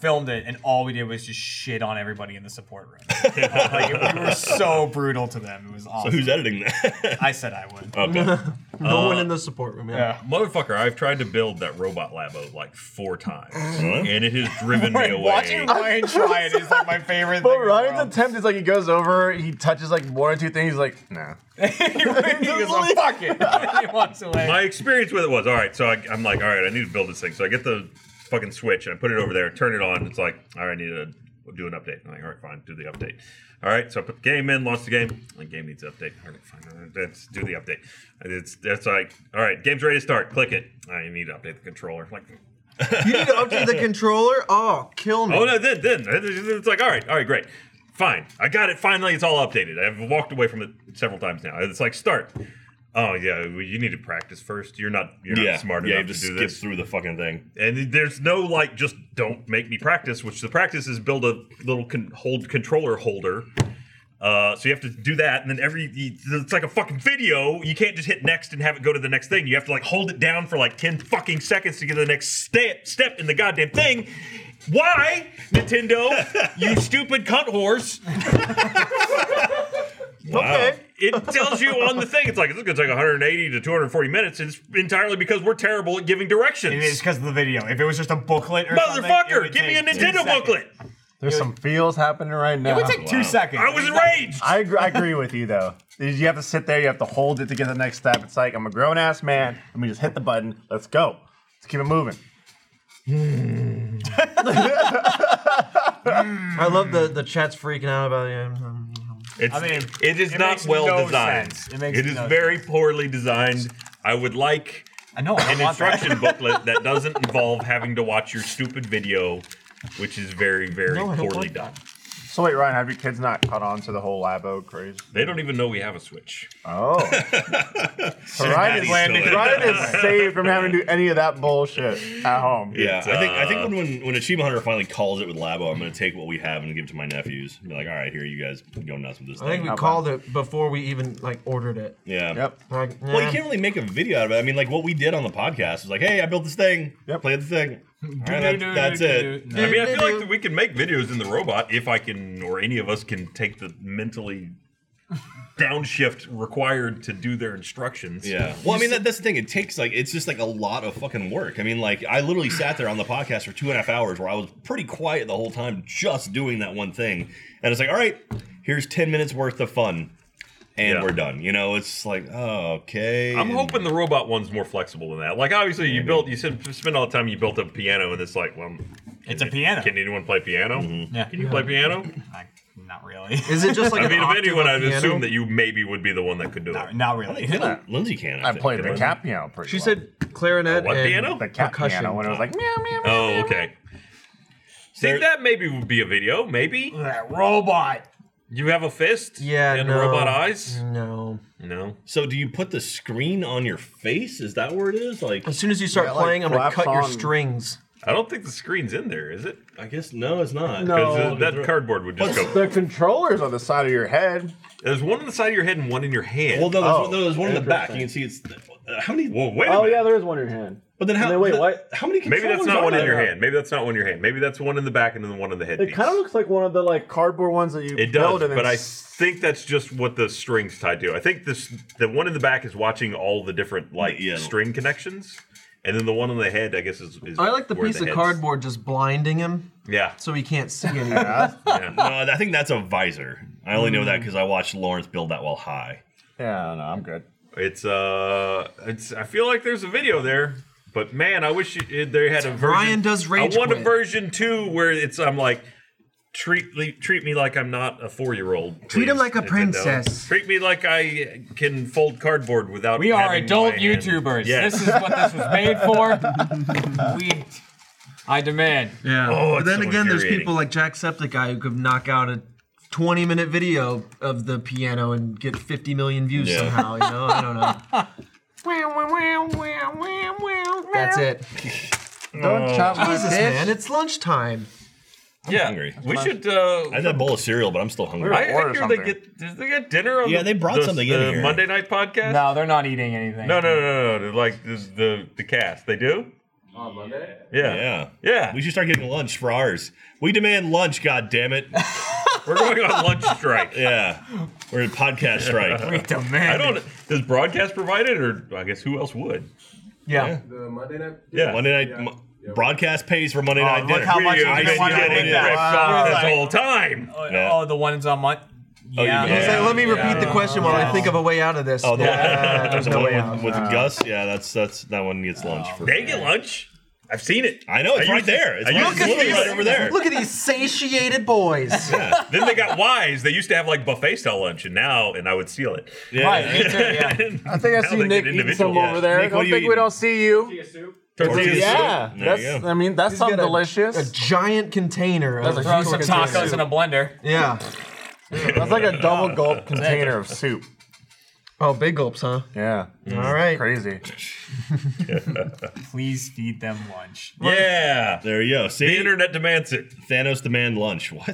S3: filmed it, and all we did was just shit on everybody in the support room. like we were so brutal to them. It was
S2: so
S3: awesome.
S2: who's editing that?
S3: I said I would.
S2: okay.
S4: No one in the support room. Yeah.
S3: Yeah.
S1: Motherfucker, I've tried to build that robot labo like four times,
S2: Really?
S1: and it has driven me
S3: Wait,
S1: away.
S3: watching Ryan try it is like my favorite
S6: But
S3: thing. in the
S6: Ryan's
S3: world.
S6: attempt is like um, he goes over, he touches like one or two things, he's like, nah.
S3: he goes, "Oh, fuck it. he walks away.
S1: My experience with it was all right. So I, I'm like, all right, I need to build this thing. So I get the fucking switch and I put it over there and turn it on. It's like, all right, I need to do an update. I'm like, all right, fine, do the update. All right, so I put the game in, launch the game. The game needs an update. All right, fine, all right, let's do the update. And It's that's like, all right, game's ready to start. Click it. I need to update the controller. Like,
S4: You need to update the controller. Oh, kill me.
S1: oh no, then then it's like, all right, all right, great. Fine, I got it. Finally, it's all updated. I've walked away from it several times now. It's like start. Oh yeah, well, you need to practice first. You're not you're
S2: yeah,
S1: not smart
S2: yeah,
S1: enough
S2: it just
S1: to do
S2: skips
S1: this.
S2: through the fucking thing.
S1: And there's no like just don't make me practice, which the practice is build a little con- hold controller holder. Uh, so you have to do that, and then every it's like a fucking video. You can't just hit next and have it go to the next thing. You have to like hold it down for like ten fucking seconds to get to the next step step in the goddamn thing. Why, Nintendo? you stupid cunt horse!
S2: Okay.
S1: it tells you on the thing. It's like it's going to take 180 to 240 minutes. And it's entirely because we're terrible at giving directions.
S3: It is because of the video. If it was just a booklet or something, it
S1: Motherfucker,
S3: would
S1: give me a
S3: take two
S1: Nintendo
S3: seconds.
S1: booklet.
S6: There's some feels happening right now.
S3: It would take two seconds.
S1: I was enraged.
S6: I, agree, I agree with you though. You have to sit there. You have to hold it to get the next step. It's like I'm a grown ass man. Let me just hit the button. Let's go. Let's keep it moving.
S4: I love the the chat's freaking out about you.
S1: It's,
S3: I mean,
S1: it is
S3: it
S1: not
S3: makes
S1: well
S3: no
S1: designed.
S3: sense. It makes
S1: it is
S3: no
S1: very poorly designed. I would like
S3: I know. I
S1: an
S3: want that.
S1: instruction booklet that doesn't involve having to watch your stupid video, which is very, very
S4: No, I don't
S1: poorly
S4: like
S1: done.
S4: that.
S6: So wait, Ryan, have your kids not caught on to the whole Labo craze?
S1: They don't even know we have a Switch.
S6: Oh, So Ryan is,
S2: Cincinnati's
S6: Ryan is saved from having to do any of that bullshit at home.
S2: Yeah,
S1: It's,
S2: I think I
S1: uh,
S2: think when, when when Achievement Hunter finally calls it with Labo, I'm going to take what we have and give it to my nephews. Be like, all right, here you guys go nuts with this
S4: I think
S2: thing.
S4: we
S6: How about-
S4: called it before we even like ordered it.
S2: yeah.
S6: Yep.
S4: Like,
S2: Well,
S4: nah.
S2: you can't really make a video out of it. I mean, like what we did on the podcast was like, hey, I built this thing.
S6: Yep.
S2: Play the thing. All right, that- that's it.
S1: I mean, I feel like that we can make videos in the robot if I can, or any of us can take the mentally downshift required to do their instructions.
S2: Yeah. Well, I mean, that, that's the thing. It takes like it's just like a lot of fucking work. I mean, like I literally sat there on the podcast for two and a half hours where I was pretty quiet the whole time, just doing that one thing. And it's like, all right, here's ten minutes worth of fun, and
S1: Yeah.
S2: we're done. You know, it's like oh, okay.
S1: I'm
S2: And-
S1: hoping the robot one's more flexible than that. Like, obviously, you built, you said, spend all the time you built a piano, and it's like, well,
S3: It's a piano.
S1: can anyone play piano?
S3: Yeah.
S1: Can you play piano?
S3: Like, not really.
S4: Is it just like
S1: I
S4: an
S1: mean, if
S4: octave
S1: anyone,
S4: of
S1: I'd
S4: piano?
S1: assume that you maybe would be the one that could do
S3: not,
S1: it.
S3: not
S2: I
S3: really.
S2: think Lin- Lindsay can. I,
S6: I
S2: think.
S6: played the
S2: Right?
S6: cat piano pretty.
S4: She
S6: well.
S4: said clarinet
S1: What
S4: and
S1: piano?
S6: the cat
S4: percussion.
S6: piano when it was like meow meow. meow.
S1: Oh, okay. See,
S2: There-
S1: that maybe would be a video. Maybe
S3: That robot.
S1: you have a fist,
S4: Yeah,
S1: and
S4: no.
S1: robot eyes.
S4: No.
S1: No,
S2: So, do you put the screen on your face? Is that where it is? Like,
S4: As soon as you start
S6: Yeah, like
S4: playing, I'm gonna
S6: flaps
S4: cut your
S6: on.
S4: strings.
S1: I don't think the screen's in there, is it?
S2: I guess no, it's not.
S1: Because
S6: No.
S1: that cardboard would just go.
S6: The controller's
S2: Oh.
S6: on the side of your head.
S1: There's one on the side of your head and one in your hand.
S2: Well, no, there's,
S6: Oh,
S2: one- no, there's one in the back. You can see
S6: interesting.
S2: it's. Uh, how many?
S1: Whoa, wait a
S6: Oh
S1: minute.
S6: yeah, there is one in your hand.
S2: But then how?
S6: then wait,
S2: the-
S6: what?
S2: How many?
S1: Maybe that's
S2: controllers
S1: not
S2: are
S1: one in
S2: there?
S1: your hand. Maybe that's not one in your hand. Maybe that's one in the back and then one in the headpiece.
S6: It kind of looks like one of the like cardboard ones that you
S1: It does,
S6: build and then
S1: but I
S6: s-
S1: think that's just what the strings tied to. I think this the one in the back is watching all the different like
S2: Yeah.
S1: string connections, and then the one on the head, I guess, is. is
S4: I like the
S1: where
S4: piece of
S1: head's-
S4: cardboard just blinding him
S1: Yeah,
S4: so he can't see anything.
S2: No, I think that's a visor. I only know that because I watched Lawrence build that while high.
S6: yeah, no, I'm good.
S1: it's uh, it's. I feel like there's a video there, but man, I wish it, it- they had a version.
S4: Ryan does rage
S1: I want a
S4: quit.
S1: version two where it's I'm like. Treat, le- treat me like I'm not a four year old.
S4: Treat him like a princess.
S1: Treat me like I can fold cardboard without.
S5: We are
S1: having
S5: adult
S1: my hand-
S5: YouTubers.
S1: Yes.
S5: This is what this was made for. we, I demand.
S4: yeah.
S1: Oh,
S4: but
S1: it's
S4: then
S1: so
S4: again, there's
S1: infuriating.
S4: people like Jacksepticeye who could knock out a 20 minute video of the piano and get 50 million views
S2: Yeah.
S4: somehow. You know, I don't know. That's it.
S6: Don't
S2: Oh.
S6: chop my
S4: Jesus,
S6: dick.
S4: man, it's lunchtime.
S1: yeah,
S2: hungry.
S1: we should. Uh,
S2: I had that bowl of cereal, but I'm still hungry.
S1: I, I
S6: order
S1: hear they
S6: something.
S1: get did they get dinner on
S2: Yeah,
S1: the-
S2: they brought
S1: the-
S2: something
S1: the
S2: in here.
S1: Monday night podcast.
S5: No, they're not eating anything.
S1: no, no, no, no, no. Like this, the the cast, they do. On Monday. Yeah,
S2: yeah.
S1: yeah.
S2: We should start getting lunch for ours. We demand lunch, God damn it!
S1: We're going on lunch strike.
S2: Yeah, we're in podcast strike.
S5: We demand.
S1: I don't. Does broadcast provide it, or I guess who else would?
S4: Yeah.
S8: The Monday night.
S1: Yeah.
S2: Monday night mo- broadcast pays for Monday night
S3: look
S2: dinner.
S3: how much
S1: Video's
S3: I
S1: been
S3: didn't wanna
S1: getting
S3: look at
S1: ripped
S3: that.
S1: off this
S3: Wow.
S1: whole time.
S5: Oh,
S2: Yeah.
S5: oh, the ones on Monday. Yeah.
S2: you mean-
S4: He's like, let me repeat
S5: Yeah.
S4: the question while I think of a way out of this.
S2: Oh, the
S4: Yeah,
S2: one,
S4: there's
S2: the
S4: no
S2: one
S4: way out.
S2: with, with Gus. Yeah, that's that's that one gets lunch for.
S1: They get lunch. I've seen it.
S2: I know it's
S1: I
S2: right
S1: used-
S2: there. It's
S1: I
S2: right-
S1: used
S2: it's
S1: to-
S2: literally right over there.
S4: Look at these satiated boys.
S1: then they got wise. They used to have like buffet style lunch, and now and I would steal it.
S2: Yeah.
S5: Right, me too, yeah.
S6: I think I see
S1: they
S6: Nick
S1: get
S6: eating
S1: individual.
S6: some
S1: Yeah.
S6: over there.
S2: Nick,
S6: I
S2: what
S6: don't
S2: are you
S6: think we
S2: eating?
S6: don't see you.
S7: Tortilla soup.
S2: Tortilla
S6: Yeah,
S2: soup. There you
S6: that's.
S2: go.
S6: I mean, that's
S4: He's
S6: something
S4: got a-
S6: delicious.
S4: A giant container. of
S6: That's a
S5: Throw
S6: huge
S5: some
S4: tortilla.
S5: tacos in a blender.
S4: Yeah.
S6: uh, that's like a double gulp container of soup.
S4: Oh, big gulps, huh?
S6: Yeah.
S2: Mm.
S4: All right.
S6: Crazy.
S3: Please feed them lunch.
S1: Yeah.
S2: There you go. See,
S1: The internet demands it.
S2: Thanos demand lunch. What?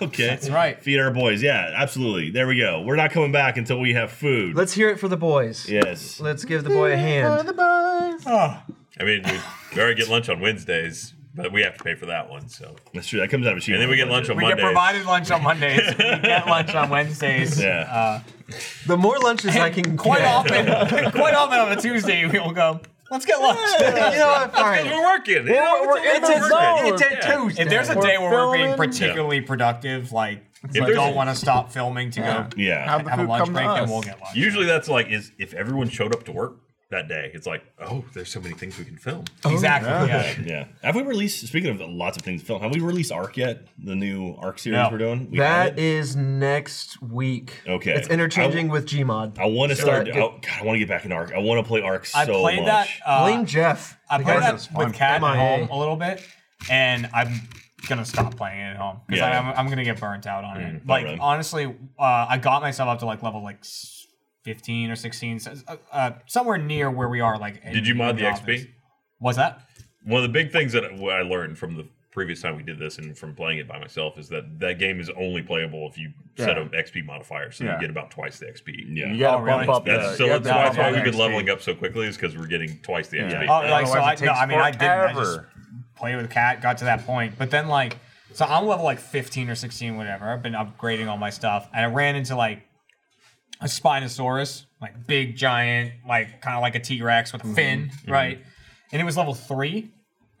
S2: okay. That's
S3: right.
S2: Feed our boys. Yeah, absolutely. There we go. We're not coming back until we have food.
S4: Let's hear it for the boys.
S2: yes.
S4: Let's give the boy a hand.
S1: I mean, we, we already get lunch on Wednesdays, but we have to pay for that one. So,
S2: That's true. That comes out of cheap.
S1: and then we get lunch on
S3: We
S1: Mondays.
S3: get provided lunch on Mondays. we get lunch on Wednesdays.
S2: Yeah.
S4: The more lunches I can
S3: Quite
S4: get-
S3: often, quite often on a Tuesday, we will go. Let's get lunch.
S4: you know what?
S1: Because
S4: Fine.
S1: we're working. Yeah,
S4: It's a zone. It's a
S1: Yeah.
S4: Tuesday.
S3: If there's a
S6: We're
S3: day where we're being
S6: filming.
S3: particularly productive, like if
S1: there's
S3: you
S1: a-
S3: don't want to stop filming to
S6: Yeah.
S3: go
S2: yeah.
S6: Have the
S3: have a
S6: food
S3: lunch
S6: come to
S3: break, then
S6: us.
S3: we'll get lunch.
S1: Usually that's like is if everyone showed up to work that day, it's like, oh, there's so many things we can film.
S3: exactly.
S6: yeah.
S3: Oh, yeah.
S2: Yeah. Have we released? Speaking of lots of things to film, have we released Arc yet? The new Arc series
S3: No.
S2: we're doing. We
S4: That
S2: haven't?
S4: is next week.
S2: Okay.
S4: It's interchanging with Gmod.
S2: I want to start.
S4: that-
S2: oh, God, I want to get back in Arc. I want to play Arc so
S3: I played
S2: much.
S3: that. Uh,
S4: Blame Jeff.
S3: I
S4: The
S3: played
S4: guy-
S3: that with Cat at
S4: MIA.
S3: home a little bit, and I'm gonna stop playing it at home because
S2: Yeah.
S3: I'm, I'm gonna get burnt out on
S1: Mm-hmm.
S3: it.
S2: not
S3: Like
S2: really.
S3: honestly, uh, I got myself up to like level like s- 15 or 16, so- uh, uh, somewhere near where we are. Like, in
S1: Did you mod the
S3: office.
S1: XP?
S3: Was that?
S1: One of the big things that I I learned from the previous time we did this and from playing it by myself is that that game is only playable if you set
S6: Yeah.
S1: an XP modifier, so you
S6: Yeah.
S1: get about twice the XP.
S2: Yeah.
S6: You gotta
S3: Oh,
S6: bump
S3: really?
S6: up.
S1: That's,
S6: the,
S1: so
S6: you
S1: that's
S6: gotta
S1: why,
S6: bump
S1: why
S6: up
S1: we've
S6: the
S1: been leveling
S6: XP.
S1: up so quickly is because we're getting twice the XP.
S3: Oh, like so. I,
S6: Otherwise it
S3: no,
S6: takes
S3: I mean, I didn't. I just
S6: forever.
S3: played with Cat, got to that point, but then like, so I'm level like 15 or 16, whatever. I've been upgrading all my stuff, and I ran into like a Spinosaurus, like big giant, like kind of like a T Rex
S2: Mm-hmm.
S3: with a fin, right? And it was level three,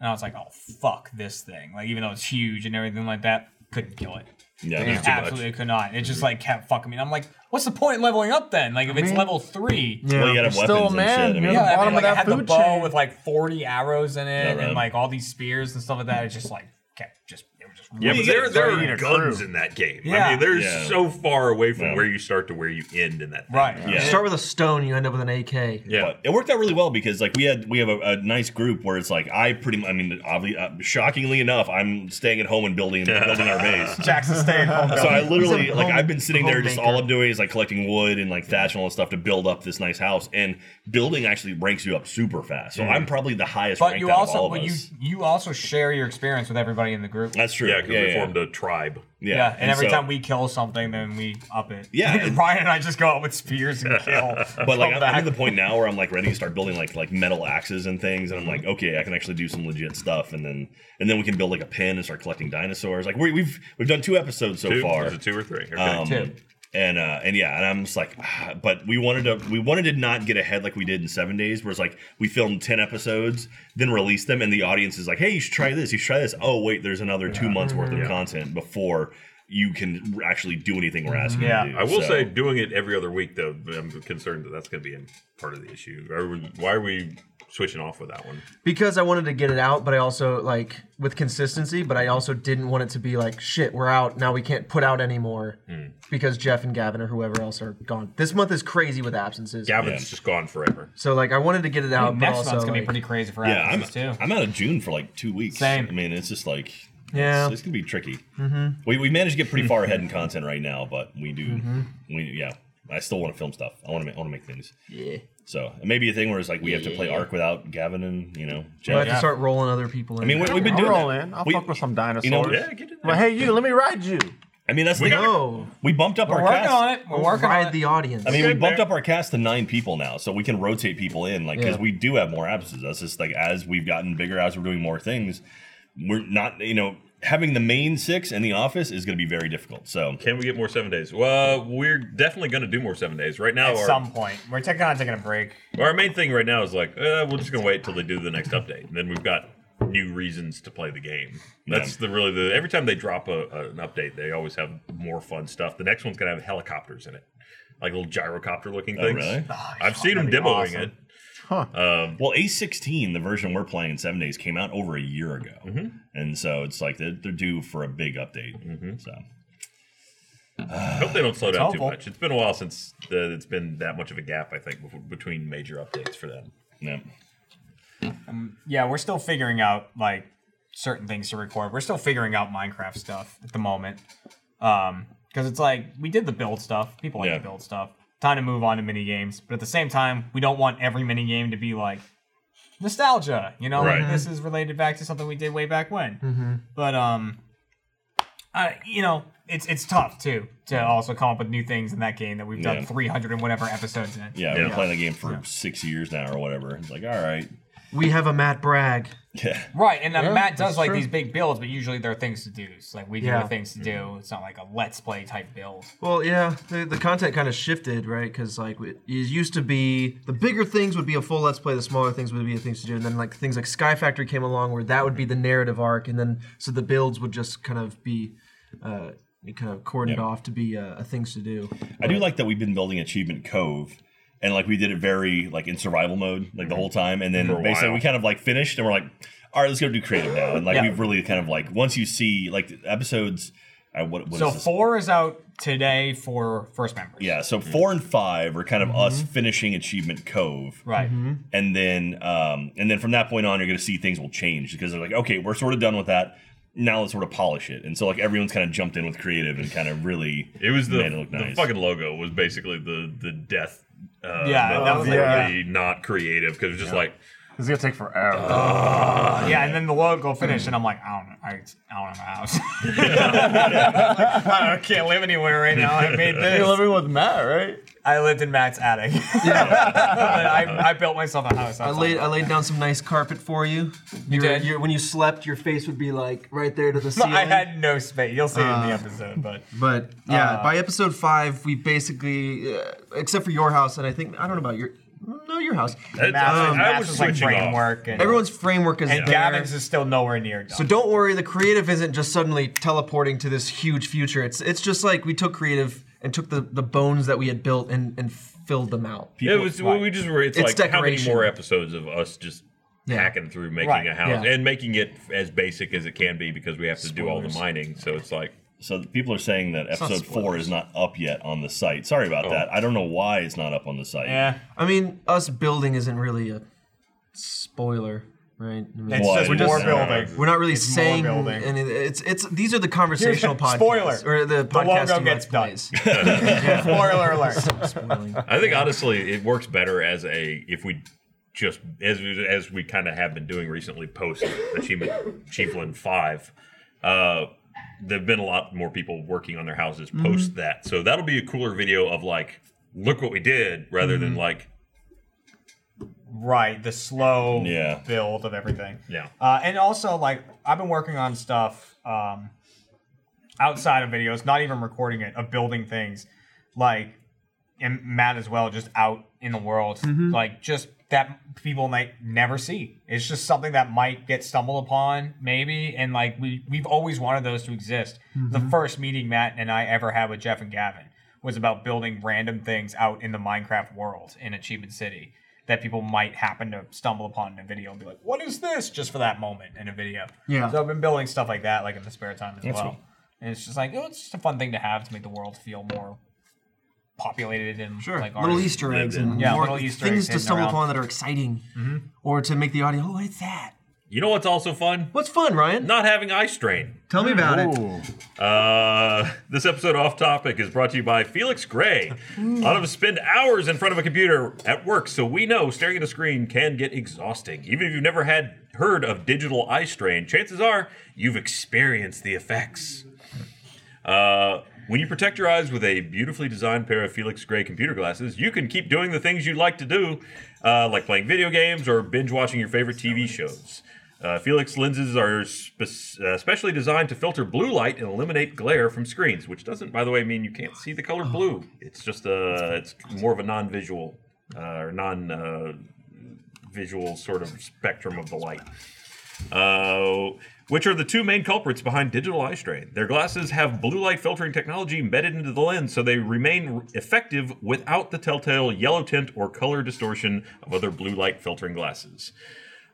S3: and I was like, oh fuck this thing! Like even though it's huge and everything like that, couldn't kill it.
S2: Yeah. there's too much. Mm-hmm.
S3: Absolutely could not. It just like kept fucking me. And I'm like, what's the point in leveling up then? Like if it's level three,
S2: Well, you gotta
S6: You're
S2: have
S6: still
S2: weapons and
S6: a
S2: shit.
S6: man,
S2: I mean,
S6: man.
S3: yeah, I, mean,
S6: bottom of
S3: like, I
S6: that
S3: had the
S6: food
S3: bow
S6: chain.
S3: with like 40 arrows in it,
S2: Yeah, right.
S3: and like all these spears and stuff like that. It just like kept just it was just
S1: Yeah, but there, there
S6: you need
S1: are
S6: a
S1: guns
S6: crew.
S1: in that game. I
S3: Yeah.
S1: mean, they're
S2: Yeah.
S1: so far away from
S2: Yeah.
S1: where you start to where you end in that thing.
S3: right.
S2: Yeah.
S4: Start with a stone, you end up with an AK.
S1: Yeah.
S2: But it worked out really well because like we had we have a, a nice group where it's like I pretty mu- I mean obviously uh, shockingly enough I'm staying at home and building building our base.
S3: Jackson staying home.
S2: So I literally
S4: He's a
S2: like
S4: home-
S2: I've been sitting there just all
S4: homemaker.
S2: I'm doing is like collecting wood and like thatch and all this stuff to build up this nice house. And building actually ranks you up super fast.
S1: Mm.
S2: So I'm probably the highest
S3: But
S2: ranked
S3: you
S2: out of
S3: also
S2: all of
S3: but you
S2: us.
S3: you also share your experience with everybody in the group.
S2: That's true.
S1: Yeah, because we
S2: yeah.
S1: formed a tribe.
S2: Yeah.
S3: yeah, and, every
S2: so-
S3: time we kill something, then we up it.
S2: Yeah, and-
S3: Ryan and I just go out with spears and kill.
S2: But like
S3: Come
S2: I'm, I'm
S3: back.
S2: at the point now where I'm like ready to start building like like metal axes and things, and I'm like,
S3: Mm-hmm.
S2: okay, I can actually do some legit stuff, and then and then we can build like a pen and start collecting dinosaurs. Like we, we've we've done two episodes so
S1: Two?
S2: far,
S1: Is it two or three? Okay.
S2: Um,
S3: Two.
S2: and uh, and yeah, and I'm just like, ah, but we wanted to we wanted to not get ahead like we did in seven days, where it's like we filmed ten episodes, then released them, and the audience is like, hey, you should try this, you should try this. Oh wait, there's another two months worth of content before you can actually do anything we're asking
S3: Yeah.
S2: you to do.
S1: I will
S2: So-
S1: say, doing it every other week, though, I'm concerned that that's going to be in part of the issue. Are we- Why are we switching off with that one?
S4: Because I wanted to get it out, but I also like with consistency, but I also didn't want it to be like shit, we're out, now we can't put out anymore
S2: Hmm.
S4: because Jeff and Gavin or whoever else are gone. This month is crazy with absences.
S1: Gavin's
S2: Yeah.
S1: just gone forever.
S4: So like I wanted to get it out, but
S3: next
S4: also
S3: month's Uh, gonna be
S4: like-
S3: pretty crazy for
S2: Yeah, I'm,
S3: us too.
S2: I'm out of June for like two weeks.
S3: Same. Mm-hmm.
S2: I mean, it's just like,
S4: Yeah.
S2: it's, it's gonna be tricky. We we managed to get pretty far ahead in content right now, but we do, we yeah. I still want to film stuff. I want to I want to make things.
S4: Yeah.
S2: So it may be a thing where it's like we have to play Arc without Gavin and you know
S4: I
S2: Jeff.
S4: have to start rolling other people in.
S2: I mean, we, we've been
S6: I'll
S2: doing.
S6: roll
S2: that.
S6: in. I'll
S2: We-
S6: fuck with some
S2: You know,
S6: dinosaurs.
S2: yeah.
S1: get in
S6: But hey, you, let me ride you.
S2: I mean that's the thing.
S4: no,
S2: We bumped up
S3: We're
S2: our
S3: working
S2: cast.
S3: on it. We're working on
S4: ride
S3: it.
S4: the audience.
S2: I mean, we
S1: Good,
S2: bumped
S1: man.
S2: up our cast to nine people now, so we can rotate people in, like, because
S4: Yeah.
S2: we do have more absences. That's just like as we've gotten bigger, as we're doing more things, we're not, you know, having the main six in the office is going to be very difficult. So,
S1: Can we get more seven days? Well, we're definitely going to do more seven days. Right now,
S3: At
S1: our,
S3: some point, we're taking on taking a break.
S1: our main thing right now is like, uh, we're just going to wait till they do the next update. And then we've got new reasons to play the game. That's the really the every time they drop a, a- an update, they always have more fun stuff. The next one's going to have helicopters in it, like little gyrocopter looking
S2: Oh,
S1: things.
S2: really?
S1: I've seen them demoing it.
S2: well, A16, the version we're playing in seven days, came out over a year ago,
S1: Mm-hmm.
S2: and so it's like they're, they're due for a big update.
S1: Mm-hmm.
S2: So,
S1: Hope they don't slow down too
S3: helpful.
S1: much. It's been a while since the, it's been that much of a gap, I think, bef- between major updates for them.
S2: yeah.
S3: Um, yeah, we're still figuring out like certain things to record. We're still figuring out Minecraft stuff at the moment. Um, because it's like we did the build stuff. People like
S2: Yeah.
S3: to build stuff. time to move on to mini games. But at the same time, we don't want every mini game to be like nostalgia. You know,
S1: Right.
S3: like this is related back to something we did way back when. But um, I you know it's it's tough too to also come up with new things in that game that we've
S2: Yeah.
S3: done 300 and whatever episodes in.
S2: Yeah, we've been
S1: Yeah.
S2: playing the game for six years now or whatever. It's like, all right,
S4: We have a Matt Bragg.
S2: yeah,
S3: Right, and uh
S4: Yeah,
S3: Matt does
S4: that's
S3: like
S4: true.
S3: these big builds, but usually they're things to do. It's like we do
S4: Yeah.
S3: the things to do. It's not like a let's play type build.
S4: Well, yeah, the, the content kind of shifted, right? Because like it used to be the bigger things would be a full let's play, the smaller things would be things to do, and then like things like Sky Factory came along where that would be the narrative arc, and then so the builds would just kind of be uh, kind of cordoned
S2: Yeah.
S4: off to be uh, a things to do.
S2: I do like that we've been building Achievement Cove, and like we did it very like in survival mode like the whole time, and then
S1: Mm-hmm. For a
S2: basically
S1: while.
S2: we kind of like finished, and we're like, all right, let's go do creative now, and like
S3: Yeah.
S2: we've really kind of like once you see like the episodes, uh, what, what is
S3: so
S2: this?
S3: four is out today for first members.
S2: Yeah,
S1: Mm-hmm.
S2: so four and five are kind of us finishing Achievement Cove,
S3: Right.
S4: Mm-hmm.
S2: and then um, and then from that point on, you're going to see things will change because they're like, okay, we're sort of done with that. Now let's sort of polish it, and so like everyone's kind of jumped in with creative and kind of really
S1: It was the,
S2: made it look
S1: the
S2: nice.
S1: fucking logo was basically the the death. Uh,
S3: Yeah,
S1: the,
S3: that was
S6: like-
S1: the not creative because just like
S6: It's gonna take forever.
S3: Yeah, and then the logo finish, and I'm like, I don't know, I, I don't know how. I can't live anywhere right now. I made
S6: You're
S3: this.
S6: living with Matt, right?
S3: I lived in Matt's attic. But I, I built myself a house.
S4: I
S3: outside.
S4: laid I laid down some nice carpet for you.
S3: You
S4: Your-
S3: did?
S4: your- when you slept, your face would be like right there to the ceiling. Uh.
S3: I had no space. You'll see it in the episode, but
S4: But yeah,
S3: Uh,
S4: by episode five, we basically, uh, except for your house, and I think I don't know about your, no, your house.
S1: That's-
S3: Matt's,
S4: um,
S1: I, I
S3: Matt's
S1: was
S3: is like
S1: switching off.
S3: framework, and
S4: Everyone's framework is
S3: and
S4: there.
S3: Gavin's is still nowhere near done.
S4: so don't worry, the creative isn't just suddenly teleporting to this huge future. It's it's just like we took creative and took the, the bones that we had built and, and filled them out.
S1: It was well, we just were. It's,
S4: It's
S1: like how many
S4: decoration.
S1: more episodes of us just
S4: Yeah.
S1: hacking through making
S3: Right,
S1: a house
S4: yeah.
S1: and making it as basic as it can be because we have to do all the
S4: Spoilers.
S1: mining. So it's like
S2: So the people are saying that
S4: not
S2: episode four is not up yet on the site. Sorry
S1: Oh.
S2: about that. I don't know why it's not up on the site.
S3: yeah,
S4: I mean, us building isn't really a spoiler, right? I mean,
S3: it's
S2: Why?
S3: just
S2: We just-
S3: more
S2: Yeah.
S3: building.
S4: we're not really
S3: more
S4: saying
S3: building.
S4: any. It's it's these are the conversational podcasts
S3: Spoiler.
S4: or the podcast
S3: logo
S4: and
S3: gets
S4: let's plays.
S3: Spoiler alert.
S4: Spoiling.
S1: I think honestly, it works better as a if we just as as we kind of have been doing recently post achievement Chiefland Five. Uh, there've been a lot more people working on their houses post that, so that'll be a cooler video of like, look what we did, rather than like,
S3: Right, the slow
S2: Yeah.
S3: build of everything.
S1: yeah,
S3: Uh, and also, like, I've been working on stuff um, outside of videos, not even recording it, of building things. Like, and Matt as well, just out in the world.
S2: Mm-hmm.
S3: Like, just that people might never see. It's just something that might get stumbled upon, maybe. And, like, we, we've always wanted those to exist.
S2: Mm-hmm.
S3: The first meeting Matt and I ever had with Jeff and Gavin was about building random things out in the Minecraft world in Achievement City that people might happen to stumble upon in a video and be like, "What is this?" Just for that moment in a video.
S4: Yeah.
S3: So I've been building stuff like that, like in the spare time as
S2: That's
S3: well.
S2: cool.
S3: And it's just like, oh, it's just a fun thing to have to make the world feel more populated and
S4: Sure.
S3: like
S4: little
S3: ours.
S4: Easter eggs and
S3: Yeah,
S4: more
S3: little Easter
S4: things
S3: eggs
S4: to
S3: hidden
S4: stumble
S3: around. Mm-hmm.
S4: upon that are exciting, or to make the audio. Oh, what is that?
S1: you know what's also fun?
S4: What's fun, Ryan?
S1: Not having eye strain.
S4: Tell me about it.
S6: Ooh.
S1: Uh, this episode off topic is brought to you by Felix Gray. A lot of us spend hours in front of a computer at work, so we know staring at a screen can get exhausting. Even if you've never had heard of digital eye strain, chances are you've experienced the effects. Uh, when you protect your eyes with a beautifully designed pair of Felix Gray computer glasses, you can keep doing the things you like to do, uh, like playing video games or binge watching your favorite TV shows. Uh, Felix lenses are spe- uh, specially designed to filter blue light and eliminate glare from screens, which doesn't, by the way, mean you can't see the color blue. It's just uh, it's more of a non-visual uh, or non-visual sort of spectrum of the light. Uh, which are the two main culprits behind digital eye strain. Their glasses have blue light filtering technology embedded into the lens, so they remain r- effective without the telltale yellow tint or color distortion of other blue light filtering glasses.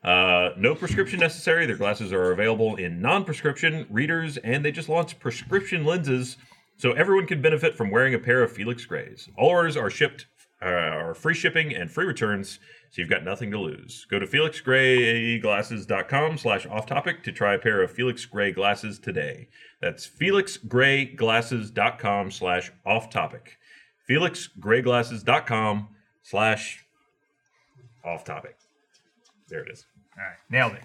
S1: Uh, no prescription necessary. Their glasses are available in non prescription readers, and they just launched prescription lenses so everyone can benefit from wearing a pair of Felix Grays. All orders are shipped, uh, are free shipping and free returns, so you've got nothing to lose. Go to felixgrayglasses.com slash off topic to try a pair of Felix Gray glasses today. That's felixgrayglasses.com slash off topic. felixgrayglasses.com slash off topic. There it is.
S3: All right, nailed it.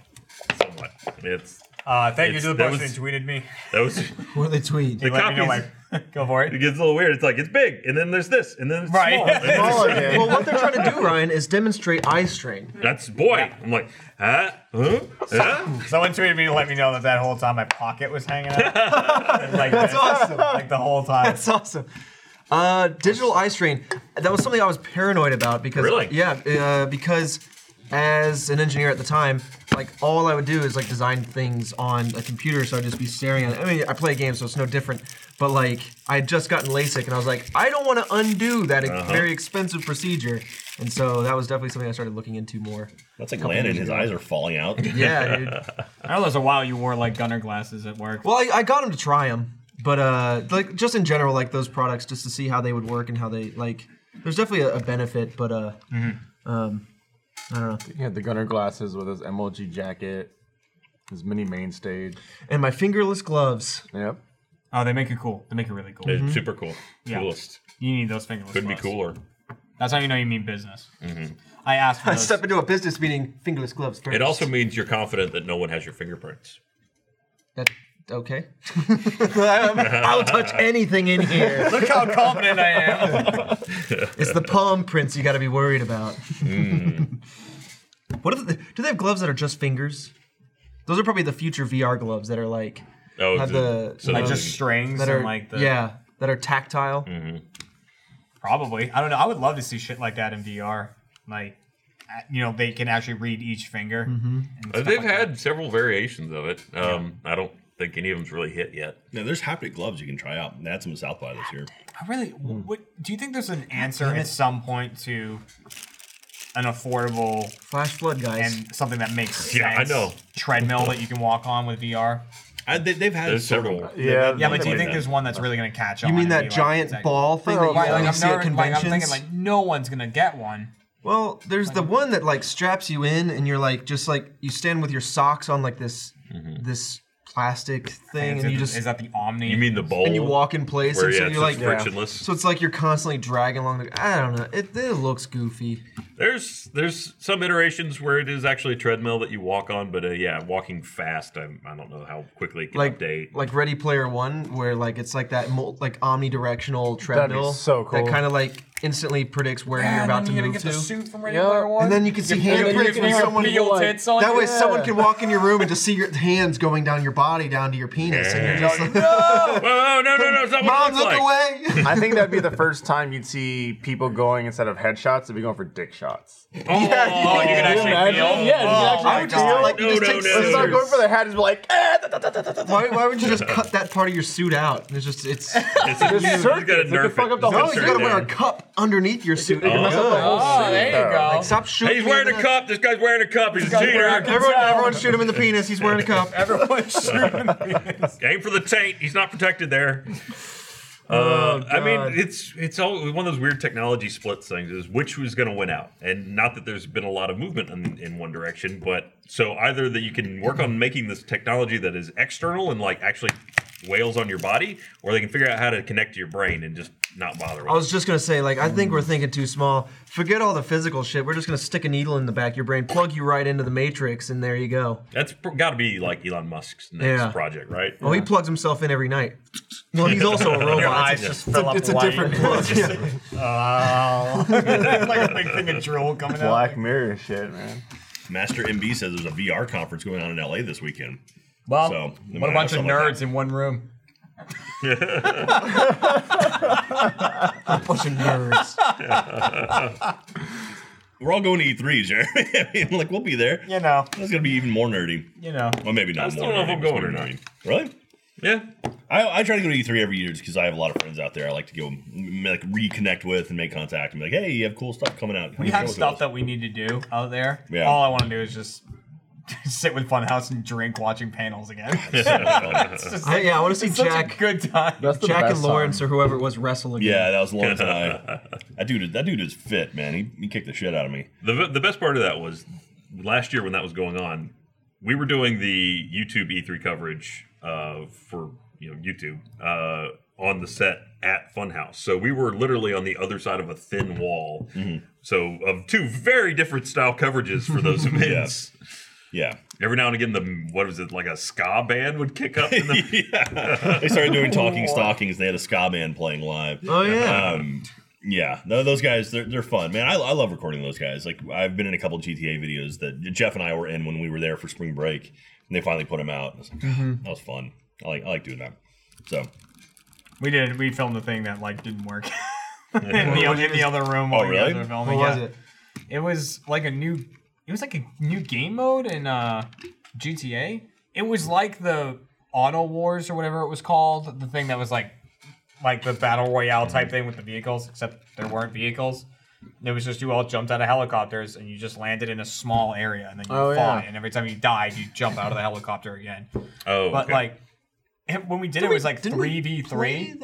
S1: Somewhat. It's
S3: Uh, thank
S1: It's-
S3: you to the
S1: that
S3: person
S1: was-
S3: who tweeted me.
S1: that was
S8: What did they tweet?
S1: the
S3: Let me know
S1: copies.
S3: my, go for
S1: It
S3: it.
S1: gets a little weird. It's like it's big, and then there's this, and then it's
S3: Right.
S1: small. and then it's-
S6: All again.
S4: Well, what they're trying to do, Ryan, is demonstrate eye strain.
S1: That's boy. I'm like, huh? Huh? Huh?
S3: Someone tweeted me to let me know that that whole time my pocket was hanging out. like
S4: That's
S3: this,
S4: awesome.
S3: Like the whole time.
S4: That's awesome. Uh, digital eye strain. That was something I was paranoid about because
S1: Really?
S4: yeah, uh, because as an engineer at the time, like all I would do is like design things on a computer, so I'd just be staring at it. I mean, I play games, so it's no different. But like, I had just gotten LASIK, and I was like, I don't want to undo that very expensive procedure, and so that was definitely something I started looking into more.
S2: That's like Landon. His eyes are falling out.
S4: Yeah, dude.
S5: I know there's a while you wore like gunner glasses at work.
S4: Well, I, I got him to try them, but uh, like just in general, like those products, just to see how they would work and how they like. There's definitely a, a benefit, but uh, um, I don't know.
S6: He had the gunner glasses with his MLG jacket, his mini main stage.
S4: And my fingerless gloves.
S6: Yep.
S5: Oh, they make it cool. They make it really cool.
S1: It's super cool.
S5: Yeah.
S1: Coolest.
S5: You need those fingerless.
S1: Couldn't be
S5: gloves.
S1: cooler.
S5: That's how you know you mean business. I asked for
S4: I
S5: those.
S4: Mm-hmm. step into a business meeting, fingerless gloves. First.
S1: It also means you're confident that no one has your fingerprints.
S4: That, okay. I'll touch anything in here.
S3: Look how confident I am.
S4: It's the palm prints you got to be worried about.
S1: Hmm.
S4: what are the, do they have gloves that are just fingers? Those are probably the future VR gloves that are like
S1: Oh,
S4: Have the-
S1: so
S4: like
S1: those-
S3: Just strings
S4: that are
S3: and like the
S4: yeah that are tactile.
S1: Hmm.
S3: Probably. I don't know. I would love to see shit like that in VR. Like, uh, you know, they can actually read each finger.
S4: Mm-hmm.
S3: and
S1: Uh,
S3: stuff
S1: They've
S3: like that.
S1: had several variations of it. Um, I don't think any of them's really hit yet.
S2: Now, there's haptic gloves you can try out. and That's some South by this year.
S3: I really.
S4: Hmm.
S3: What, do you think there's an answer at some point to an affordable
S4: Flash flood, guys.
S3: and something that makes sense?
S1: Yeah, I know.
S3: Treadmill that you can walk on with VR.
S2: I, they, they've had
S1: There's
S2: several.
S1: several.
S6: Yeah.
S3: Yeah, but do you
S2: like
S3: think
S2: that.
S3: there's one that's really gonna catch on?
S4: You mean
S3: and
S4: that
S3: be like,
S4: giant
S3: exactly-
S4: ball thing that you
S3: Right,
S6: Right, like,
S4: only
S3: like, I'm
S4: see at
S3: nervous- like, I'm
S4: conventions?
S3: thinking like no one's gonna get one.
S4: well, there's the one that like straps you in, and you're like just like you stand with your socks on like this this plastic thing,
S3: Is
S4: and
S3: it-
S4: you just
S3: is that the Omni?
S1: You mean the bowl?
S4: and you walk in place,
S1: where
S4: and so
S1: yeah, it's
S4: you're
S1: just
S4: like
S1: frictionless.
S4: so it's like you're constantly dragging along. The, I don't know. It, it looks goofy.
S1: There's there's some iterations where it is actually a treadmill that you walk on, but uh, yeah, walking fast. I, I don't know how quickly it can
S4: Like
S1: update.
S4: like Ready Player One, where like it's like that mul- like omnidirectional treadmill
S6: so cool.
S4: that kind of like instantly predicts where
S3: Yeah,
S4: you're
S3: and
S4: about to
S3: then you're
S4: move
S3: gonna
S4: to.
S3: get the suit from Ready
S6: Yeah.
S3: Player One.
S4: and then you can see
S6: then you
S4: handprints
S6: can
S4: from
S6: have
S4: someone
S6: people, like-
S5: tits on
S4: That
S5: you.
S4: way, someone
S6: Yeah.
S4: can walk in your room and just see your hands going down your body down to your penis, and you're just like,
S1: Whoa, whoa, no, no, no! It's not what
S4: "Mom,
S1: it
S4: look
S1: looks like.
S4: away."
S6: I think that'd be the first time you'd see people going instead of headshots, they'd be going for dick shots.
S1: Oh,
S4: yeah.
S1: you can actually
S6: Imagine-
S1: feel. Oh,
S6: Yeah, you can
S3: my
S4: I
S6: actually
S4: would just
S3: God.
S4: like you
S1: No,
S4: just
S1: no,
S4: take
S1: no.
S6: Let's not
S4: scissors.
S6: go for the head. It's like, eh, da, da, da, da, da, da, da.
S4: Why, why would you just cut that part of your suit out? It's just it's. no,
S1: It's a, you gotta
S6: There's circuits. They could
S1: nerf
S6: fuck
S1: it.
S6: up the
S1: There's
S6: whole
S4: you
S1: circuit
S4: gotta wear
S1: there.
S4: a cup underneath your suit.
S6: They could mess up the whole
S5: Oh,
S6: suit,
S5: there you
S6: though.
S5: go.
S4: Stop shooting.
S1: Hey, he's
S4: me
S1: wearing
S4: in
S1: a
S4: the-
S1: cup. This guy's wearing a cup. He's a cheater.
S4: Everyone, everyone shoot him in the penis. He's wearing a cup.
S3: Everyone's shooting.
S1: Aim for the taint. He's not protected there.
S4: Oh,
S1: Uh, I mean, it's it's all one of those weird technology splits things is which was going to win out, and not that there's been a lot of movement in, in one direction, but so either that you can work on making this technology that is external and like actually wails on your body, or they can figure out how to connect to your brain and just not bother. With
S4: I was just gonna say, like, I think we're thinking too small. Forget all the physical shit. We're just gonna stick a needle in the back of your brain, plug you right into the matrix, and there you go.
S1: it. That's got to be like Elon Musk's next
S4: Yeah.
S1: project, right?
S4: Oh, he plugs himself in every night. Well, he's also a
S3: Your
S4: robot.
S3: eyes just fill up
S4: It's a
S3: light.
S4: different plug. yeah.
S3: Oh. like a big thing of drool coming out.
S6: Black Mirror shit, man.
S2: Master MB says there's a VR conference going on in LA this weekend.
S5: Well,
S2: So, they
S5: what
S2: might
S5: a bunch
S2: have
S5: of
S2: something like
S5: nerds in one room.
S4: Bunch of nerds.
S2: We're all going to E3s, Jeremy. I mean, like we'll be there.
S3: You know,
S2: That's gonna be even more nerdy.
S3: you know.
S2: Well, maybe not
S1: I still
S2: more.
S1: don't know if
S2: nerdy,
S1: I'm
S2: but it's
S1: going or
S2: gonna be
S1: not.
S2: nerdy. Really?
S1: Yeah,
S2: I, I try to go to E3 every year just because I have a lot of friends out there. I like to go m- like reconnect with and make contact and be like, hey, you have cool stuff coming out.
S3: We have stuff that we need to do out there.
S2: Yeah.
S3: All I want to do is just sit with Funhouse and drink watching panels again. It's just
S4: I- yeah, I want to see
S3: it's such
S4: Jack,
S3: a good time.
S6: That's the
S4: Jack
S6: best
S4: and Lawrence
S6: song.
S4: or whoever it was wrestle again.
S2: yeah, that was Lawrence and I. That dude, that dude is fit, man. He, he kicked the shit out of me.
S1: The, the best part of that was last year when that was going on, we were doing the E YouTube E3 coverage uh, for you know YouTube uh, on the set at Funhouse. So we were literally on the other side of a thin wall. So of two very different style coverages for those events.
S2: Yeah.
S1: Every now and again, the what was it like a ska band would kick up in the
S2: yeah. They started doing talking stockings. They had a ska band playing live.
S4: Oh yeah.
S2: Um, yeah, no, those guys, they're, they're fun, man. I, I love recording those guys. Like, I've been in a couple GTA videos that Jeff and I were in when we were there for spring break, and they finally put them out. I was like,
S4: Mm-hmm.
S2: "Ah, that was fun. I like, I like doing that. So,
S3: We did. We filmed the thing that like didn't work in, the, in the other room while
S2: Oh,
S3: you guys
S2: really?
S3: were
S4: what
S3: filming.
S4: was
S3: yeah.
S4: it?
S3: It was like a new. It was like a new game mode in uh, GTA. It was like the Auto Wars or whatever it was called. The thing that was like, like the battle royale type thing with the vehicles, except there weren't vehicles. It was just you all jumped out of helicopters and you just landed in a small area and then you
S6: Oh,
S3: fought.
S6: yeah.
S3: And every time you died, you jump out of the helicopter again.
S1: oh,
S3: But
S1: okay.
S3: like, it- when we did it, it was like three v three.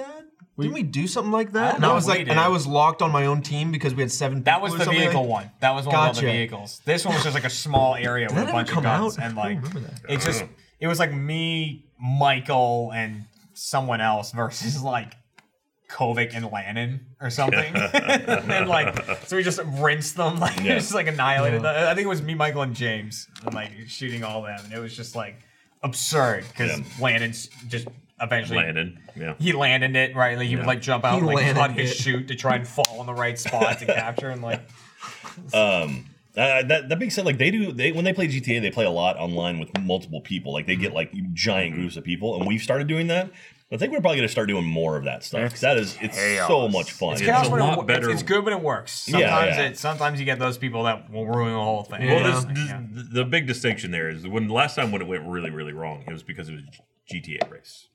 S4: Didn't we do something like
S3: I
S4: that?
S3: don't
S4: And I
S3: know,
S4: was
S3: we
S4: like,
S3: did.
S4: and I was locked on my own team because we had seven.
S3: That
S4: people
S3: was
S4: or
S3: the
S4: something
S3: vehicle
S4: like-
S3: one. That was one of all the
S4: Gotcha.
S3: vehicles. This one was just like a small area with
S4: that
S3: a
S4: ever
S3: bunch of
S4: come
S3: guns
S4: out?
S3: and
S4: I
S3: like
S4: don't remember that.
S3: it's just it was like me, Michael, and someone else versus like Kovic and Lannon or something. and like so we just rinsed them like
S2: Yeah.
S3: just like annihilated them. I think it was me, Michael, and James and like shooting all them. And it was just like absurd because
S2: Yeah.
S3: Lannon's just eventually
S1: Landon, yeah.
S3: he landed it right. Like he would like jump out,
S4: He
S3: and, like cut
S4: landed
S3: his
S4: it.
S3: shoot to try and fall in the right spot to capture, and like
S2: um, uh, that, that being said, like, they do, they when they play GTA, they play a lot online with multiple people. Like, they get like giant groups of people, and we've started doing that. I think we're probably going to start doing more of that stuff. 'cause that is, it's so much fun.
S1: It's
S2: It's
S1: chaos
S3: That's
S1: a
S3: when it
S1: lot
S3: wo- it's-
S1: better-
S3: It's, good, but it works.
S2: Yeah,
S3: Sometimes
S2: yeah.
S3: it sometimes you get those people that will ruin the whole thing.
S1: Well,
S4: Yeah.
S1: this, this, the big distinction there is when last time when it went really really wrong, it was because it was G- GTA race.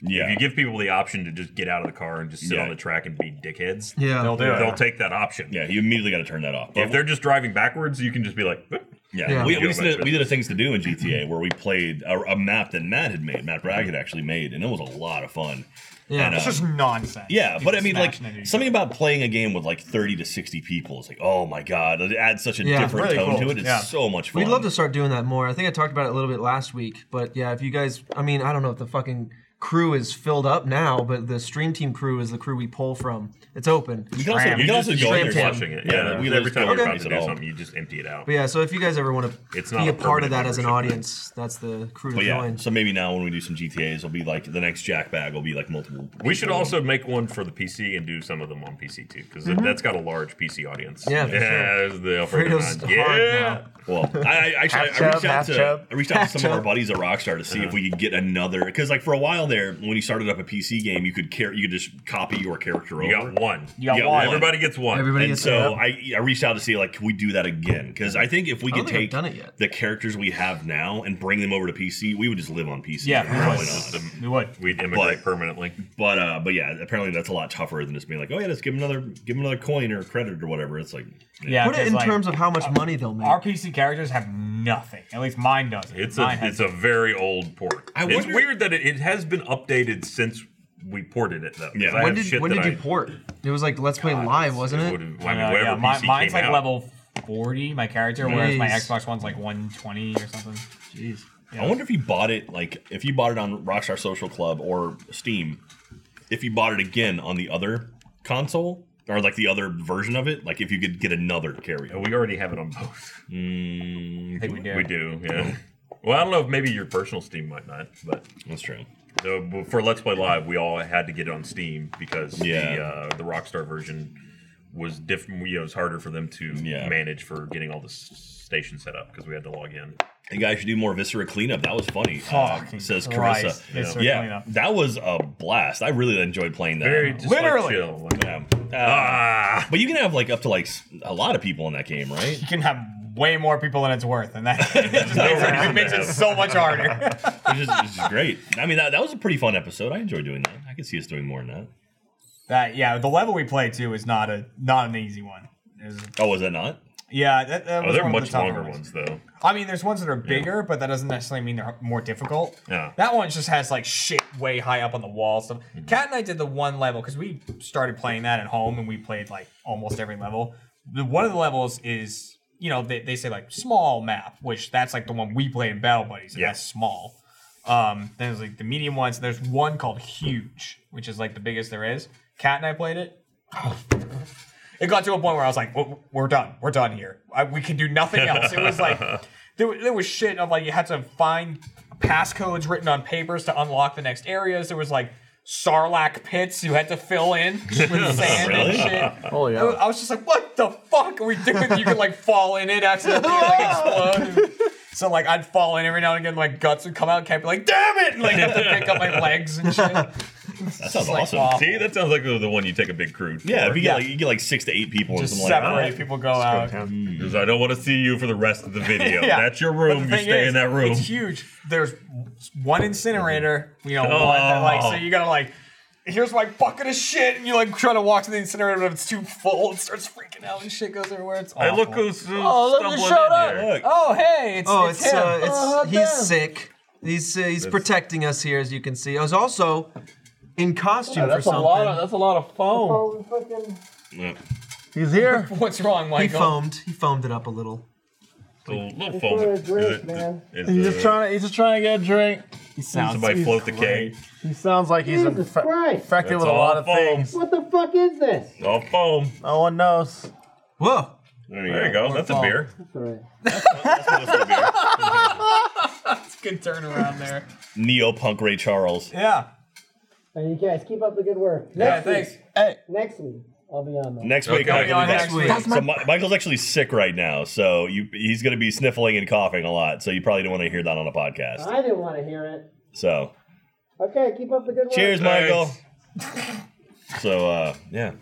S2: yeah.
S1: If you give people the option to just get out of the car and just sit
S2: Yeah.
S1: on the track and be dickheads,
S4: Yeah.
S3: they'll do
S1: they'll
S3: it.
S1: take that option.
S2: yeah, you immediately got to turn that off. But
S1: If they're just driving backwards, you can just be like, "Boop."
S2: Yeah,
S4: Yeah.
S2: we,
S1: Go
S2: we, used to- we
S1: back
S2: did,
S1: to-
S2: a things to do in GTA where we played a, a map that Matt had made, Matt Bragg had actually made, and it was a lot of fun.
S4: Yeah.
S2: And, uh,
S3: It's just nonsense.
S2: yeah, but
S3: People
S2: I mean, like
S3: smashing into each
S2: something about playing a game with like thirty to sixty people is like, oh my god, it adds such a
S4: Yeah,
S2: different
S3: really
S2: tone
S3: cool.
S2: to it. It's
S3: Yeah.
S2: so much fun.
S4: We'd love to start doing that more. I think I talked about it a little bit last week, but yeah, if you guys, I mean, I don't know if the fucking crew is filled up now, but the stream team crew is the crew we pull from. It's open.
S2: You can also, you
S1: you
S2: can
S1: just,
S2: also
S1: you
S2: go in
S4: just
S2: there
S1: flushing it.
S2: Yeah,
S1: Yeah,
S2: we
S1: every
S2: lose
S1: time
S2: no
S1: you're about
S2: race
S1: to
S2: at
S1: do
S2: all.
S1: something, you just empty it out.
S4: But yeah, so if you guys ever want to
S1: It's not
S4: be a
S1: a
S4: part
S1: permanent
S4: of that as an
S1: membership.
S4: audience, that's the crew to
S2: But yeah,
S4: join.
S2: so maybe now when we do some GTA's, it'll be like the next Jack Bag will be like multiple.
S1: We should
S2: people.
S1: also make one for the PC and do some of them on PC too, because that's got a large PC audience.
S4: Mm-hmm. Yeah, for
S1: yeah,
S4: sure.
S1: there's the operator
S4: Fredo's
S1: nine.
S4: hard
S1: Yeah,
S2: Well, I, I actually
S6: Half
S2: I reached
S6: chub,
S2: out
S6: half
S2: to
S6: chub.
S2: I reached out to some of our
S4: chub.
S2: buddies at Rockstar to see if we could get another because like for a while there when you started up a PC game you could care you could just copy your character
S1: you
S2: over.
S1: got one.
S3: You got
S2: Yeah,
S3: one.
S2: everybody-
S1: Everybody gets one.
S4: Everybody
S2: And
S4: gets
S2: so
S4: it.
S2: I, I reached out to see like can we do that again because I think if we
S4: I don't
S2: could
S4: think I've
S2: take
S4: done it yet.
S2: the characters we have now and bring them over to PC we would just live on PC
S3: Yeah,
S2: from now
S3: we
S2: on
S3: would.
S2: out.
S3: other. We would.
S1: We'd immigrate
S2: But-
S1: permanently.
S2: but uh but yeah apparently that's a lot tougher than just being like oh yeah let's give them another give them another coin or credit or whatever it's like
S3: Yeah.
S4: Put it
S3: 'cause,
S4: in
S3: like,
S4: terms of how
S1: uh,
S4: much money they'll make.
S3: our PC characters have nothing. At least mine doesn't.
S1: It's
S3: mine
S1: a it's a very old port.
S2: I
S1: it's
S2: wonder-
S1: weird that it, it has been updated since we ported it though. 'cause
S2: Yeah.
S1: I
S4: when
S1: have
S4: did
S1: shit
S4: when
S1: that
S4: did you
S1: I-
S4: port? It was like Let's Play Live, wasn't
S1: it
S4: it?
S1: would've- I mean,
S3: Uh,
S1: wherever
S3: yeah, mi-
S1: PC
S3: mine's
S1: came
S3: like
S1: out.
S3: level forty. My character, whereas my
S4: Jeez.
S3: Xbox One's like one twenty or something.
S4: Jeez.
S2: I wonder if you bought it like if you bought it on Rockstar Social Club or Steam, if you bought it again on the other console or like the other version of it, like if you could get another
S3: Oh.
S2: Mm, carrier.
S1: We already have it on both.
S3: I think we do.
S1: We do, yeah. Well, I don't know if maybe your personal Steam might not, but
S2: That's true.
S1: uh, for Let's Play Live, we all had to get it on Steam because
S2: Yeah.
S1: the uh, the Rockstar version was different. You know, it was harder for them to
S2: Yeah.
S1: manage for getting all the s- station set up because we had to log in.
S2: You guys should do more Viscera cleanup. That was funny. uh,
S3: Fucking
S2: says
S3: Christ,
S2: Carissa.
S3: Viscera
S2: yeah,
S3: cleanup.
S2: that was a blast. I really enjoyed playing that.
S1: Very just Like,
S3: Literally.
S1: chill. Like,
S2: Yeah. Uh,
S1: ah,
S2: but you can have like up to like s- a lot of people in that game, right?
S3: You can have way more people than it's worth, and that it just makes it, it makes it so much harder.
S2: Which is, which is great. I mean, that, that was a pretty fun episode. I enjoyed doing that. I could see us doing more than that.
S3: That yeah, the level we played to is not a not an easy one. It was-
S2: Oh, was that not?
S3: yeah, that, that
S1: oh,
S3: was
S1: they're
S3: one
S1: much
S3: of the tougher
S1: longer ones though.
S3: I mean, there's ones that are bigger, but that doesn't necessarily mean they're more difficult.
S1: Yeah. Mm-hmm.
S3: That one just has like shit way high up on the wall. Stuff. Cat and I did the one level because we started playing that at home and we played like almost every level. The one of the levels is you know they, they say like small map, which that's like the one we play in Battle Buddies. And
S1: Yeah.
S3: That's small. Um, then there's like the medium ones. There's one called huge, which is like the biggest there is. Cat and I played it. It got to a point where I was like, "We're- "We're done. We're done here. I, we can do nothing else." It was like there, wa- there was shit of like you had to find passcodes written on papers to unlock the next areas. There was like sarlacc pits you had to fill in with sand
S1: Really?
S3: and shit.
S6: Oh yeah.
S3: I I was just like, what the fuck are we doing? You could like fall in it accidentally like explode. So like I'd fall in every now and again, my guts would come out and can't be like, damn it! And, like have to pick up my legs and shit.
S2: That sounds
S3: like,
S2: awesome.
S3: wow.
S1: See, that sounds like the, the one you take a big crew. For.
S2: Yeah, if you get,
S3: Yeah.
S2: Like, you get like six to eight people or
S3: Just
S2: something like
S3: separate
S2: that.
S3: people go out.
S1: Because I don't want to see you for the rest of the video.
S3: Yeah.
S1: That's your
S3: But the
S1: room. You
S3: thing
S1: stay
S3: is,
S1: in that room.
S3: It's huge. There's one incinerator, you know, one that, like
S1: Oh.
S3: so you gotta like here's my bucket of shit, and you like try to walk to the incinerator, but it's too full, it starts freaking out and shit goes everywhere. It's awful.
S1: I look who's, who's
S3: Oh, look who
S1: stumbling
S3: showed
S1: in
S3: up!
S1: here.
S3: Oh hey, it's
S4: Oh,
S3: it's,
S4: it's,
S3: him.
S4: uh, it's
S3: Oh,
S4: he's
S3: damn.
S4: sick. He's uh, he's protecting us here, as you can see. I was also in costume for something.
S3: that's a lot of foam.
S6: He's here.
S3: What's wrong,
S4: he
S3: Michael?
S4: foamed. He foamed it up a little.
S1: It's a little foam. Is it- is
S6: He's
S1: it-
S6: just trying. He's just trying to get a drink.
S3: He sounds
S1: Somebody float the cake.
S6: He sounds like he's
S8: Jesus
S6: infe-
S8: Christ.
S6: infected
S1: That's
S6: with a
S1: all
S6: lot of
S1: foam.
S6: things.
S8: What the fuck is this?
S2: Oh,
S1: All foam.
S6: No one knows.
S4: Whoa!
S2: There
S1: There you go. That's a beer.
S8: Sorry.
S3: good turnaround there.
S2: Neo punk Ray Charles.
S3: yeah.
S8: And you guys keep up the good work.
S3: Yeah.
S8: Next
S3: Thanks.
S8: week, next week, I'll be on that.
S2: Next week,
S1: Okay.
S2: Michael will be
S3: Next
S2: back.
S4: week.
S2: So Mi- Michael's actually sick right now, so you, he's going to be sniffling and coughing a lot. So you probably don't want to hear that on a podcast.
S8: I didn't want to hear it.
S2: So
S8: Okay, keep up the good work.
S2: cheers,
S1: Thanks.
S2: Michael. so uh, yeah,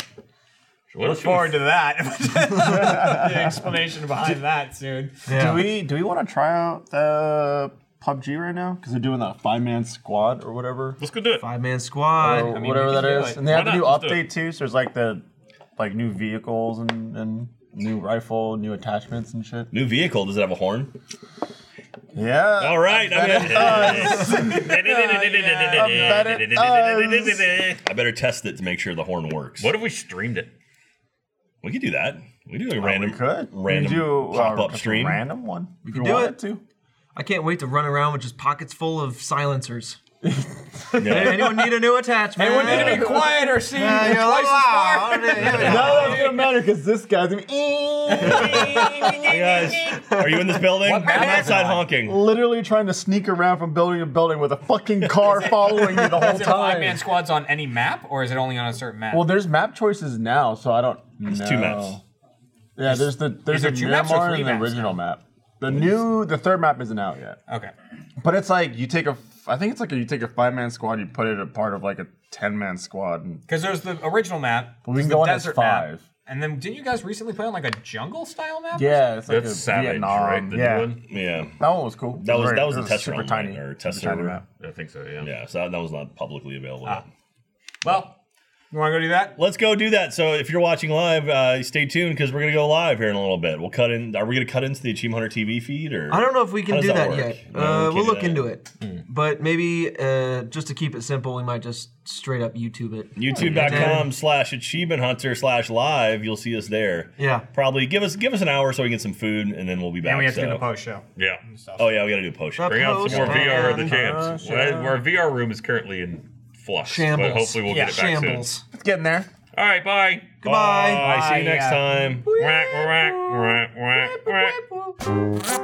S1: What
S3: Look
S1: if you-
S3: forward to that. the explanation behind that soon.
S6: Do we do we want to try out the PUBG right now? Because they're doing that five man squad or whatever,
S1: Let's go do it.
S4: Five man squad.
S6: or
S3: mean,
S6: whatever
S3: we
S6: that
S3: can
S6: is.
S3: do it.
S6: And they
S1: Why
S6: have the
S1: not?
S6: new
S1: Let's do it.
S6: update too. So there's like the like new vehicles and and new rifle, new attachments and shit.
S2: new vehicle. Does it have a horn?
S6: Yeah.
S1: All right. I
S6: bet it
S3: Oh,
S6: does. bet it does.
S2: I better test it to make sure the horn works.
S1: What if we streamed it?
S2: We could do that. We could do a random,
S6: we could
S2: random
S6: We do, uh,
S2: pop up
S6: just a
S2: stream.
S6: random one. We could
S4: do it.
S6: too.
S4: I can't wait to run around with just pockets full of silencers.
S2: Yeah.
S4: Anyone need a new attachment?
S3: Anyone need to be quiet or see
S4: Yeah, you're
S3: twice
S4: loud.
S3: as far?
S6: No, that's gonna matter because this guy's gonna be
S2: Hey guys, are you in this building? I'm
S3: map is
S2: outside
S3: it on?
S2: honking.
S6: literally trying to sneak around from building to building with a fucking car following you the whole
S3: Is it five man
S6: time.
S3: squads on any map, or is it only on a certain map?
S6: Well, there's map choices now, so I don't. There's
S2: two maps.
S6: Yeah, there's the there's
S3: there
S6: the
S3: two maps or
S6: Miramar
S3: three
S6: and the
S3: maps
S6: original map. The new the third map isn't out yet,
S3: okay.
S6: but it's like you take a f- I think it's like a, you take a five man squad, you put it a part of like a ten man squad, and
S3: Because there's the original map,
S6: we
S3: there's
S6: can
S3: the
S6: go on as
S3: desert map,
S6: five.
S3: and then didn't you guys recently play on like a jungle style map? or
S6: Yeah, it's like
S1: That's
S6: a
S1: Savage,
S6: Vietnam.
S1: right? The new
S6: yeah,
S1: one?
S2: Yeah,
S6: that one was cool.
S2: That was-
S6: Very-
S2: that was
S6: it
S2: a test
S6: super
S2: run,
S6: tiny
S2: or test
S6: super tiny
S2: server.
S6: map.
S1: I think so, yeah.
S2: yeah. So that, that was not publicly available.
S3: Ah.
S2: yet.
S3: Well, you want to go do that?
S2: Let's go do that. So if you're watching live, uh, stay tuned because we're gonna go live here in a little bit. We'll cut in. Are we gonna cut into the Achievement Hunter TV feed or?
S4: I don't know if we can
S2: How
S4: do
S2: does that
S4: that,
S2: work?
S4: yet.
S2: No,
S4: uh,
S2: we can't
S4: we'll
S2: do
S4: look
S2: that.
S4: into it. But maybe uh, just to keep it simple, we might just straight up YouTube it.
S2: YouTube.com slash achievement hunter slash live. You'll see us there.
S4: Yeah.
S2: Probably give us give us an hour so we can get some food and then we'll be back.
S3: And we have to do
S2: so-
S3: the post show.
S1: Yeah.
S2: Oh yeah, we gotta do a post.
S1: Bring
S3: Oh,
S1: out some more
S4: Post
S1: VR of the
S4: on
S1: champs. Well, our VR room is currently in flux,
S4: Shambles.
S1: but hopefully we'll
S3: Yeah,
S1: get it back soon.
S4: Shambles.
S6: It's getting there.
S1: All right, bye.
S4: Goodbye.
S2: Bye. See you
S3: Bye,
S2: next
S3: yeah.
S2: time.
S1: Whack, whack, whack, whack, whack.